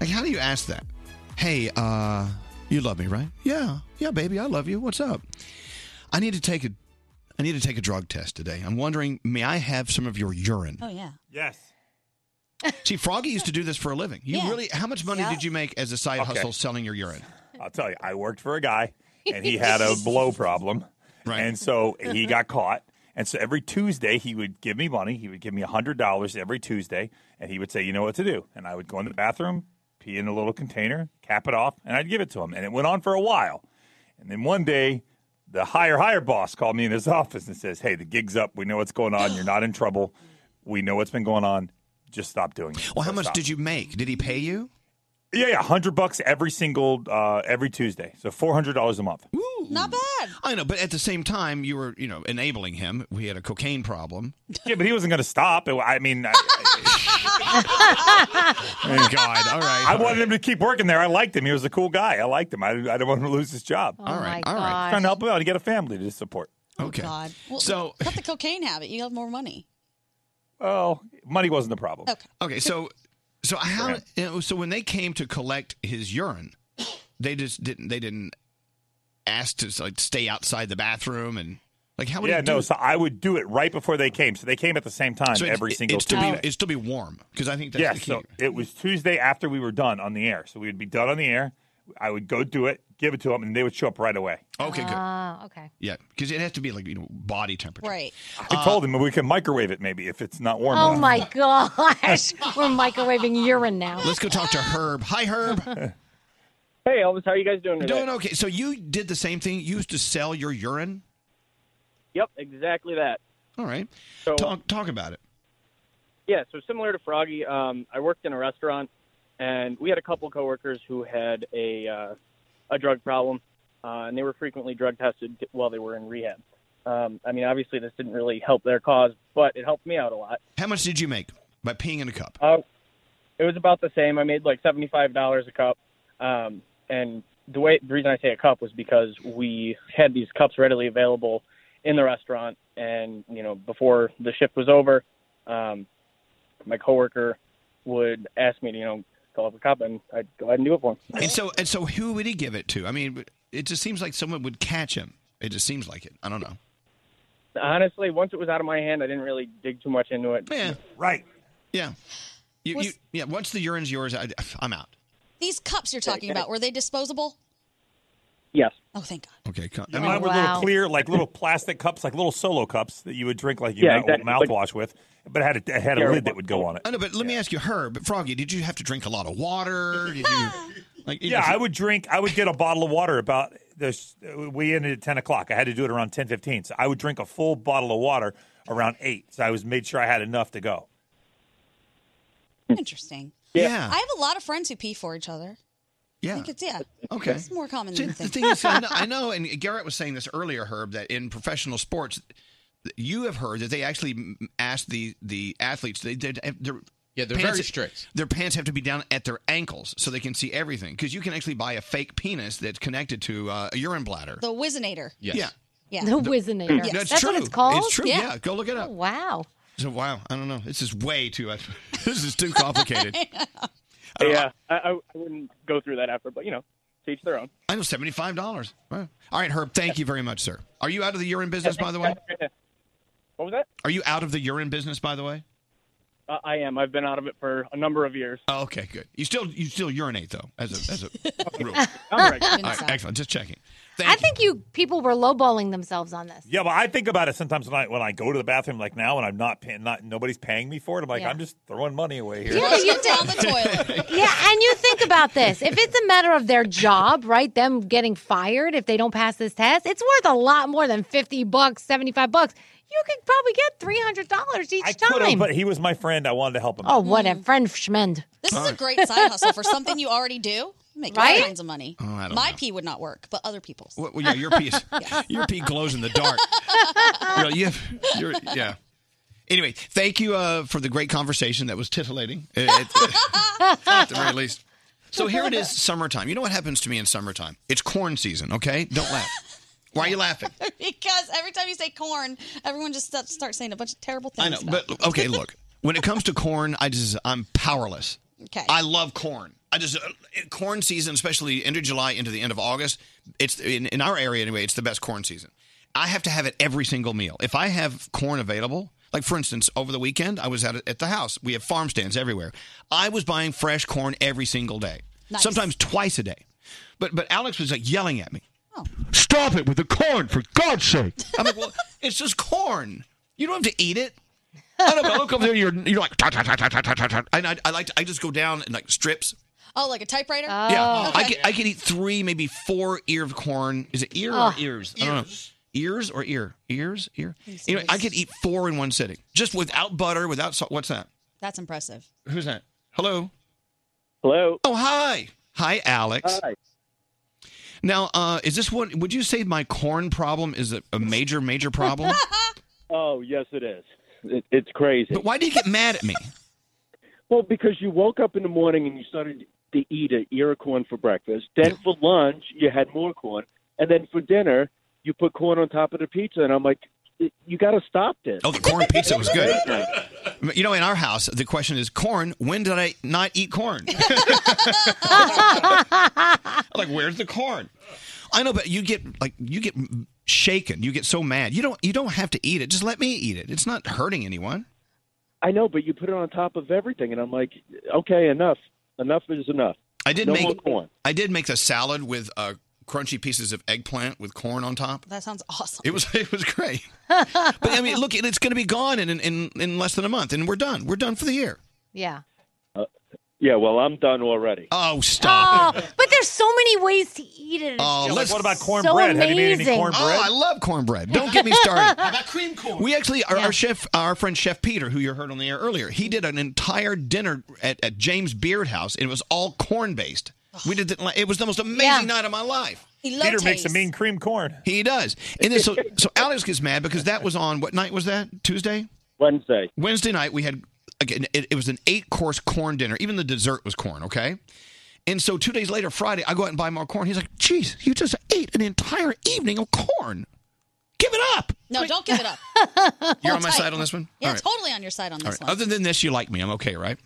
Speaker 2: Like, how do you ask that? Hey, uh, you love me, right? Yeah, yeah, baby, I love you. What's up? I need to take a, I need to take a drug test today. I'm wondering, may I have some of your urine?
Speaker 5: Oh yeah.
Speaker 9: Yes.
Speaker 2: See, Froggy used to do this for a living. You
Speaker 9: Yeah.
Speaker 2: really? How much money
Speaker 9: Yeah.
Speaker 2: did you make as a side
Speaker 9: Okay.
Speaker 2: hustle selling your urine?
Speaker 9: I'll tell you, I worked for a guy and he had a blow problem. Right. And so he got caught. And so every Tuesday he would give me money. He would give me hundred dollars every Tuesday and he would say, You know what to do. And I would go in the bathroom, pee in a little container, cap it off, and I'd give it to him. And it went on for a while. And then one day the higher higher boss called me in his office and says, Hey, the gig's up, we know what's going on, you're not in trouble. We know what's been going on. Just stop doing it.
Speaker 2: Well, how much did you make? Did he pay you?
Speaker 9: Yeah, yeah, hundred bucks every single uh, every Tuesday, so four hundred dollars a month.
Speaker 5: Not bad.
Speaker 2: I know, but at the same time, you were, you know, enabling him. We had a cocaine problem.
Speaker 9: Yeah, but he wasn't going to stop. It- I mean, I,
Speaker 2: Oh, God, all right.
Speaker 9: I wanted him to keep working there. I liked him. He was a cool guy. I liked him. I, I didn't want him to lose his job.
Speaker 5: Oh, All right, my all right. gosh. Oh,
Speaker 9: Trying to help him out. He got a family to support.
Speaker 2: Okay.
Speaker 5: God. Well,
Speaker 2: So-
Speaker 5: cut the cocaine habit. You have more money.
Speaker 9: Well, money wasn't the problem.
Speaker 5: Okay.
Speaker 2: Okay, so so how you know, so when they came to collect his urine, they just didn't they didn't ask to like stay outside the bathroom and like how would
Speaker 9: yeah,
Speaker 2: he do
Speaker 9: no.
Speaker 2: it?
Speaker 9: So I would do it right before they came. So they came at the same time
Speaker 2: So it-
Speaker 9: every
Speaker 2: it-
Speaker 9: single
Speaker 2: it'd still be-
Speaker 9: Tuesday.
Speaker 2: it'd still be warm because I think that's
Speaker 9: yes.
Speaker 2: the key.
Speaker 9: So it was Tuesday after we were done on the air. So we would be done on the air. I would go do it, give it to them, and they would show up right away.
Speaker 2: Okay, good.
Speaker 5: Ah.
Speaker 22: Ah,
Speaker 10: okay.
Speaker 2: Yeah, because it has to be like you know body temperature.
Speaker 5: Right.
Speaker 9: I
Speaker 2: Uh,
Speaker 9: told them we can microwave it maybe if it's not warm.
Speaker 10: Oh
Speaker 9: enough.
Speaker 10: my gosh, we're microwaving urine now.
Speaker 2: Let's go talk to Herb. Hi, Herb.
Speaker 6: Hey, Elvis, how are you guys doing today?
Speaker 2: Doing okay. So you did the same thing. You used to sell your urine.
Speaker 6: Yep, exactly that.
Speaker 2: All right.
Speaker 6: So-
Speaker 2: talk talk about it.
Speaker 6: Yeah, so similar to Froggy, um, I worked in a restaurant, and we had a couple coworkers who had a uh, a drug problem, uh, and they were frequently drug tested while they were in rehab. Um, I mean, obviously, this didn't really help their cause, but it helped me out a lot.
Speaker 2: How much did you make by peeing in a cup?
Speaker 6: Uh, it was about the same. I made like seventy five dollars a cup, um, and the way the reason I say a cup was because we had these cups readily available in the restaurant, and you know before the shift was over, um, my coworker would ask me to you know call up a cup, and I'd go ahead and do it for him.
Speaker 2: And so and so who would he give it to? I mean, it just seems like someone would catch him. It just seems like it. I don't know.
Speaker 6: Honestly, once it was out of my hand, I didn't really dig too much into it.
Speaker 2: Yeah,
Speaker 9: right.
Speaker 2: Yeah. You, you, yeah, once the urine's yours, I, I'm out.
Speaker 5: These cups you're talking about, were they disposable?
Speaker 6: Yes.
Speaker 5: Oh, thank God.
Speaker 2: Okay. Con-
Speaker 9: I
Speaker 5: Oh,
Speaker 9: mean, mine were
Speaker 5: wow.
Speaker 9: little clear, like little plastic cups, like little solo cups that you would drink like you
Speaker 2: Yeah,
Speaker 9: mou-
Speaker 2: exactly, but-
Speaker 9: mouthwash with, but it had a, it had a lid that would go on it.
Speaker 2: I know, but let me ask you, Herb, Froggy, did you have to drink a lot of water? Did you, like, you
Speaker 9: Yeah,
Speaker 2: know,
Speaker 9: I would drink. I would get a bottle of water about this. We ended at ten o'clock. I had to do it around ten fifteen, so I would drink a full bottle of water around eight. So I was made sure I had enough to go.
Speaker 5: Interesting.
Speaker 9: Yeah.
Speaker 5: I have a lot of friends who pee for each other. I
Speaker 2: Yeah.
Speaker 5: think it's yeah.
Speaker 2: Okay.
Speaker 5: It's more common
Speaker 2: See,
Speaker 5: than you
Speaker 2: the
Speaker 5: think.
Speaker 2: thing is, I know, I know, and Garrett was saying this earlier, Herb, that in professional sports, you have heard that they actually m- ask the the athletes they they they're yeah,
Speaker 7: they're very strict.
Speaker 2: Their pants have to be down at their ankles so they can see everything. Because you can actually buy a fake penis that's connected to uh, a urine bladder.
Speaker 5: the Wizinator.
Speaker 2: Yeah.
Speaker 5: Yeah.
Speaker 10: The Wizinator.
Speaker 2: Yes. That's
Speaker 10: That's what
Speaker 2: true.
Speaker 10: it's called?
Speaker 2: It's true, Yeah. yeah. Go look it up.
Speaker 5: Oh.
Speaker 10: wow.
Speaker 2: So wow, I don't know. This is way too. this is too complicated.
Speaker 6: yeah, I, I I wouldn't go through that effort, but you know, to each their own.
Speaker 2: I know seventy five dollars. All right, Herb. Thank you very much, sir. Are you out of the urine business, by the way?
Speaker 6: What was that?
Speaker 2: Are you out of the urine business, by the way?
Speaker 6: Uh, I am. I've been out of it for a number of years.
Speaker 2: Oh, okay, good. You still you still urinate though, as a as a rule.
Speaker 6: All
Speaker 10: right.
Speaker 2: excellent. Just checking.
Speaker 10: I think you people were lowballing themselves on this.
Speaker 9: Yeah, but I think about it sometimes when I when I go to the bathroom, like now, and I'm not paying, not nobody's paying me for it. I'm like,
Speaker 10: Yeah.
Speaker 9: I'm just throwing money away here.
Speaker 10: Yeah, you
Speaker 5: down the toilet.
Speaker 10: yeah, and you think about this. If it's a matter of their job, right, them getting fired if they don't pass this test, it's worth a lot more than 50 bucks, 75 bucks. You could probably get $300 each
Speaker 9: Could've,
Speaker 10: time.
Speaker 9: but he was my friend. I wanted to help him.
Speaker 10: Oh, what
Speaker 9: Mm.
Speaker 10: a friend schmend.
Speaker 5: This is a great side hustle for something you already do. You Make
Speaker 10: Right?
Speaker 5: all kinds of money.
Speaker 2: Oh, I don't
Speaker 5: My pee would not work, but other people's.
Speaker 2: Well, yeah, your pee is, your pee glows in the dark. You know, you you're, yeah. Anyway, thank you uh, for the great conversation. That was titillating, at, at- at the very least. So here it is, summertime. You know what happens to me in summertime? It's corn season. Okay, don't laugh. Why are you laughing?
Speaker 5: because every time you say corn, everyone just starts starts saying a bunch of terrible things.
Speaker 2: I know,
Speaker 5: about
Speaker 2: but okay. Look, when it comes to corn, I just I'm powerless.
Speaker 5: Okay.
Speaker 2: I love corn. I just uh, corn season, especially end of July into the end of August. It's in, in our area anyway. It's the best corn season. I have to have it every single meal. If I have corn available, like for instance, over the weekend I was at at the house. We have farm stands everywhere. I was buying fresh corn every single day,
Speaker 12: Nice.
Speaker 2: sometimes twice a day. But but Alex was like yelling at me. Stop it with the corn, for God's sake! I'm like, well, it's just corn. You don't have to eat it. I know, but I look over there. You're you're like, "Tut, tut, tut, tut, tut, tut, tut." and I, I like to, I just go down and like strips.
Speaker 5: Oh, like a typewriter?
Speaker 2: Yeah, I
Speaker 5: Okay.
Speaker 2: can I can eat three, maybe four ear of corn. Is it ear
Speaker 5: Ugh.
Speaker 2: or ears? I don't know. Ears or ear? Ears, ear. Anyway, I could eat four in one sitting, just without butter, without salt. What's that?
Speaker 5: That's impressive.
Speaker 2: Who's that? Hello.
Speaker 6: Hello. Uh,
Speaker 2: Oh, hi. Hi, Alex. Hi. Now, uh, is this one? Would you say my corn problem is a, a major, major problem?
Speaker 6: Oh yes, it is. It, it's crazy.
Speaker 2: But why do you get mad at me?
Speaker 21: Well, because you woke up in the morning and you started to eat an ear of corn for breakfast. Then for lunch, you had more corn, and then for dinner, you put corn on top of the pizza. And I'm like, you got to stop this.
Speaker 2: Oh, the corn pizza was good. You know, in our house, the question is corn. When did I not eat corn? like, where's the corn? I know, but you get like you get shaken. You get so mad. You don't. You don't have to eat it. Just let me eat it. It's not hurting anyone.
Speaker 21: I know, but you put it on top of everything, and I'm like, okay, enough. Enough is enough.
Speaker 2: I did
Speaker 21: no
Speaker 2: make
Speaker 21: more corn.
Speaker 2: I did make the salad with uh, crunchy pieces of eggplant with corn on top.
Speaker 5: That sounds awesome.
Speaker 2: It was it was great. but I mean, look, it- it's going to be gone in, in in less than a month, and we're done. We're done for the year.
Speaker 10: Yeah.
Speaker 21: Yeah, well, I'm done already.
Speaker 2: Oh, stop.
Speaker 10: Oh, but there's so many ways to eat it. It's
Speaker 2: Oh,
Speaker 10: just
Speaker 2: let's,
Speaker 10: so amazing.
Speaker 2: Oh, I love cornbread. Don't get me started.
Speaker 10: How
Speaker 21: about cream corn?
Speaker 2: We actually, our, our chef, our friend Chef Peter, who you heard on the air earlier, he did an entire dinner at, at James Beard House, and it was all corn based. We did the, it was the most amazing night of my life.
Speaker 5: He loves Peter makes a taste. mean
Speaker 2: cream corn. He does, and then so so Alex gets mad because that was on what night was that? Tuesday,
Speaker 21: Wednesday,
Speaker 2: Wednesday night. We had again, it, it was an eight course corn dinner. Even the dessert was corn. Okay. And so two days later, Friday, I go out and buy more corn. He's like, "Jeez, you just ate an entire evening of corn. Give it up."
Speaker 5: No, don't give it up.
Speaker 2: You're on
Speaker 5: Hold
Speaker 2: my
Speaker 5: tight.
Speaker 2: side on this one?
Speaker 5: Yeah,
Speaker 2: All right.
Speaker 5: totally on your side on
Speaker 2: All right.
Speaker 5: this one.
Speaker 2: Other than this, you like me. I'm okay, right?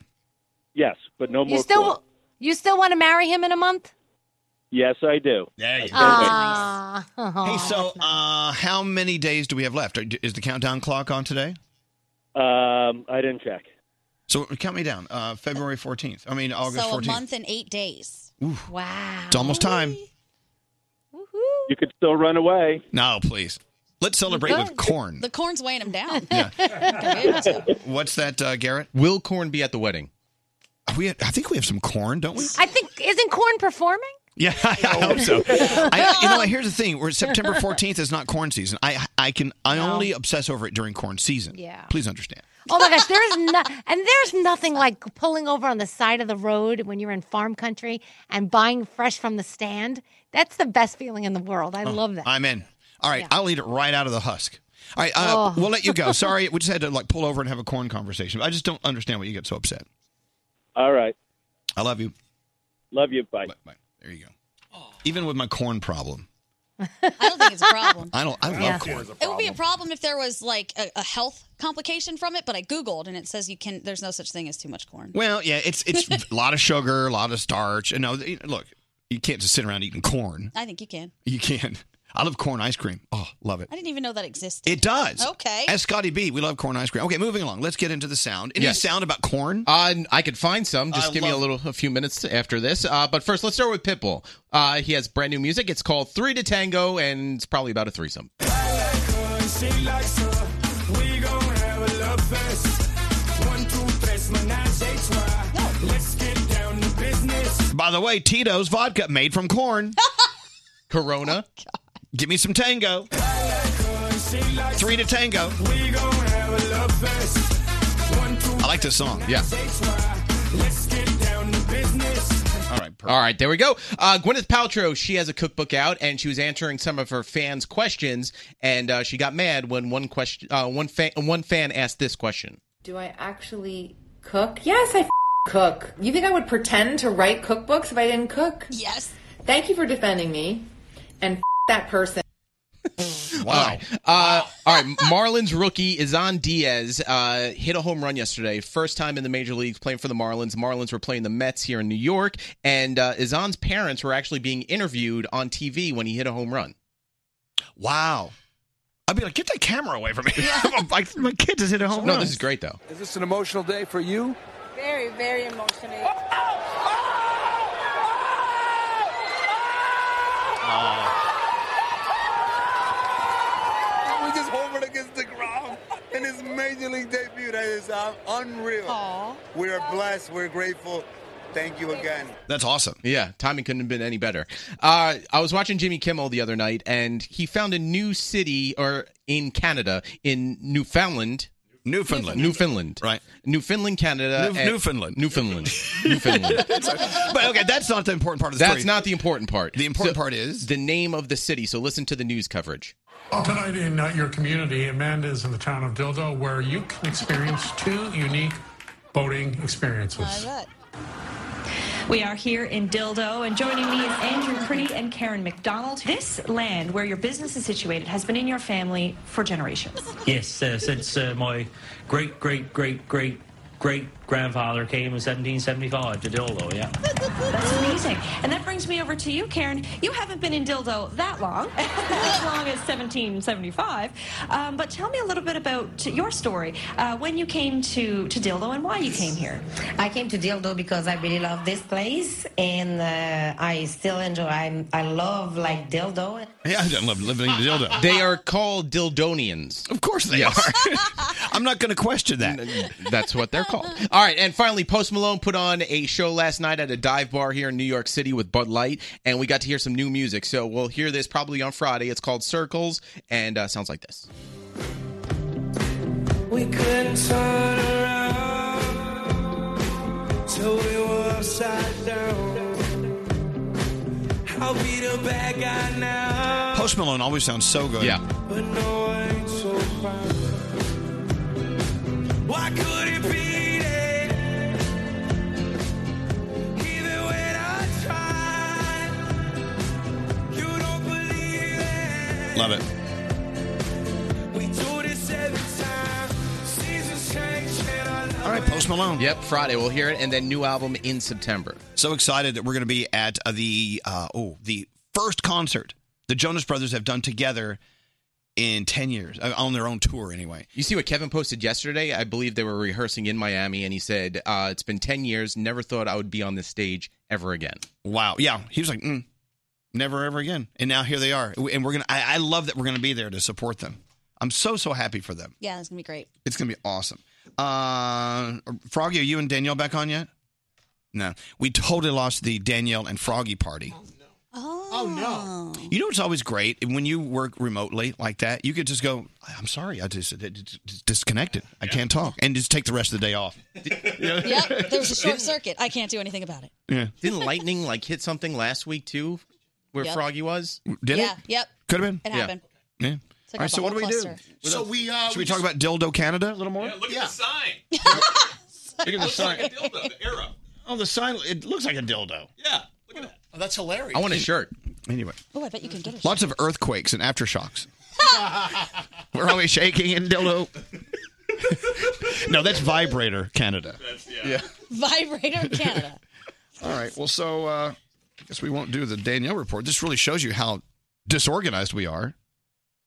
Speaker 21: Yes, but no
Speaker 10: You still, you still want to marry him in a month?
Speaker 21: Yes, I do.
Speaker 2: Yeah,
Speaker 22: Oh,
Speaker 2: you
Speaker 10: Ah.
Speaker 5: Oh,
Speaker 2: Hey, so uh, how many days do we have left? Are- Is the countdown clock on today? Oh.
Speaker 21: Um, I didn't check.
Speaker 2: So count me down. Uh, February 14th. I mean, August
Speaker 5: so
Speaker 2: 14th.
Speaker 5: a month and eight days.
Speaker 2: Oof.
Speaker 5: Wow.
Speaker 2: It's almost time.
Speaker 21: You could still run away.
Speaker 2: No, please. Let's celebrate with corn.
Speaker 5: The corn's weighing him down.
Speaker 2: Yeah.
Speaker 5: Don't be able to.
Speaker 2: What's that, uh, Garrett?
Speaker 7: Will corn be at the wedding?
Speaker 2: We, I think we have some corn, don't we?
Speaker 10: I think isn't corn performing?
Speaker 2: Yeah, I hope so. I, you know, here's the thing: we're September 14th is not corn season. I I can I only obsess over it during corn season.
Speaker 10: Yeah.
Speaker 2: Please understand.
Speaker 10: Oh my gosh, there's no, and there's nothing like pulling over on the side of the road when you're in farm country and buying fresh from the stand. That's the best feeling in the world. I
Speaker 2: Oh,
Speaker 10: love that.
Speaker 2: I'm in. All right, I'll eat it right out of the husk. All right, uh,
Speaker 10: Oh.
Speaker 2: we'll let you go. Sorry, we just had to like pull over and have a corn conversation. I just don't understand why you get so upset.
Speaker 21: All right.
Speaker 2: I love you.
Speaker 21: Love you. Bye.
Speaker 2: Bye. There you go. Even with my corn problem,
Speaker 5: I don't think it's a problem.
Speaker 2: I don't. I love
Speaker 5: Yeah.
Speaker 2: corn.
Speaker 5: It would be a problem if there was like a, a health complication from it, but I googled and it says you can. There's no such thing as too much corn.
Speaker 2: Well, yeah, it's it's a lot of sugar, a lot of starch. And no, th- look, you can't just sit around eating corn.
Speaker 5: I think you can.
Speaker 2: You can. I love corn ice cream. Oh, love it.
Speaker 5: I didn't even know that existed.
Speaker 2: It does.
Speaker 5: Okay.
Speaker 2: As Scotty B, we love corn ice cream. Okay, moving along. Let's get into the sound. Any
Speaker 7: Yes.
Speaker 2: sound about corn?
Speaker 7: Uh, I could find some. Just
Speaker 2: I
Speaker 7: give me a
Speaker 2: love-
Speaker 7: little, a few minutes after this. Uh, but first, let's start with Pitbull. Uh, he has brand new music. It's called Three to Tango, and it's probably about a threesome.
Speaker 18: Let's get down to business.
Speaker 2: By the way, Tito's vodka made from corn.
Speaker 7: Corona.
Speaker 2: Give me some tango. Three to tango. I like this song.
Speaker 7: Yeah.
Speaker 18: Let's get down to business.
Speaker 2: All right.
Speaker 7: All right, there we go. Uh, Gwyneth Paltrow, she has a cookbook out, and she was answering some of her fans' questions, and uh, she got mad when one question, uh, one fan, one fan asked this question.
Speaker 12: Do I actually cook? Yes, I f- cook. You think I would pretend to write cookbooks if I didn't cook? Yes. Thank you for defending me. And f- that person.
Speaker 7: Wow. Uh, all right. Marlins rookie Izan Diaz uh, hit a home run yesterday. First time in the major leagues playing for the Marlins. Marlins were playing the Mets here in New York, and uh, Izan's parents were actually being interviewed on TV when he hit a home run.
Speaker 2: Wow. I'd be like, get that camera away from me. like, my kid just hit a home
Speaker 7: No,
Speaker 2: run.
Speaker 7: this is great though.
Speaker 22: Is this an emotional day for you?
Speaker 25: Very, very emotional.
Speaker 22: We just homered against the ground in his major league debut. That is uh, unreal. We are blessed. We're grateful. Thank you again.
Speaker 2: That's awesome.
Speaker 7: Yeah, timing couldn't have been any better. Uh, I was watching Jimmy Kimmel the other night, and he found a new city or in Canada, in Newfoundland.
Speaker 2: Newfoundland.
Speaker 7: Newfoundland.
Speaker 2: Right.
Speaker 7: Newfoundland, Canada.
Speaker 2: New-
Speaker 7: and-
Speaker 2: Newfoundland.
Speaker 7: Newfoundland. Newfoundland.
Speaker 2: but okay, that's not the important part of the
Speaker 7: That's
Speaker 2: story.
Speaker 7: not the important part. The
Speaker 2: important part is
Speaker 7: the name of the city. So listen to the news coverage.
Speaker 32: Well, tonight in uh, your community, Amanda is in the town of Dildo, where you can experience two unique boating experiences.
Speaker 25: We are here in Dildo, and joining me is Andrew Pretty and Karen McDonald. This land where your business is situated has been in your family for generations.
Speaker 33: Yes, uh, since uh, my great, great, great, great, great grandfather came in 1775 to Dildo, yeah.
Speaker 25: That's amazing. And that brings me over to you, Karen. You haven't been in Dildo that long, as long as 1775. Um, but tell me a little bit about your story, uh, when you came to, to Dildo and why you came here.
Speaker 34: I came to Dildo because I really love this place, and uh, I still enjoy. I I love like Dildo.
Speaker 2: Yeah, I don't love living in dildo.
Speaker 7: They are called Dildonians.
Speaker 2: Of course they are. I'm not going to question that.
Speaker 7: That's what they're called. All right, and finally, Post Malone put on a show last night at a dive bar here in New York City with Bud Light, and we got to hear some new music. So we'll hear this probably on Friday. It's called Circles, and uh, sounds like this.
Speaker 18: We couldn't turn around till we were upside down. I'll be the bad guy now,
Speaker 2: Post Malone always sounds so good. Yeah.
Speaker 18: but no, I ain't so proud. Why could it be that even when I try, you don't believe it?
Speaker 2: Love it.
Speaker 18: We do this every time. Seasons change and I love
Speaker 2: All right, Post Malone.
Speaker 7: Yep, Friday we'll hear it, and then new album in September.
Speaker 2: So excited that we're going to be at uh, the uh, oh the first concert the Jonas Brothers have done together in ten years uh, on their own tour anyway.
Speaker 7: You see what Kevin posted yesterday? I believe they were rehearsing in Miami, and he said, uh, "It's been ten years. Never thought I would be on this stage ever again."
Speaker 2: Wow. Yeah, he was like, mm, never ever again, and now here they are, and we're gonna. I, I love that we're gonna be there to support them. I'm so so happy for them.
Speaker 5: Yeah, it's gonna be great.
Speaker 2: It's gonna be awesome. Uh, Froggy, are you and Danielle back on yet? No, we totally lost the Danielle and Froggy party.
Speaker 5: Oh,
Speaker 3: Oh no.
Speaker 2: You know what's always great when you work remotely like that. You could just go. I'm sorry, I just it- it- it's disconnected. I can't talk, and just take the rest of the day off.
Speaker 5: Yep, there was a short circuit. I can't do anything about it.
Speaker 2: Yeah.
Speaker 7: Didn't lightning like hit something last week too, where
Speaker 5: Yep.
Speaker 7: Froggy was?
Speaker 2: Did
Speaker 5: yeah, yep.
Speaker 2: Could have been.
Speaker 5: It happened.
Speaker 2: Yeah. All right. So what do we do?
Speaker 3: So we uh,
Speaker 2: Should we talk about dildo Canada a little more?
Speaker 1: Look at the sign.
Speaker 2: Look at the
Speaker 1: Looks like
Speaker 2: sign.
Speaker 1: a dildo, the arrow.
Speaker 2: Oh, the sign. It looks like a dildo.
Speaker 1: Yeah.
Speaker 3: Oh, that's hilarious.
Speaker 2: I want a shirt. Anyway,
Speaker 5: Oh, I bet you can get it.
Speaker 2: lots of earthquakes and aftershocks. We're always shaking in dildo. no, that's vibrator Canada. yeah.
Speaker 5: Vibrator Canada.
Speaker 2: All right. Well, so uh, I guess we won't do the Danielle report. This really shows you how disorganized we are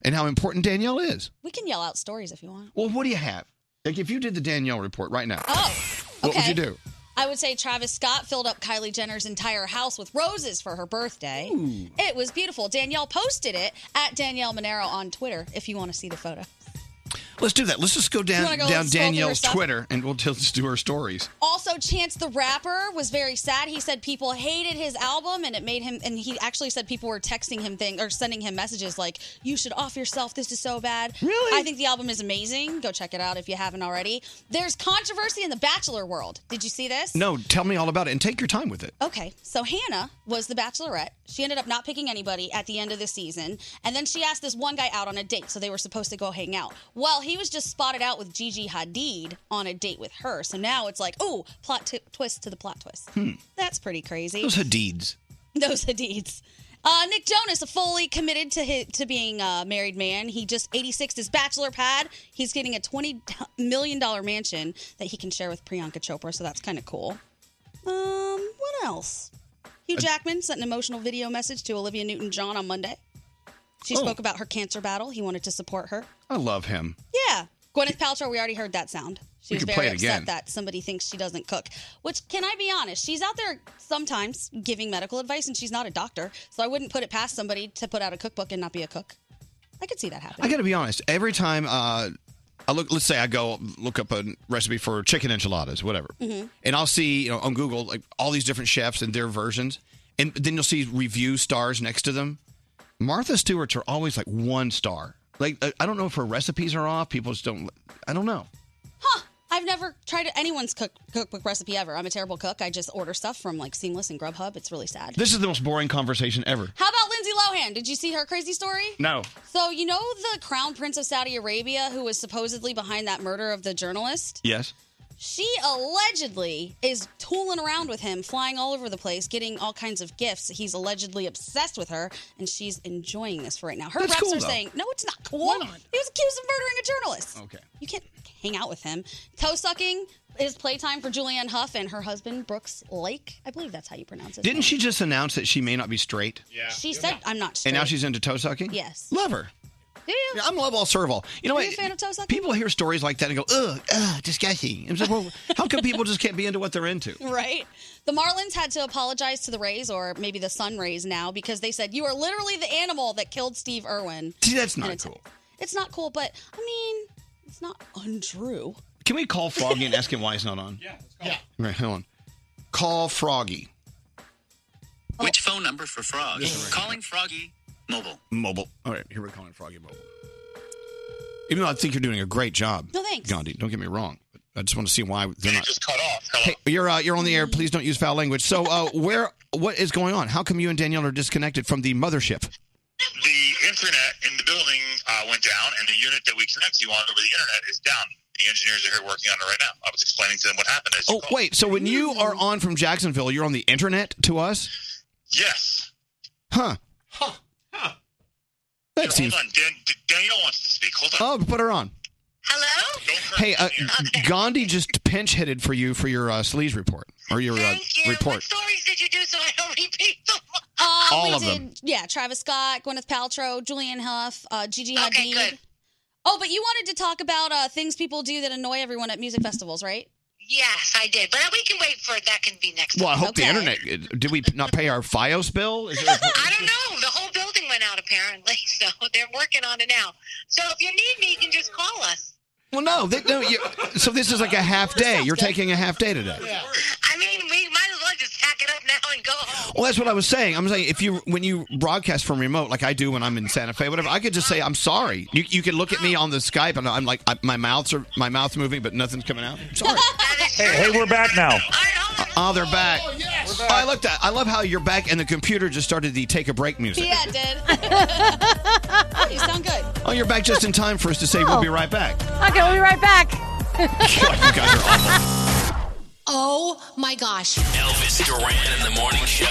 Speaker 2: and how important Danielle is.
Speaker 5: We can yell out stories if you want.
Speaker 2: Well, what do you have? Like, if you did the Danielle report right now,
Speaker 5: Oh,
Speaker 2: what would
Speaker 5: okay.
Speaker 2: you do?
Speaker 5: I would say Travis Scott filled up Kylie Jenner's entire house with roses for her birthday.
Speaker 2: Ooh.
Speaker 5: It was beautiful. Danielle posted it at Danielle Monero on Twitter if you want to see the photo.
Speaker 2: Let's do that. Let's just go down
Speaker 5: wanna go
Speaker 2: down
Speaker 5: and scroll through her
Speaker 2: Danielle's
Speaker 5: stuff?
Speaker 2: Twitter and we'll tell, just do her stories.
Speaker 5: Also, Chance the Rapper was very sad. He said people hated his album and it made him, and he actually said people were texting him thing or sending him messages like, you should off yourself. This is so bad. Really? I think the album is amazing. Go check it out if you haven't already. There's controversy in the Bachelor world. Did you see this?
Speaker 2: No, tell me all about it and take your time with it.
Speaker 5: Okay, so Hannah was the bachelorette. She ended up not picking anybody at the end of the season. And then she asked this one guy out on a date, so they were supposed to go hang out. Well, he was just spotted out with Gigi Hadid on a date with her. So now it's like, oh, plot t- twist to the plot twist.
Speaker 2: Hmm.
Speaker 5: That's pretty crazy.
Speaker 2: Those Hadids.
Speaker 5: Those Hadids. Uh, Nick Jonas, fully committed to his, to being a married man. He just 86 his bachelor pad. He's getting a 20 million dollar mansion that he can share with Priyanka Chopra, so that's kind of cool. Um, what else? Hugh Jackman sent an emotional video message to Olivia Newton-John on Monday. She
Speaker 2: Oh.
Speaker 5: spoke about her cancer battle. He wanted to support her.
Speaker 2: I love him.
Speaker 5: Yeah. Gwyneth Paltrow, we already heard that sound.
Speaker 2: We
Speaker 5: She was
Speaker 2: could
Speaker 5: very
Speaker 2: play it
Speaker 5: upset
Speaker 2: again.
Speaker 5: that somebody thinks she doesn't cook. Which, can I be honest? She's out there sometimes giving medical advice, and she's not a doctor, so I wouldn't put it past somebody to put out a cookbook and not be a cook. I could see that happen.
Speaker 2: I got to be honest. Every time uh, I look, let's say I go look up a recipe for chicken enchiladas, whatever,
Speaker 5: Mhm.
Speaker 2: and I'll see you know on Google like all these different chefs and their versions, and then you'll see review stars next to them. Martha Stewart's are always like one star. Like uh, I I don't know if her recipes are off. People just don't. I don't know.
Speaker 5: Huh. I've never tried anyone's cook- cookbook recipe ever. I'm a terrible cook. I just order stuff from like Seamless and Grubhub. It's really sad.
Speaker 2: This is the most boring conversation ever.
Speaker 5: How about Lindsay Lohan? Did you see her crazy story?
Speaker 2: No.
Speaker 5: So, you know the crown prince of Saudi Arabia who was supposedly behind that murder of the journalist?
Speaker 2: Yes.
Speaker 5: She allegedly is tooling around with him, flying all over the place, getting all kinds of gifts. He's allegedly obsessed with her, and she's enjoying this for right now. Her
Speaker 4: That's
Speaker 5: reps
Speaker 4: cool,
Speaker 5: are
Speaker 4: though.
Speaker 5: saying, "No, it's not cool. He was accused of murdering a journalist.
Speaker 2: Okay.
Speaker 5: You can't hang out with him." Toe sucking is playtime for Julianne Hough and her husband Brooks Lake. I believe that's how you pronounce it.
Speaker 2: Didn't she just announce that she may not be straight? Yeah.
Speaker 5: She said, "I'm not." Straight.
Speaker 2: And now she's into toe sucking.
Speaker 5: Yes.
Speaker 2: Love her.
Speaker 5: Do you?
Speaker 2: Yeah, I'm love all serve all. You know
Speaker 5: Are
Speaker 2: what?
Speaker 5: you a fan of toe sucking?
Speaker 2: People hear stories like that and go, ugh, ugh disgusting. I'm just, well, how come people just can't be into what they're into?
Speaker 5: Right. The Marlins had to apologize to the Rays, or maybe the Sun Rays now, because they said, You are literally the animal that killed Steve Irwin.
Speaker 2: See, that's
Speaker 5: in
Speaker 2: not
Speaker 5: a t-
Speaker 2: cool.
Speaker 5: It's not cool, but I mean, it's not untrue.
Speaker 2: Can we call Froggy and ask him why he's not on? Yeah, let's call yeah. Right, hold on. Call Froggy.
Speaker 14: Oh. Which phone number for Frog? Calling Froggy mobile.
Speaker 2: Mobile. All right, here we're calling Froggy Mobile. Even though I think you're doing a great job.
Speaker 14: No, thanks.
Speaker 2: Gandhi, don't get me wrong. but I just want to see why they're not. just cut off. Hey, you're uh, you're on the air. Please don't use foul language. So, uh, where what is going on? How come you and Danielle are disconnected from the mothership?
Speaker 15: the internet in the building uh, went down, and the unit that we connect you on over the internet is down. The engineers are here working on it right now. I was explaining to them what happened. As you
Speaker 2: Oh, wait. So when you are on from Jacksonville, you're on the internet to us?
Speaker 15: Yes.
Speaker 2: Huh. That
Speaker 15: Here,
Speaker 2: seems-
Speaker 15: Hold on. Dan, D- Danielle wants to speak. Hold on.
Speaker 2: Oh, put her on.
Speaker 15: Hello? Don't hurt
Speaker 2: Hey, uh,
Speaker 15: me.
Speaker 2: Gandhi just pinch hitted for you for your uh, sleaze report or your uh, report.
Speaker 5: stories did you do so I don't repeat them? Uh,
Speaker 2: All
Speaker 5: we
Speaker 2: of
Speaker 5: did,
Speaker 2: them.
Speaker 5: Yeah, Travis Scott, Gwyneth Paltrow, Julianne Hough, uh, Gigi Hadid. Oh, but you wanted to talk about uh, things people do that annoy everyone at music festivals, right?
Speaker 16: Yes, I did. But we can wait for it. That can be next.
Speaker 2: Well, I hope the
Speaker 16: Okay.
Speaker 2: internet. uh, Did we not pay our FiOS bill? Is there a-
Speaker 16: I don't know. The whole building went out apparently, so they're working on it now. So if you need me, you can just call us.
Speaker 2: well, no. They, no you, so this is like a half day. You're taking a half day today.
Speaker 16: I mean, we might as well just pack it up now and go home.
Speaker 2: Well, that's what I was saying. I'm saying if you when you broadcast from remote, like I do when I'm in Santa Fe, whatever, I could just say I'm sorry. You, you could look at me on the Skype and I'm like I, my mouth's are my mouth's moving, but nothing's coming out. I'm sorry.
Speaker 9: hey, hey, we're back now.
Speaker 2: Oh, they're back. Oh, I looked at. I love how you're back, and the computer just started the take a break music.
Speaker 5: Yeah, it did. you sound good.
Speaker 2: Oh, you're back just in time for us to say
Speaker 16: Oh.
Speaker 2: we'll be right back.
Speaker 10: Okay, we'll be right back.
Speaker 2: You guys are awful.
Speaker 10: oh my gosh.
Speaker 8: Elvis Duran in the morning show.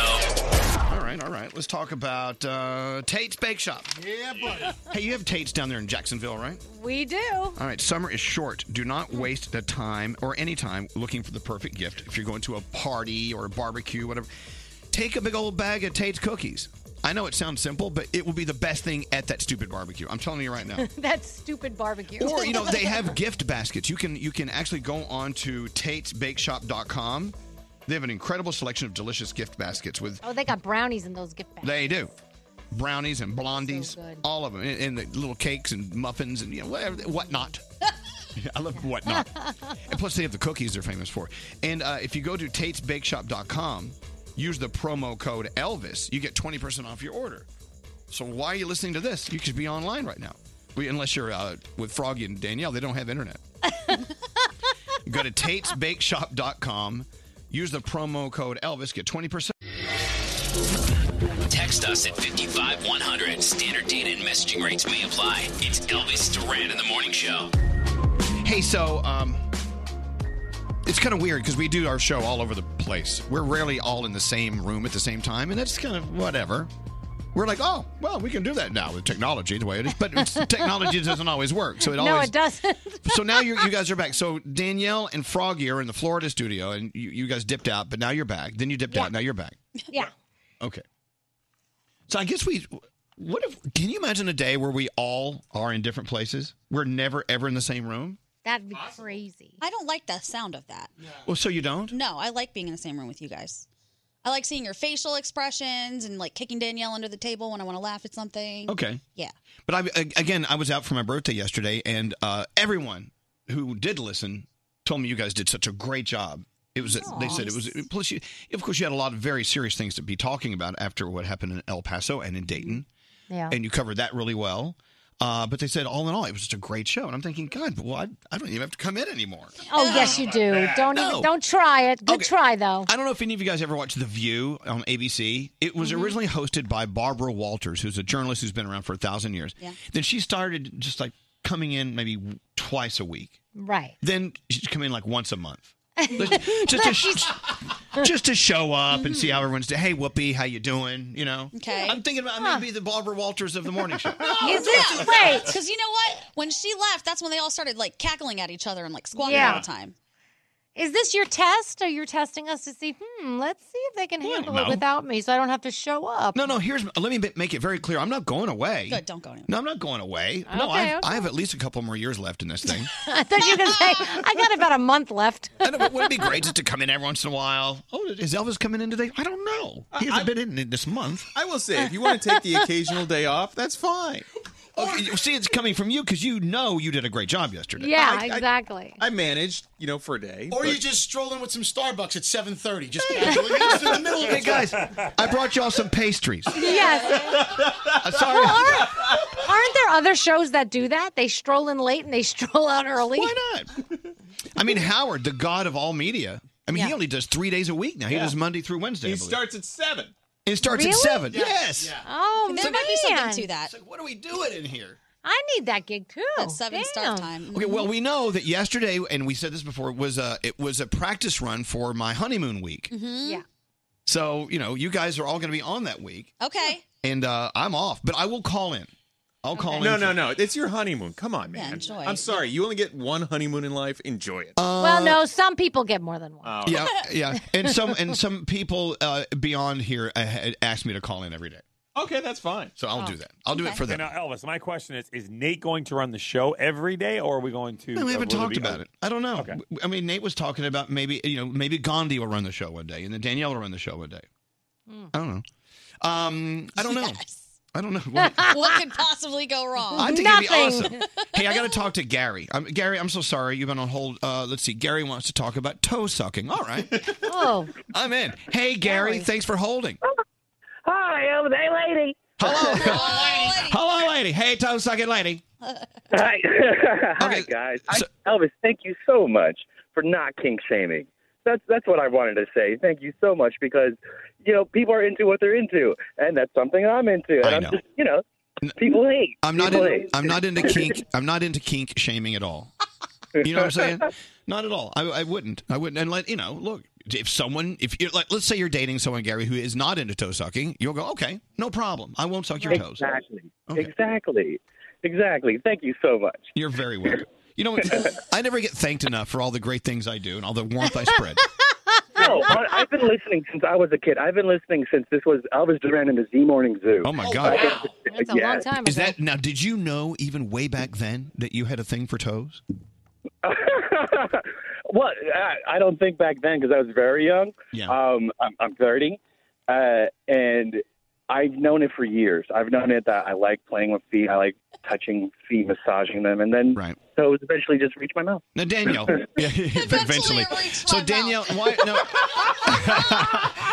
Speaker 2: All right, all right. Let's talk about uh, Tate's Bake Shop. Yeah, buddy. Hey, you have Tate's down there in Jacksonville, right?
Speaker 10: We do.
Speaker 2: All right, summer is short. Do not waste the time or any time looking for the perfect gift. If you're going to a party or a barbecue, whatever, take a big old bag of Tate's cookies. I know it sounds simple, but it will be the best thing at that stupid barbecue. I'm telling you right now.
Speaker 10: that stupid barbecue.
Speaker 2: Or you know they have gift baskets. You can you can actually go on to Tate'sBakeShop.com. They have an incredible selection of delicious gift baskets with
Speaker 10: Oh, they got brownies in those gift bags.
Speaker 2: they do brownies and blondies, all of them, and, and the little cakes and muffins and you know whatever whatnot. I love whatnot. and plus, they have the cookies they're famous for. And uh, if you go to Tate'sBakeShop.com, use the promo code Elvis, you get twenty percent off your order. So why are you listening to this? You could be online right now. We, unless you're uh, with Froggy and Danielle, they don't have internet. Go to Tate'sBakeShop.com, use the promo code Elvis, get twenty percent.
Speaker 8: Text us at 55100. Standard data and messaging rates may apply. It's Elvis Duran in the morning show.
Speaker 2: Hey, so um, it's kind of weird because we do our show all over the place. We're rarely all in the same room at the same time, and that's kind of whatever. We're like, oh, well, we can do that now with technology the way it is, but it's, technology doesn't always work. So it
Speaker 10: no,
Speaker 2: always
Speaker 10: it doesn't.
Speaker 2: so now you you guys are back. So Danielle and Froggy are in the Florida studio, and you, you guys dipped out, but now you're back. Then you dipped out, now you're back.
Speaker 10: yeah.
Speaker 2: Okay. So I guess we. What if? Can you imagine a day where we all are in different places? We're never ever in the same room.
Speaker 10: That'd be crazy.
Speaker 5: I don't like the sound of that.
Speaker 2: Well, so you don't.
Speaker 5: No, I like being in the same room with you guys. I like seeing your facial expressions and like kicking Danielle under the table when I want to laugh at something.
Speaker 2: Okay.
Speaker 5: Yeah.
Speaker 2: But I ag- again, I was out for my birthday yesterday, and uh, everyone who did listen told me you guys did such a great job. It was. They said it was. Plus, you, of course, you had a lot of very serious things to be talking about after what happened in El Paso and in Dayton,
Speaker 10: Yeah.
Speaker 2: and you covered that really well. Uh, but they said all in all, it was just a great show, and I'm thinking, God, well, I, I don't even have to come in anymore.
Speaker 10: Oh yes, you do. Don't
Speaker 2: No.
Speaker 10: even, don't try it. Good try though.
Speaker 2: I don't know if any of you guys ever watched The View on ABC. It was
Speaker 10: Mhm.
Speaker 2: originally hosted by Barbara Walters, who's a journalist who's been around for a thousand years.
Speaker 10: Yeah.
Speaker 2: Then she started just like coming in maybe twice a week.
Speaker 10: Right.
Speaker 2: Then she'd come in like once a month. Just to, just to show up and see
Speaker 10: Mm-hmm.
Speaker 2: how everyone's doing. Hey, Whoopi, how you doing? You know?
Speaker 5: Okay.
Speaker 2: I'm thinking about maybe the Barbara Walters of the morning show.
Speaker 5: Is
Speaker 2: it?
Speaker 5: Right. Because you know what? When she left, that's when they all started like cackling at each other and like squawking
Speaker 2: Yeah.
Speaker 5: all the time.
Speaker 10: Is this your test? Are you testing us to see? Hmm. Let's see if they can handle it
Speaker 2: know.
Speaker 10: without me, so I don't have to show up.
Speaker 2: No, no, here's, let me ma- make it very clear. I'm not going away.
Speaker 10: Good, don't go anywhere.
Speaker 2: No, I'm not going away. no,
Speaker 10: Okay,
Speaker 2: I've,
Speaker 10: okay.
Speaker 2: I have at least a couple more years left in this thing.
Speaker 10: I thought you were gonna say I got about a month left.
Speaker 2: I know, but wouldn't it be great just to come in every once in a while? Oh, is Elvis coming in today? I don't know. He hasn't been in it this month.
Speaker 1: I will say, if you want to take the occasional day off, that's fine.
Speaker 2: Okay, you- see, it's coming from you because you know you did a great job yesterday.
Speaker 10: Yeah,
Speaker 1: I- I-
Speaker 10: exactly.
Speaker 1: I managed, you know, for a day.
Speaker 3: Or you
Speaker 1: but-
Speaker 3: just stroll in with some Starbucks at 7:30. Just casually. It's in the middle of
Speaker 2: Hey
Speaker 3: it.
Speaker 2: guys, I brought y'all some pastries.
Speaker 10: yes.
Speaker 2: Uh, sorry.
Speaker 10: Well, aren't, aren't there other shows that do that? They stroll in late and they stroll out early.
Speaker 2: Why not? I mean, Howard, the god of all media. I mean, he
Speaker 10: Yeah.
Speaker 2: only does three days a week now. He
Speaker 1: Yeah.
Speaker 2: does Monday through Wednesday. I
Speaker 1: He
Speaker 2: believe.
Speaker 1: starts at seven.
Speaker 2: It starts at
Speaker 10: Really?
Speaker 2: seven.
Speaker 1: Yeah.
Speaker 2: Yes.
Speaker 10: Oh man,
Speaker 5: There might be something to that.
Speaker 2: like, what are we doing in here?
Speaker 10: I need that gig too.
Speaker 5: That seven start time.
Speaker 2: Okay, well, we know that yesterday, and we said this before, was a it was a practice run for my honeymoon week.
Speaker 5: Mm-hmm.
Speaker 10: Yeah.
Speaker 2: So you know, you guys are all going to be on that week,
Speaker 5: Okay.
Speaker 2: and uh, I'm off, but I will call in. I'll call in.
Speaker 1: No,
Speaker 2: for-
Speaker 1: no, no. It's your honeymoon. Come on, man.
Speaker 10: Yeah, enjoy
Speaker 1: I'm
Speaker 10: it.
Speaker 1: sorry. You only get one honeymoon in life. Enjoy it.
Speaker 17: Uh,
Speaker 10: well, no, some people get more than one.
Speaker 1: Oh.
Speaker 2: Yeah, yeah, and some and some people uh, beyond here uh, ask me to call in every day.
Speaker 1: Okay, that's fine.
Speaker 2: So
Speaker 9: Oh.
Speaker 2: I'll do that. I'll do it for them.
Speaker 9: And, uh, Elvis, my question is: Is Nate going to run the show every day, or are we going to?
Speaker 2: No, we
Speaker 9: uh,
Speaker 2: haven't
Speaker 9: will
Speaker 2: talked
Speaker 9: be-
Speaker 2: about it. I don't know. I mean, Nate was talking about maybe you know maybe Gandhi will run the show one day, and then Danielle will run the show one day. I don't know. Um, I don't know. I don't know. What,
Speaker 5: what could possibly go wrong?
Speaker 2: I think it'd be awesome. Hey, I got to talk to Gary. I'm, Gary, I'm so sorry. You've been on hold. Uh, let's see. Gary wants to talk about toe sucking. All right.
Speaker 10: Oh.
Speaker 2: I'm in. Hey, Gary. Thanks for holding.
Speaker 6: Hi, over there, lady.
Speaker 2: Hello, lady. Hey, toe sucking lady.
Speaker 6: Hi, Hi guys. I, Elvis, thank you so much for not kink shaming. That's that's what I wanted to say. Thank you so much because you know people are into what they're into, and that's something I'm into. And
Speaker 2: I
Speaker 6: am
Speaker 2: know.
Speaker 6: just you know people hate.
Speaker 2: I'm not.
Speaker 6: People
Speaker 2: In,
Speaker 6: hate.
Speaker 2: I'm not into kink. I'm not into kink shaming at all. You know what I'm saying? Not at all. I, I wouldn't. I wouldn't. And let you know. Look, if someone, if you like, let's say you're dating someone, Gary, who is not into toe sucking, you'll go, okay, no problem. I won't suck your toes.
Speaker 6: Exactly. Exactly. Exactly. Thank you so much.
Speaker 2: You're very welcome. You know, what? I never get thanked enough for all the great things I do and all the warmth I spread.
Speaker 6: No, I- I've been listening since I was a kid. I've been listening since this was Elvis Duran and the Z Morning Zoo.
Speaker 2: Oh my God!
Speaker 6: That's a long Yes. time
Speaker 2: Is
Speaker 6: ago.
Speaker 2: that now? Did you know even way back then that you had a thing for toes?
Speaker 6: Well, I, I don't think back then because I was very young.
Speaker 2: Yeah.
Speaker 6: Um, I'm, I'm 30, uh, and I've known it for years. I've known it that I like playing with feet. I like touching feet, massaging them, and then
Speaker 2: right.
Speaker 6: toes eventually just reach my mouth.
Speaker 2: Now, Danielle. Yeah, eventually. So, Danielle, why? No.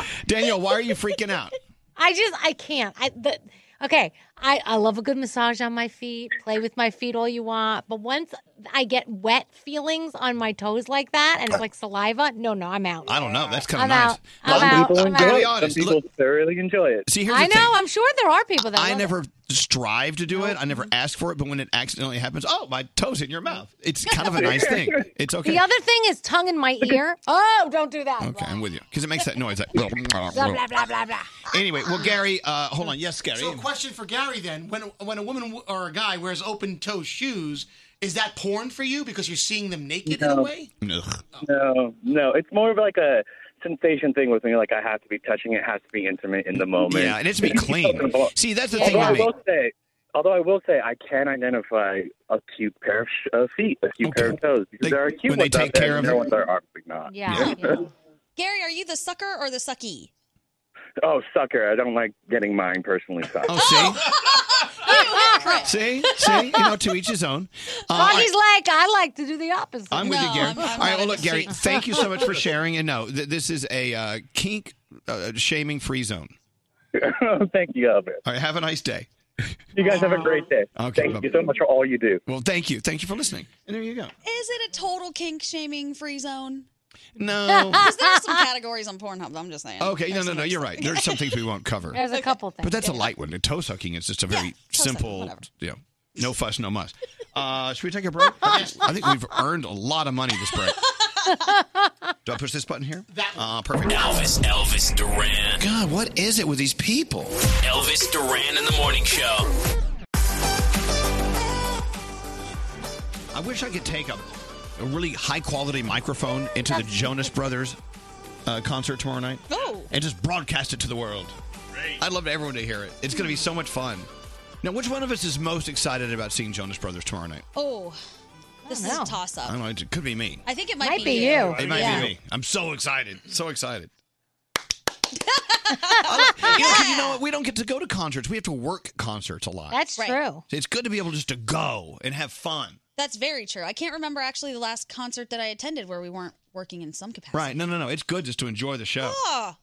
Speaker 2: Danielle, why are you freaking out?
Speaker 10: I just I can't. I the okay. I, I love a good massage on my feet. Play with my feet all you want, but once I get wet feelings on my toes like that, and it's like saliva. No, no, I'm out.
Speaker 2: I don't know. That's kind of nice.
Speaker 10: I'm out. I'm
Speaker 2: Well,
Speaker 10: out. I'm
Speaker 2: I'm gonna be
Speaker 10: out.
Speaker 2: honest.
Speaker 6: Some people
Speaker 2: Look,
Speaker 6: thoroughly enjoy it.
Speaker 2: see, here's
Speaker 10: I
Speaker 2: the thing.
Speaker 10: know. I'm sure there are people that
Speaker 2: I
Speaker 10: love
Speaker 2: never strive to do it. I never ask for it, but when it accidentally happens, oh, my toe's in your mouth. It's kind of a nice thing. It's
Speaker 10: it.
Speaker 2: okay.
Speaker 10: The other thing is tongue in my ear. Oh, don't do that.
Speaker 2: Okay, I'm with you because it makes that noise. That Uh,
Speaker 10: Blah blah blah blah blah.
Speaker 2: anyway, well, Gary, uh, hold on. Yes, Gary.
Speaker 3: So, a question for Gary then: when when a woman w- or a guy wears open toe shoes, is that porn for you because you're seeing them naked in a
Speaker 6: No.
Speaker 3: way?
Speaker 6: No, no, it's more of like a sensation thing with me. Like I have to be touching it, has to be intimate in the moment.
Speaker 2: Yeah, and it's be clean. See, that's the
Speaker 6: although
Speaker 2: thing with
Speaker 6: I
Speaker 2: me.
Speaker 6: will say, although I will say, I can identify a cute pair of sh- uh, feet, a cute pair of toes, because there are cute
Speaker 2: when they
Speaker 6: ones
Speaker 2: take
Speaker 6: out there,
Speaker 2: care
Speaker 6: and
Speaker 2: of
Speaker 6: there
Speaker 2: it.
Speaker 6: ones that are obviously not.
Speaker 5: Yeah, Gary, are you the sucker or the sucky?
Speaker 6: oh, sucker! I don't like getting mine personally. Sucked.
Speaker 2: Oh, see, see, see. You know, to each his own. Uh, all right.
Speaker 10: Froggy's like I like to do the opposite.
Speaker 2: I'm with you, Gary. All right, well, look, Gary, thank you so much for sharing. And no, th- this is a uh, kink uh, shaming free zone.
Speaker 6: thank you, Albert.
Speaker 2: All right, have a nice day.
Speaker 6: You guys have a great day.
Speaker 2: Okay,
Speaker 6: Thank you so much for all you do.
Speaker 2: Well, thank you. Thank you for listening. And there you go.
Speaker 5: Is it a total kink shaming free zone?
Speaker 2: No.
Speaker 5: Because there are some categories on Pornhub. I'm just saying.
Speaker 2: Okay, no, no, no, you're right. There's some things we won't cover.
Speaker 10: There's a couple things.
Speaker 2: But that's a light one. And toe sucking is just a very simple, you know, no fuss, no muss. Uh, should we take a break? I think we've earned a lot of money this break. Do I push this button here? That uh, perfect.
Speaker 8: Elvis, Elvis Duran.
Speaker 2: God, what is it with these people?
Speaker 8: Elvis Duran in the morning show.
Speaker 2: I wish I could take a, a really high quality microphone into the Jonas Brothers uh, concert tomorrow night
Speaker 5: Oh.
Speaker 2: and just broadcast it to the world. I'd love everyone to hear it. It's going to be so much fun. Now, which one of us is most excited about seeing Jonas Brothers tomorrow night?
Speaker 5: Oh, this is a toss
Speaker 2: I
Speaker 5: up.
Speaker 2: don't know. It could be me.
Speaker 5: I think it might,
Speaker 10: Might be you.
Speaker 2: It might
Speaker 10: Yeah.
Speaker 2: be me. I'm so excited. So excited. I love- you, know, 'cause you know what? We don't get to go to concerts. We have to work concerts a lot.
Speaker 10: That's Right. true.
Speaker 2: So it's good to be able just to go and have fun.
Speaker 5: That's very true. I can't remember actually the last concert that I attended where we weren't working in some capacity.
Speaker 2: Right. No, no, no. It's good just to enjoy the show.
Speaker 5: Oh,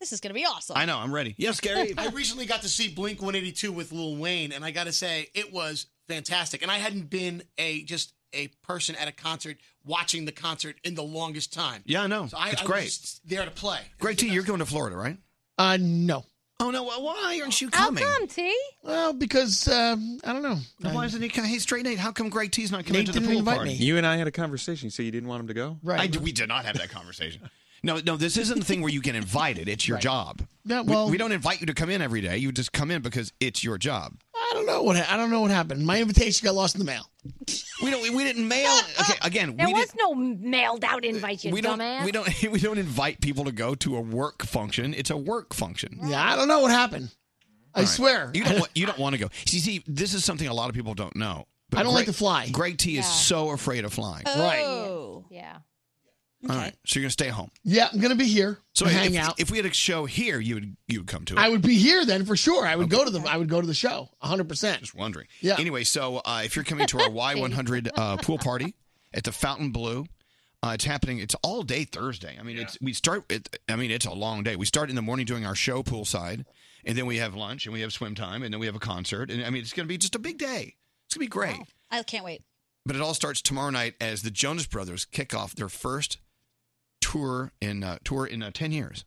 Speaker 5: this is going to be awesome.
Speaker 2: I know. I'm ready. Yes, Gary.
Speaker 3: I recently got to see Blink 182 with Lil Wayne, and I got to say it was fantastic. And I hadn't been a just a person at a concert watching the concert in the longest time.
Speaker 2: Yeah, I know.
Speaker 3: So I,
Speaker 2: it's
Speaker 3: I
Speaker 2: great.
Speaker 3: was just there to play.
Speaker 2: Great T, you're going to Florida, right?
Speaker 4: Uh, no.
Speaker 2: Oh no! Well, why aren't you
Speaker 4: How
Speaker 2: coming?
Speaker 4: come,
Speaker 10: T?
Speaker 4: Well, because um, I don't know.
Speaker 2: Why isn't he coming? Hey, straight Nate, how come Great T's not coming
Speaker 4: Nate
Speaker 2: to the
Speaker 4: didn't
Speaker 2: pool
Speaker 4: invite
Speaker 2: party?
Speaker 4: me.
Speaker 17: You and I had a conversation. So you didn't want him to go?
Speaker 2: I d- we did not have that conversation. No, no, this isn't the thing where you get invited. It's your job.
Speaker 4: Yeah,
Speaker 2: We-
Speaker 4: well-
Speaker 2: we, don't invite you to come in every day. You just come in because it's your job.
Speaker 4: I don't know what I don't know what happened. My invitation got lost in the mail.
Speaker 2: We don't. We didn't mail. Okay, again,
Speaker 10: There
Speaker 2: we
Speaker 10: was no mailed out invite, you
Speaker 2: We don't,
Speaker 10: dumbass.
Speaker 2: we don't we don't invite people to go to a work function. It's a work function.
Speaker 4: Yeah, I don't know what happened. I
Speaker 2: All right.
Speaker 4: swear.
Speaker 2: You don't want, you don't want to go. See, see, this is something a lot of people don't know.
Speaker 4: I don't like to
Speaker 2: fly. Greg T is so afraid of flying.
Speaker 4: Right.
Speaker 10: Oh.
Speaker 5: Oh.
Speaker 10: Yeah.
Speaker 2: All right. So you're gonna stay home.
Speaker 11: Yeah, I'm gonna be here.
Speaker 2: So
Speaker 11: So
Speaker 2: if-
Speaker 11: hang
Speaker 2: if,
Speaker 11: out.
Speaker 2: If we had a show here, you would you would come to it.
Speaker 11: I would be here then for sure. I would go to the I would go to the show. 100. percent
Speaker 2: Just wondering.
Speaker 11: Yeah.
Speaker 2: Anyway, so uh, if you're coming to our Y100 uh, pool party at the Fountain Blue, uh, it's happening. It's all day Thursday. I mean, it's we start. It, I mean, it's a long day. We start in the morning doing our show poolside, and then we have lunch, and we have swim time, and then we have a concert. And I mean, it's going to be just a big day. It's going to be great.
Speaker 5: I can't wait.
Speaker 2: But it all starts tomorrow night as the Jonas Brothers kick off their first tour in uh, tour in uh, ten years,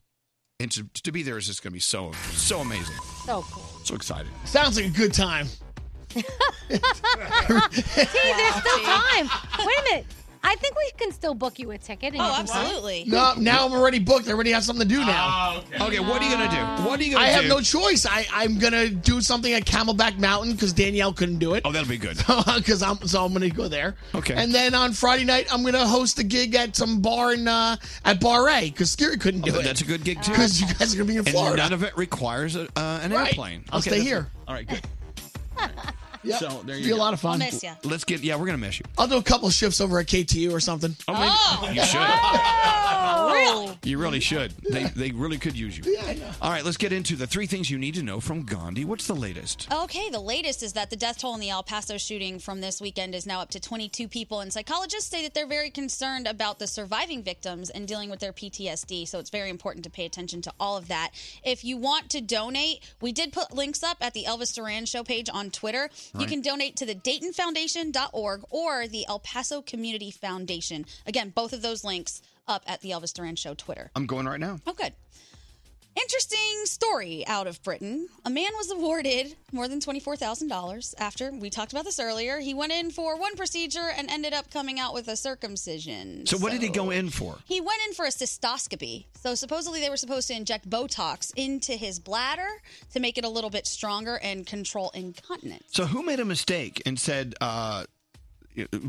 Speaker 2: and to, to be there is just going to be so so amazing.
Speaker 10: So cool.
Speaker 2: So excited.
Speaker 11: Sounds like a good time.
Speaker 10: See, there's still time. Wait a minute. I think we can still book you a ticket. And
Speaker 5: Oh,
Speaker 10: you can come.
Speaker 5: absolutely.
Speaker 11: No, now I'm already booked. I already have something to do now.
Speaker 2: Ah, okay. Okay, what are you gonna do? What are you gonna
Speaker 11: I have
Speaker 2: do?
Speaker 11: no choice. I, I'm gonna do something at Camelback Mountain because Danielle couldn't do it.
Speaker 2: Oh, that'll be good.
Speaker 11: Because I'm so I'm gonna go there.
Speaker 2: Okay.
Speaker 11: And then on Friday night, I'm gonna host a gig at some bar in uh, at Bar A because Scary couldn't do it.
Speaker 2: That's a good gig too.
Speaker 11: Because you guys are gonna be in
Speaker 2: Oh, and
Speaker 11: Florida.
Speaker 2: None of it requires a, uh, an
Speaker 11: Right.
Speaker 2: airplane.
Speaker 11: I'll stay
Speaker 2: that's-
Speaker 11: here.
Speaker 2: All right, good.
Speaker 11: Yep.
Speaker 2: So there you
Speaker 11: be
Speaker 2: go.
Speaker 11: a lot of fun.
Speaker 2: Let's get. Yeah, we're gonna miss you.
Speaker 11: I'll do a couple shifts over at KTU or something.
Speaker 2: Oh, you should.
Speaker 17: Oh.
Speaker 5: really?
Speaker 2: You really should. They they really could use you. All right, let's get into the three things you need to know from Gandhi. What's the latest?
Speaker 5: Okay, the latest is that the death toll in the El Paso shooting from this weekend is now up to 22 people, and psychologists say that they're very concerned about the surviving victims and dealing with their PTSD. So it's very important to pay attention to all of that. If you want to donate, we did put links up at the Elvis Duran Show page on Twitter. You
Speaker 6: Right.
Speaker 5: can donate to the DaytonFoundation.org or the El Paso Community Foundation. Again, both of those links up at the Elvis Duran Show Twitter.
Speaker 2: I'm going right now.
Speaker 5: Oh, good. Interesting story out of Britain. A man was awarded more than $24,000 after we talked about this earlier. He went in for one procedure and ended up coming out with a circumcision.
Speaker 2: So what did he go in for?
Speaker 5: He went in for a cystoscopy. So supposedly they were supposed to inject Botox into his bladder to make it a little bit stronger and control incontinence.
Speaker 2: So who made a mistake and said uh,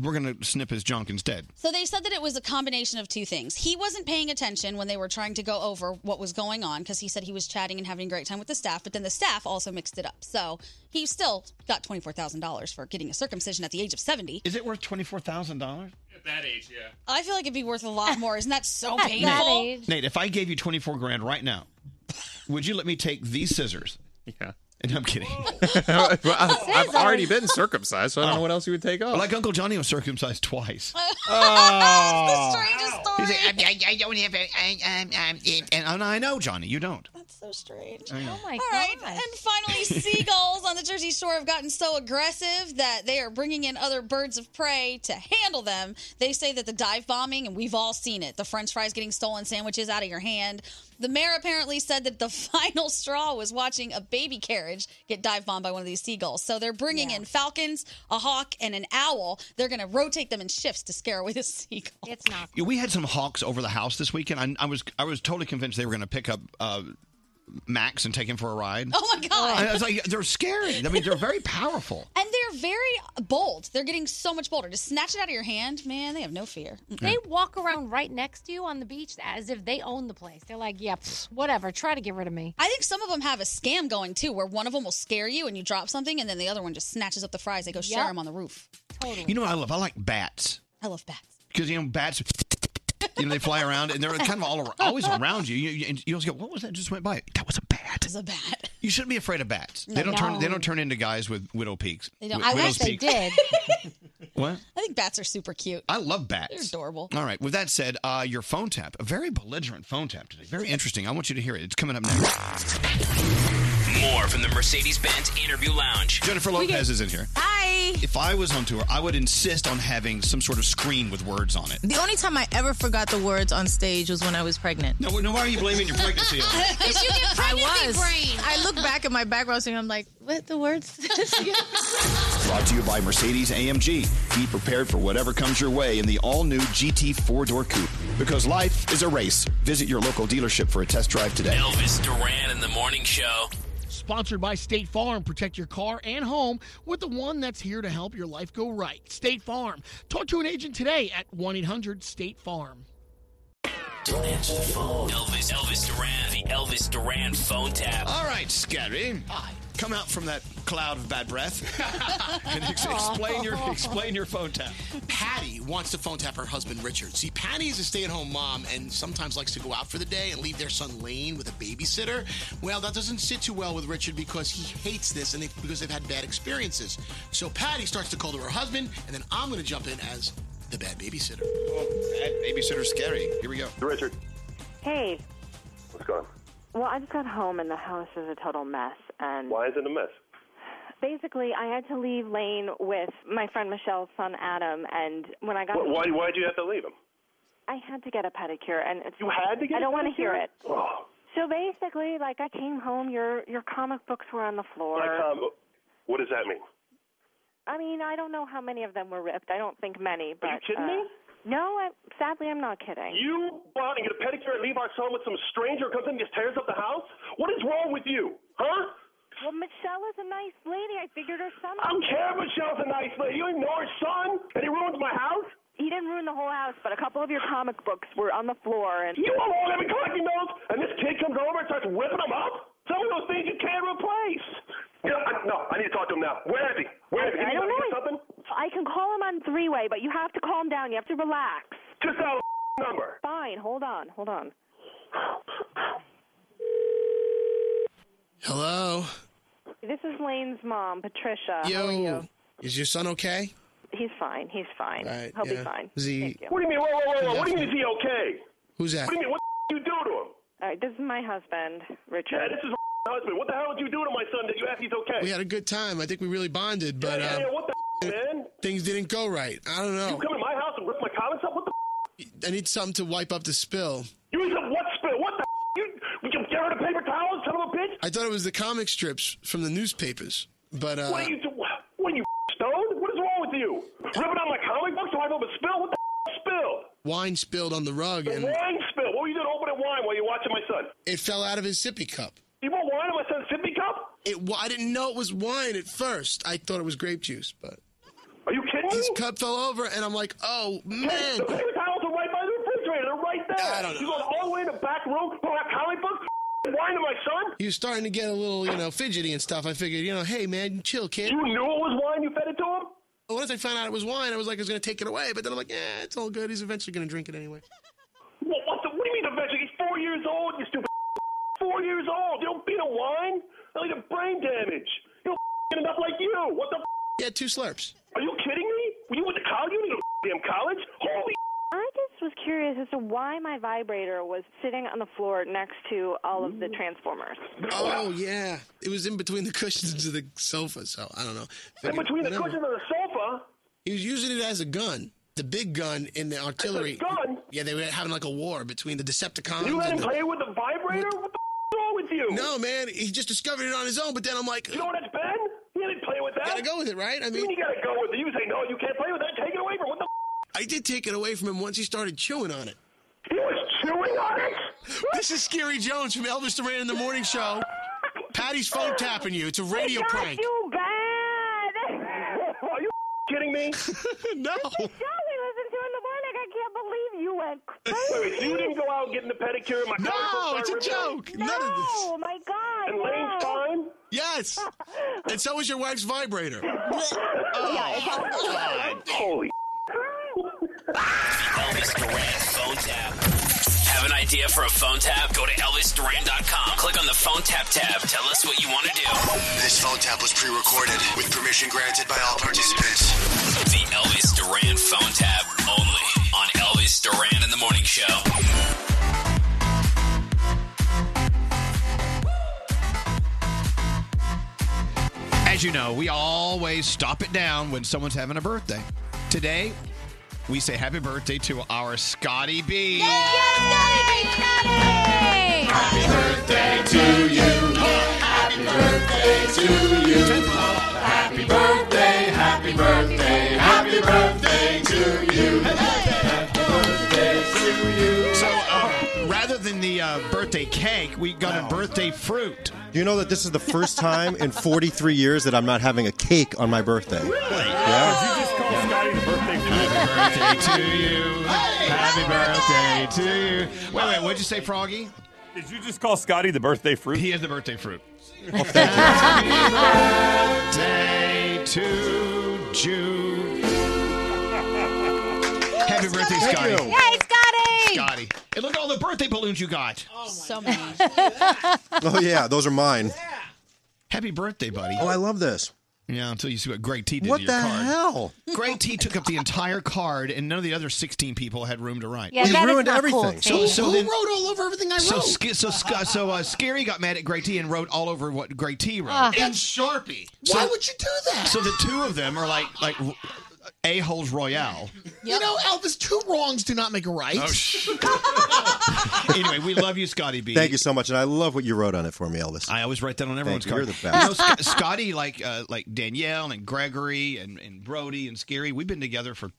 Speaker 2: we're gonna snip his junk instead?
Speaker 5: So they said that it was a combination of two things. He wasn't paying attention when they were trying to go over what was going on because he said he was chatting and having a great time with the staff, but then the staff also mixed it up. So he still got $24,000 for getting a circumcision at the age of 70.
Speaker 2: Is it worth $24,000?
Speaker 13: At that age, yeah.
Speaker 5: I feel like it'd be worth a lot more. Isn't that so
Speaker 13: At that
Speaker 5: painful?
Speaker 2: Nate, if I gave you 24 grand right now, would you let me take these scissors? Yeah. And I'm kidding.
Speaker 13: I've already been circumcised, so I don't know what else you would take off.
Speaker 2: Oh. Like Uncle Johnny was circumcised twice.
Speaker 13: oh.
Speaker 2: He's like, I, I- I don't have a, I, um, um, it- and, and I know, Johnny, you don't.
Speaker 5: That's so strange.
Speaker 2: I
Speaker 10: Oh
Speaker 2: know.
Speaker 5: All right, and finally, seagulls on the Jersey Shore have gotten so aggressive that they are bringing in other birds of prey to handle them. They say that the dive bombing, and we've all seen it, the French fries getting stolen, sandwiches out of your hand. The mayor apparently said that the final straw was watching a baby carriage get dive bombed by one of these seagulls. So they're bringing in falcons, a hawk, and an owl. They're going to rotate them in shifts to scare away the seagulls.
Speaker 10: It's not.
Speaker 2: Yeah, We had some hawks over the house this weekend. I, I was I was totally convinced they were going to pick up uh, Max and take him for a ride.
Speaker 5: Oh my God.
Speaker 2: And I was like, they're scary. I mean, they're very powerful.
Speaker 5: And they're very bold. They're getting so much bolder. To snatch it out of your hand, man, they have no fear.
Speaker 10: They walk around right next to you on the beach as if they own the place. They're like, yeah, pfft, whatever. Try to get rid of me.
Speaker 5: I think some of them have a scam going too, where one of them will scare you and you drop something, and then the other one just snatches up the fries. They go share 'em share them on the roof. Totally.
Speaker 2: You know what I love? I like bats
Speaker 5: I love bats.
Speaker 2: because you know bats. You know they fly around and they're kind of all ar- always around you. You, you, and you always go, "What was that? Just went by." That was a bat. It
Speaker 5: was a bat.
Speaker 2: You shouldn't be afraid of bats.
Speaker 5: No.
Speaker 2: They don't turn. They
Speaker 5: No.
Speaker 2: don't turn into guys with widow peaks.
Speaker 5: They don't.
Speaker 2: wi-
Speaker 5: I wish
Speaker 2: widow's
Speaker 5: they
Speaker 2: peaks.
Speaker 5: did.
Speaker 2: What?
Speaker 5: I think bats are super cute.
Speaker 2: I love
Speaker 5: They're
Speaker 2: Uh, bats.
Speaker 5: adorable.
Speaker 2: All right. With that said, uh, your phone tap, a very belligerent phone tap today. Very interesting. I want you to hear it. It's coming up next.
Speaker 8: More from the Mercedes Benz Interview Lounge.
Speaker 2: Jennifer Lopez is in here.
Speaker 17: Hi.
Speaker 2: If I was on tour, I would insist on having some sort of screen with words on it.
Speaker 17: The only time I ever forgot the words on stage was when I was pregnant.
Speaker 2: No, no why are you blaming your pregnancy on it?
Speaker 17: Because you get pregnancy I was. brain. I look back at my background and I'm like, what the words?
Speaker 2: Brought to you by Mercedes AMG. Be prepared for whatever comes your way in the all new GT four door coupe. Because life is a race. Visit your local dealership for a test drive today.
Speaker 8: Elvis Duran in the Morning Show.
Speaker 11: Sponsored by State Farm. Protect your car and home with the one that's here to help your life go right. State Farm. Talk to an agent today at 1 800 State Farm.
Speaker 8: Don't answer the phone. Elvis, Elvis Duran, the Elvis Duran phone tap.
Speaker 2: All right, Scary. Hi. Come out from that cloud of bad breath and ex- explain your explain your phone tap.
Speaker 1: Patty wants to phone tap her husband Richard. See, Patty is a stay-at-home mom and sometimes likes to go out for the day and leave their son Lane with a babysitter. Well, that doesn't sit too well with Richard because he hates this and they, because they've had bad experiences. So Patty starts to call to her husband, and then I'm going to jump in as the bad babysitter.
Speaker 2: Bad babysitter's scary. Here we go.
Speaker 15: Richard.
Speaker 25: Hey,
Speaker 15: What's going on?
Speaker 25: well, I just got home and the house is a total mess. And
Speaker 15: Why is it a mess?
Speaker 25: basically, I had to leave Lane with my friend Michelle's son Adam. And when I got,
Speaker 15: Wh- Why, why did you have to leave him?
Speaker 25: I had to get a pedicure, and it's
Speaker 15: You had to get
Speaker 25: I don't
Speaker 15: a
Speaker 25: want to
Speaker 15: pedicure?
Speaker 25: hear it.
Speaker 15: Oh.
Speaker 25: So basically, like I came home, your your comic books were on the floor.
Speaker 15: Like, um, what does that mean?
Speaker 25: I mean, I don't know how many of them were ripped. I don't think many. But uh,
Speaker 15: Are you kidding me?
Speaker 25: No, I, sadly, I'm not kidding.
Speaker 15: You go out and get a pedicure and leave our son with some stranger who comes in and just tears up the house? What is wrong with you? Huh?
Speaker 25: Well, Michelle is a nice lady. I figured her son.
Speaker 15: I don't care if Michelle's a nice lady. You didn't know her son, and he ruins my house?
Speaker 25: He didn't ruin the whole house, but a couple of your comic books were on the floor, and
Speaker 15: You all have been collecting those, and this kid comes over and starts whipping them up? Some of those things you can't replace. You know, I, no, I need to talk to him now. Where is he? Where is he?
Speaker 25: I don't
Speaker 15: Anybody
Speaker 25: know.
Speaker 15: get Something?
Speaker 25: I can call him on three way, but you have to calm down. You have to relax.
Speaker 15: Just dial a number.
Speaker 25: Fine. Hold on. Hold on.
Speaker 1: Hello.
Speaker 25: This is Lane's mom, Patricia. Uh, How are you?
Speaker 1: Is your son okay?
Speaker 25: He's fine. He's fine.
Speaker 1: Right,
Speaker 25: He'll
Speaker 1: yeah.
Speaker 25: be fine.
Speaker 1: Is he-
Speaker 25: Thank you.
Speaker 15: What do you mean? Whoa, whoa, whoa, whoa. What do you mean, is he okay?
Speaker 1: Who's that?
Speaker 15: What do you mean? What the you do to him?
Speaker 25: All right, this is my husband,
Speaker 15: Yeah,
Speaker 25: Richard.
Speaker 15: this is my husband. What the hell did you do to my son that you asked he's okay?
Speaker 1: We had a good time. I think we really bonded, but
Speaker 15: yeah,
Speaker 1: uh,
Speaker 15: yeah, what the man?
Speaker 1: things didn't go right. I don't know.
Speaker 15: You come in my house and rip my comments up? What the
Speaker 1: I need something to wipe up the spill.
Speaker 15: You said what spill? What the You, you get rid of paper towels, son of a bitch?
Speaker 1: I thought it was the comic strips from the newspapers, but uh,
Speaker 15: what are you do? What are you stoned? What is wrong with you? Ripping out my comic books to wipe up a spill? What the spill?
Speaker 1: wine spilled on the rug
Speaker 15: The
Speaker 1: and
Speaker 15: wine spill. What were you doing opening wine while you were watching my son?
Speaker 1: it fell out of his sippy cup.
Speaker 15: You want wine in my son's sippy cup?
Speaker 1: It, wa- I didn't know it was wine at first. I thought it was grape juice, but
Speaker 15: are you kidding?
Speaker 1: His cup fell over, and I'm like, oh man.
Speaker 15: The paper towels are right by the refrigerator. They're right there. I don't know. You going all the way in the back room, pulling out comic books, wine to my son?
Speaker 1: He was starting to get a little, you know, fidgety and stuff. I figured, you know, hey man, chill, kid.
Speaker 15: You knew it was wine. You fed it to him.
Speaker 1: Once I found out it was wine, I was like, I was gonna take it away, but then I'm like, yeah, it's all good. He's eventually gonna drink it anyway.
Speaker 15: What, what, the, what do you mean eventually? He's four years old, you stupid. Four years old. You don't beat a wine. They'll get brain damage. He'll end up like you. What the?
Speaker 1: Yeah, two slurps.
Speaker 15: Are you kidding me? You went to college? You didn't go to damn college? Holy.
Speaker 25: I just was curious as to why my vibrator was sitting on the floor next to all of the transformers.
Speaker 1: Oh yeah, it was in between the cushions of the sofa, so I don't know.
Speaker 15: In between the cushions of the sofa.
Speaker 1: He was using it as a gun, the big gun in the artillery.
Speaker 15: gun?
Speaker 1: Yeah, they were having like a war between the Decepticons.
Speaker 15: You let
Speaker 1: and
Speaker 15: him
Speaker 1: the-
Speaker 15: play with the vibrator? What the f- is wrong with you?
Speaker 1: No, man, he just discovered it on his own. But then I'm like,
Speaker 15: You know what that's been? You didn't play with that.
Speaker 1: Gotta go with it, right? I
Speaker 15: You
Speaker 1: mean-
Speaker 15: you gotta go with it. You say no, you can't play with that. Take it away from him. what the. F-
Speaker 1: I did take it away from him once he started chewing on it.
Speaker 15: He was chewing on it.
Speaker 1: This is Scary Jones from Elvis Duran in the Morning Show. Patty's phone tapping you. It's a radio
Speaker 25: got
Speaker 1: prank.
Speaker 25: you bad.
Speaker 15: Are you kidding me?
Speaker 1: no.
Speaker 25: Show we listen to in the morning. I can't believe you went
Speaker 15: Wait, wait,
Speaker 25: crazy.
Speaker 15: you didn't go out getting the pedicure and my
Speaker 1: No,
Speaker 15: comic
Speaker 1: it's a
Speaker 15: book started ripping?
Speaker 1: joke. None of this.
Speaker 25: Oh my God!
Speaker 15: And Lane's
Speaker 25: no.
Speaker 15: fine?
Speaker 1: Yes. And so was your wife's vibrator.
Speaker 2: Oh,
Speaker 25: Yeah, it's all
Speaker 15: Holy.
Speaker 8: Elvis Duran phone tap. Have an idea for a phone tap? Go to ElvisDuran.com. Click on the phone tap tab. Tell us what you want to do.
Speaker 35: This phone tap was pre-recorded with permission granted by all participants.
Speaker 8: The Elvis Duran phone tap only on Elvis Duran in the Morning Show.
Speaker 2: As you know, we always stop it down when someone's having a birthday. Today, we say happy birthday to our Scotty B.
Speaker 22: Happy birthday to you. Happy birthday to you. Happy birthday, happy birthday, happy birthday to you. Happy birthday to you.
Speaker 2: So, uh, rather than the uh, birthday cake, we got a birthday fruit.
Speaker 14: Do you know that this is the first time in 43 years that I'm not having a cake on my birthday?
Speaker 22: Did you just call Scotty the birthday Happy birthday to you.
Speaker 2: Happy birthday to you. Wait, wait, what'd you say, Froggy?
Speaker 9: Did you just call Scotty the birthday fruit? He
Speaker 2: is the birthday fruit.
Speaker 18: birthday
Speaker 2: to June. Happy birthday,
Speaker 18: Scotty.
Speaker 2: Scotty.
Speaker 18: Thank you. Yay, Scotty.
Speaker 2: Scotty. And look at all the birthday balloons you got.
Speaker 5: so many.
Speaker 12: Oh yeah, those are mine.
Speaker 2: Happy birthday, buddy.
Speaker 12: Oh, I love this.
Speaker 2: Yeah, until you see what Greg T did
Speaker 12: What
Speaker 2: to your
Speaker 12: the
Speaker 2: card.
Speaker 12: hell?
Speaker 2: Greg T took up the entire card, and none of the other 16 people had room to write.
Speaker 18: Yeah, He that is ruined not cool, everything.
Speaker 2: so,
Speaker 18: see?
Speaker 2: so
Speaker 18: Who
Speaker 2: then,
Speaker 18: wrote all over everything I
Speaker 2: so
Speaker 18: wrote?
Speaker 2: Sca- so Sca- so uh, Scary got mad at Greg T and wrote all over what Greg T wrote.
Speaker 18: Ah.
Speaker 3: in Sharpie. Why would you do that?
Speaker 2: So the two of them are like like a holes royale.
Speaker 11: You know, Elvis, two wrongs do not make a right.
Speaker 2: Oh, sh- anyway, we love you, Scotty B.
Speaker 12: Thank you so much, and I love what you wrote on it for me, Elvis.
Speaker 2: I always write that on everyone's
Speaker 12: Thank you.
Speaker 2: card.
Speaker 12: You're the best.
Speaker 2: You know, Sc- Scotty, like uh, like Danielle and Gregory and, and Brody and Scary, we've been together for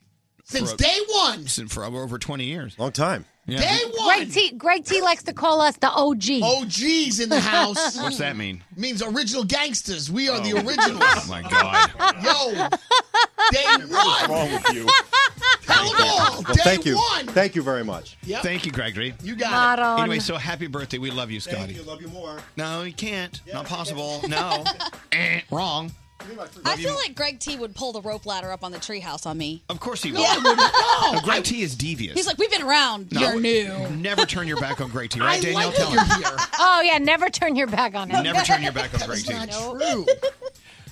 Speaker 10: Since
Speaker 2: for-
Speaker 10: day one.
Speaker 2: Since for over twenty years.
Speaker 12: Long time.
Speaker 2: Yeah.
Speaker 10: Greg T. Greg T. likes to call us the OG.
Speaker 11: OGs in the house.
Speaker 2: What's that mean?
Speaker 11: Means original gangsters. We are the
Speaker 2: Oh.
Speaker 11: originals.
Speaker 2: Oh my God.
Speaker 11: Yo, day one.
Speaker 2: wrong with you?
Speaker 11: Tell them all.
Speaker 12: Well,
Speaker 11: day
Speaker 12: thank you.
Speaker 11: one.
Speaker 12: Thank you very much.
Speaker 2: Thank you, Gregory.
Speaker 11: You
Speaker 12: got Not it. on.
Speaker 2: Anyway, so happy birthday. We love you, Scotty.
Speaker 12: Love you more.
Speaker 2: No, you can't. Not possible. No. Eh, Wrong.
Speaker 5: I feel like Greg T would pull the rope ladder up on the treehouse on me.
Speaker 2: Of course he
Speaker 5: Yeah.
Speaker 2: will.
Speaker 5: I wouldn't. No.
Speaker 2: No, Greg T is devious.
Speaker 5: He's like, we've been around.
Speaker 2: No,
Speaker 5: You're new.
Speaker 2: Never turn your back on Greg T. Right,
Speaker 5: I
Speaker 2: Danielle?
Speaker 5: like
Speaker 2: Tell
Speaker 5: that
Speaker 2: him.
Speaker 10: Oh yeah, never turn your back on him.
Speaker 2: Never turn your back on Greg T.
Speaker 10: true.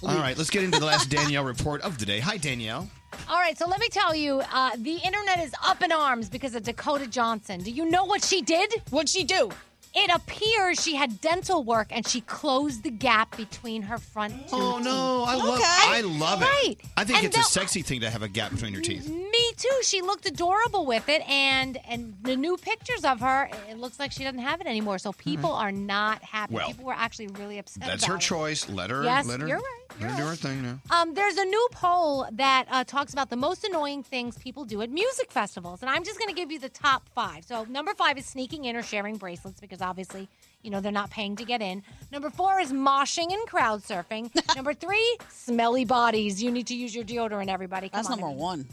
Speaker 2: All right, let's get into the last Danielle report of the day. Hi, Danielle.
Speaker 10: All right, so let me tell you, uh, the internet is up in arms because of Dakota Johnson. Do you know what she did?
Speaker 5: What'd she do?
Speaker 10: It appears she had dental work and she closed the gap between her front two
Speaker 2: Oh
Speaker 10: teeth.
Speaker 2: no, I love I love it.
Speaker 10: Right.
Speaker 2: I think
Speaker 10: And
Speaker 2: it's a
Speaker 10: they'll- Mm-hmm.
Speaker 2: sexy thing to have a gap between your teeth.
Speaker 10: Me too. She looked adorable with it, and and the new pictures of her, it looks like she doesn't have it anymore. So people are not happy.
Speaker 2: Mm-hmm. Well,
Speaker 10: people were actually really upset.
Speaker 2: That's her
Speaker 10: about it.
Speaker 2: choice. Let her
Speaker 10: Yes,
Speaker 2: let her,
Speaker 10: you're right,
Speaker 2: let her do her thing now.
Speaker 10: Um, there's a new poll that uh, talks about the most annoying things people do at music festivals, and I'm just going to give you the top five. So number five is sneaking in or sharing bracelets because obviously, you know, they're not paying to get in. Number four is moshing and crowd surfing. number three, smelly bodies. You need to use your deodorant, everybody. Come
Speaker 5: That's
Speaker 10: on,
Speaker 5: number
Speaker 10: I mean,
Speaker 5: one.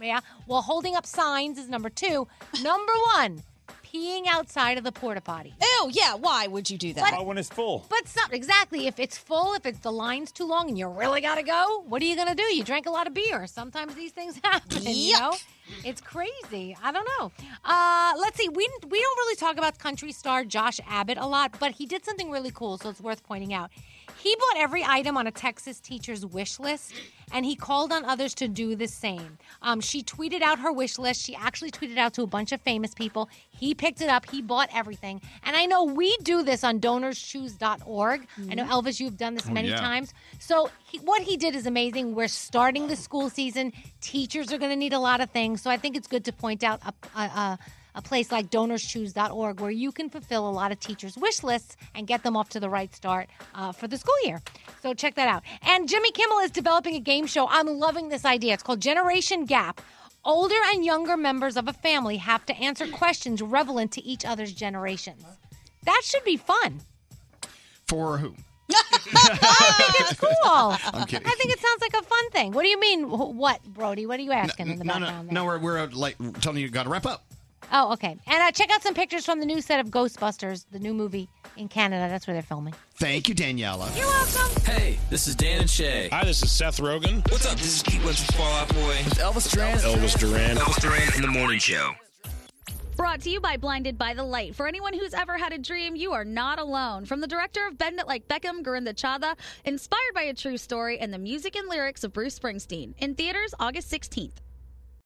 Speaker 10: Yeah. Well, holding up signs is number two. Number one, peeing outside of the porta potty.
Speaker 5: Ew, yeah. Why would you do that?
Speaker 10: But-
Speaker 9: when it's full.
Speaker 10: But some, exactly, if it's full, if it's the line's too long, and you really gotta go, what are you gonna do? You drank a lot of beer. Sometimes these things happen. You
Speaker 5: Yuck.
Speaker 10: know, it's crazy. I don't know. Uh, let's see. We we don't really talk about country star Josh Abbott a lot, but he did something really cool, so it's worth pointing out. He bought every item on a Texas teacher's wish list, and he called on others to do the same. Um, she tweeted out her wish list. She actually tweeted out to a bunch of famous people. He picked it up. He bought everything. And I know we do this on donorschoose.org. I know, Elvis, you've done this
Speaker 18: Oh,
Speaker 10: many
Speaker 18: yeah.
Speaker 10: times. So he, what he did is amazing. We're starting the school season. Teachers are going to need a lot of things. So I think it's good to point out a, a, a a place like donorschoose.org where you can fulfill a lot of teachers' wish lists and get them off to the right start uh, for the school year. So check that out. And Jimmy Kimmel is developing a game show. I'm loving this idea. It's called Generation Gap. Older and younger members of a family have to answer questions relevant to each other's generations. That should be fun.
Speaker 2: For who?
Speaker 10: I think it's cool. i
Speaker 2: I'm kidding.
Speaker 10: think it sounds like a fun thing. What do you mean? wh- What, Brody? What are you asking in the
Speaker 2: No, no,
Speaker 10: background?
Speaker 2: no. We're we're uh, like telling you, got to wrap up.
Speaker 10: Oh, okay. And uh, check out some pictures from the new set of Ghostbusters, the new movie in Canada. That's where they're filming.
Speaker 2: Thank you, Daniela.
Speaker 10: You're welcome.
Speaker 8: Hey, this is Dan and Shay. Hi, this is Seth Rogen. What's up? This is Pete Wentz from Fall Out Boy. It's Elvis Duran. Elvis Duran. Elvis Duran in the morning show.
Speaker 20: Brought to you by Blinded by the Light. For anyone who's ever had a dream, you are not alone. From the director of Bend It Like Beckham, Gorinda Chadha, inspired by a true story and the music and lyrics of Bruce Springsteen. In theaters, August 16th.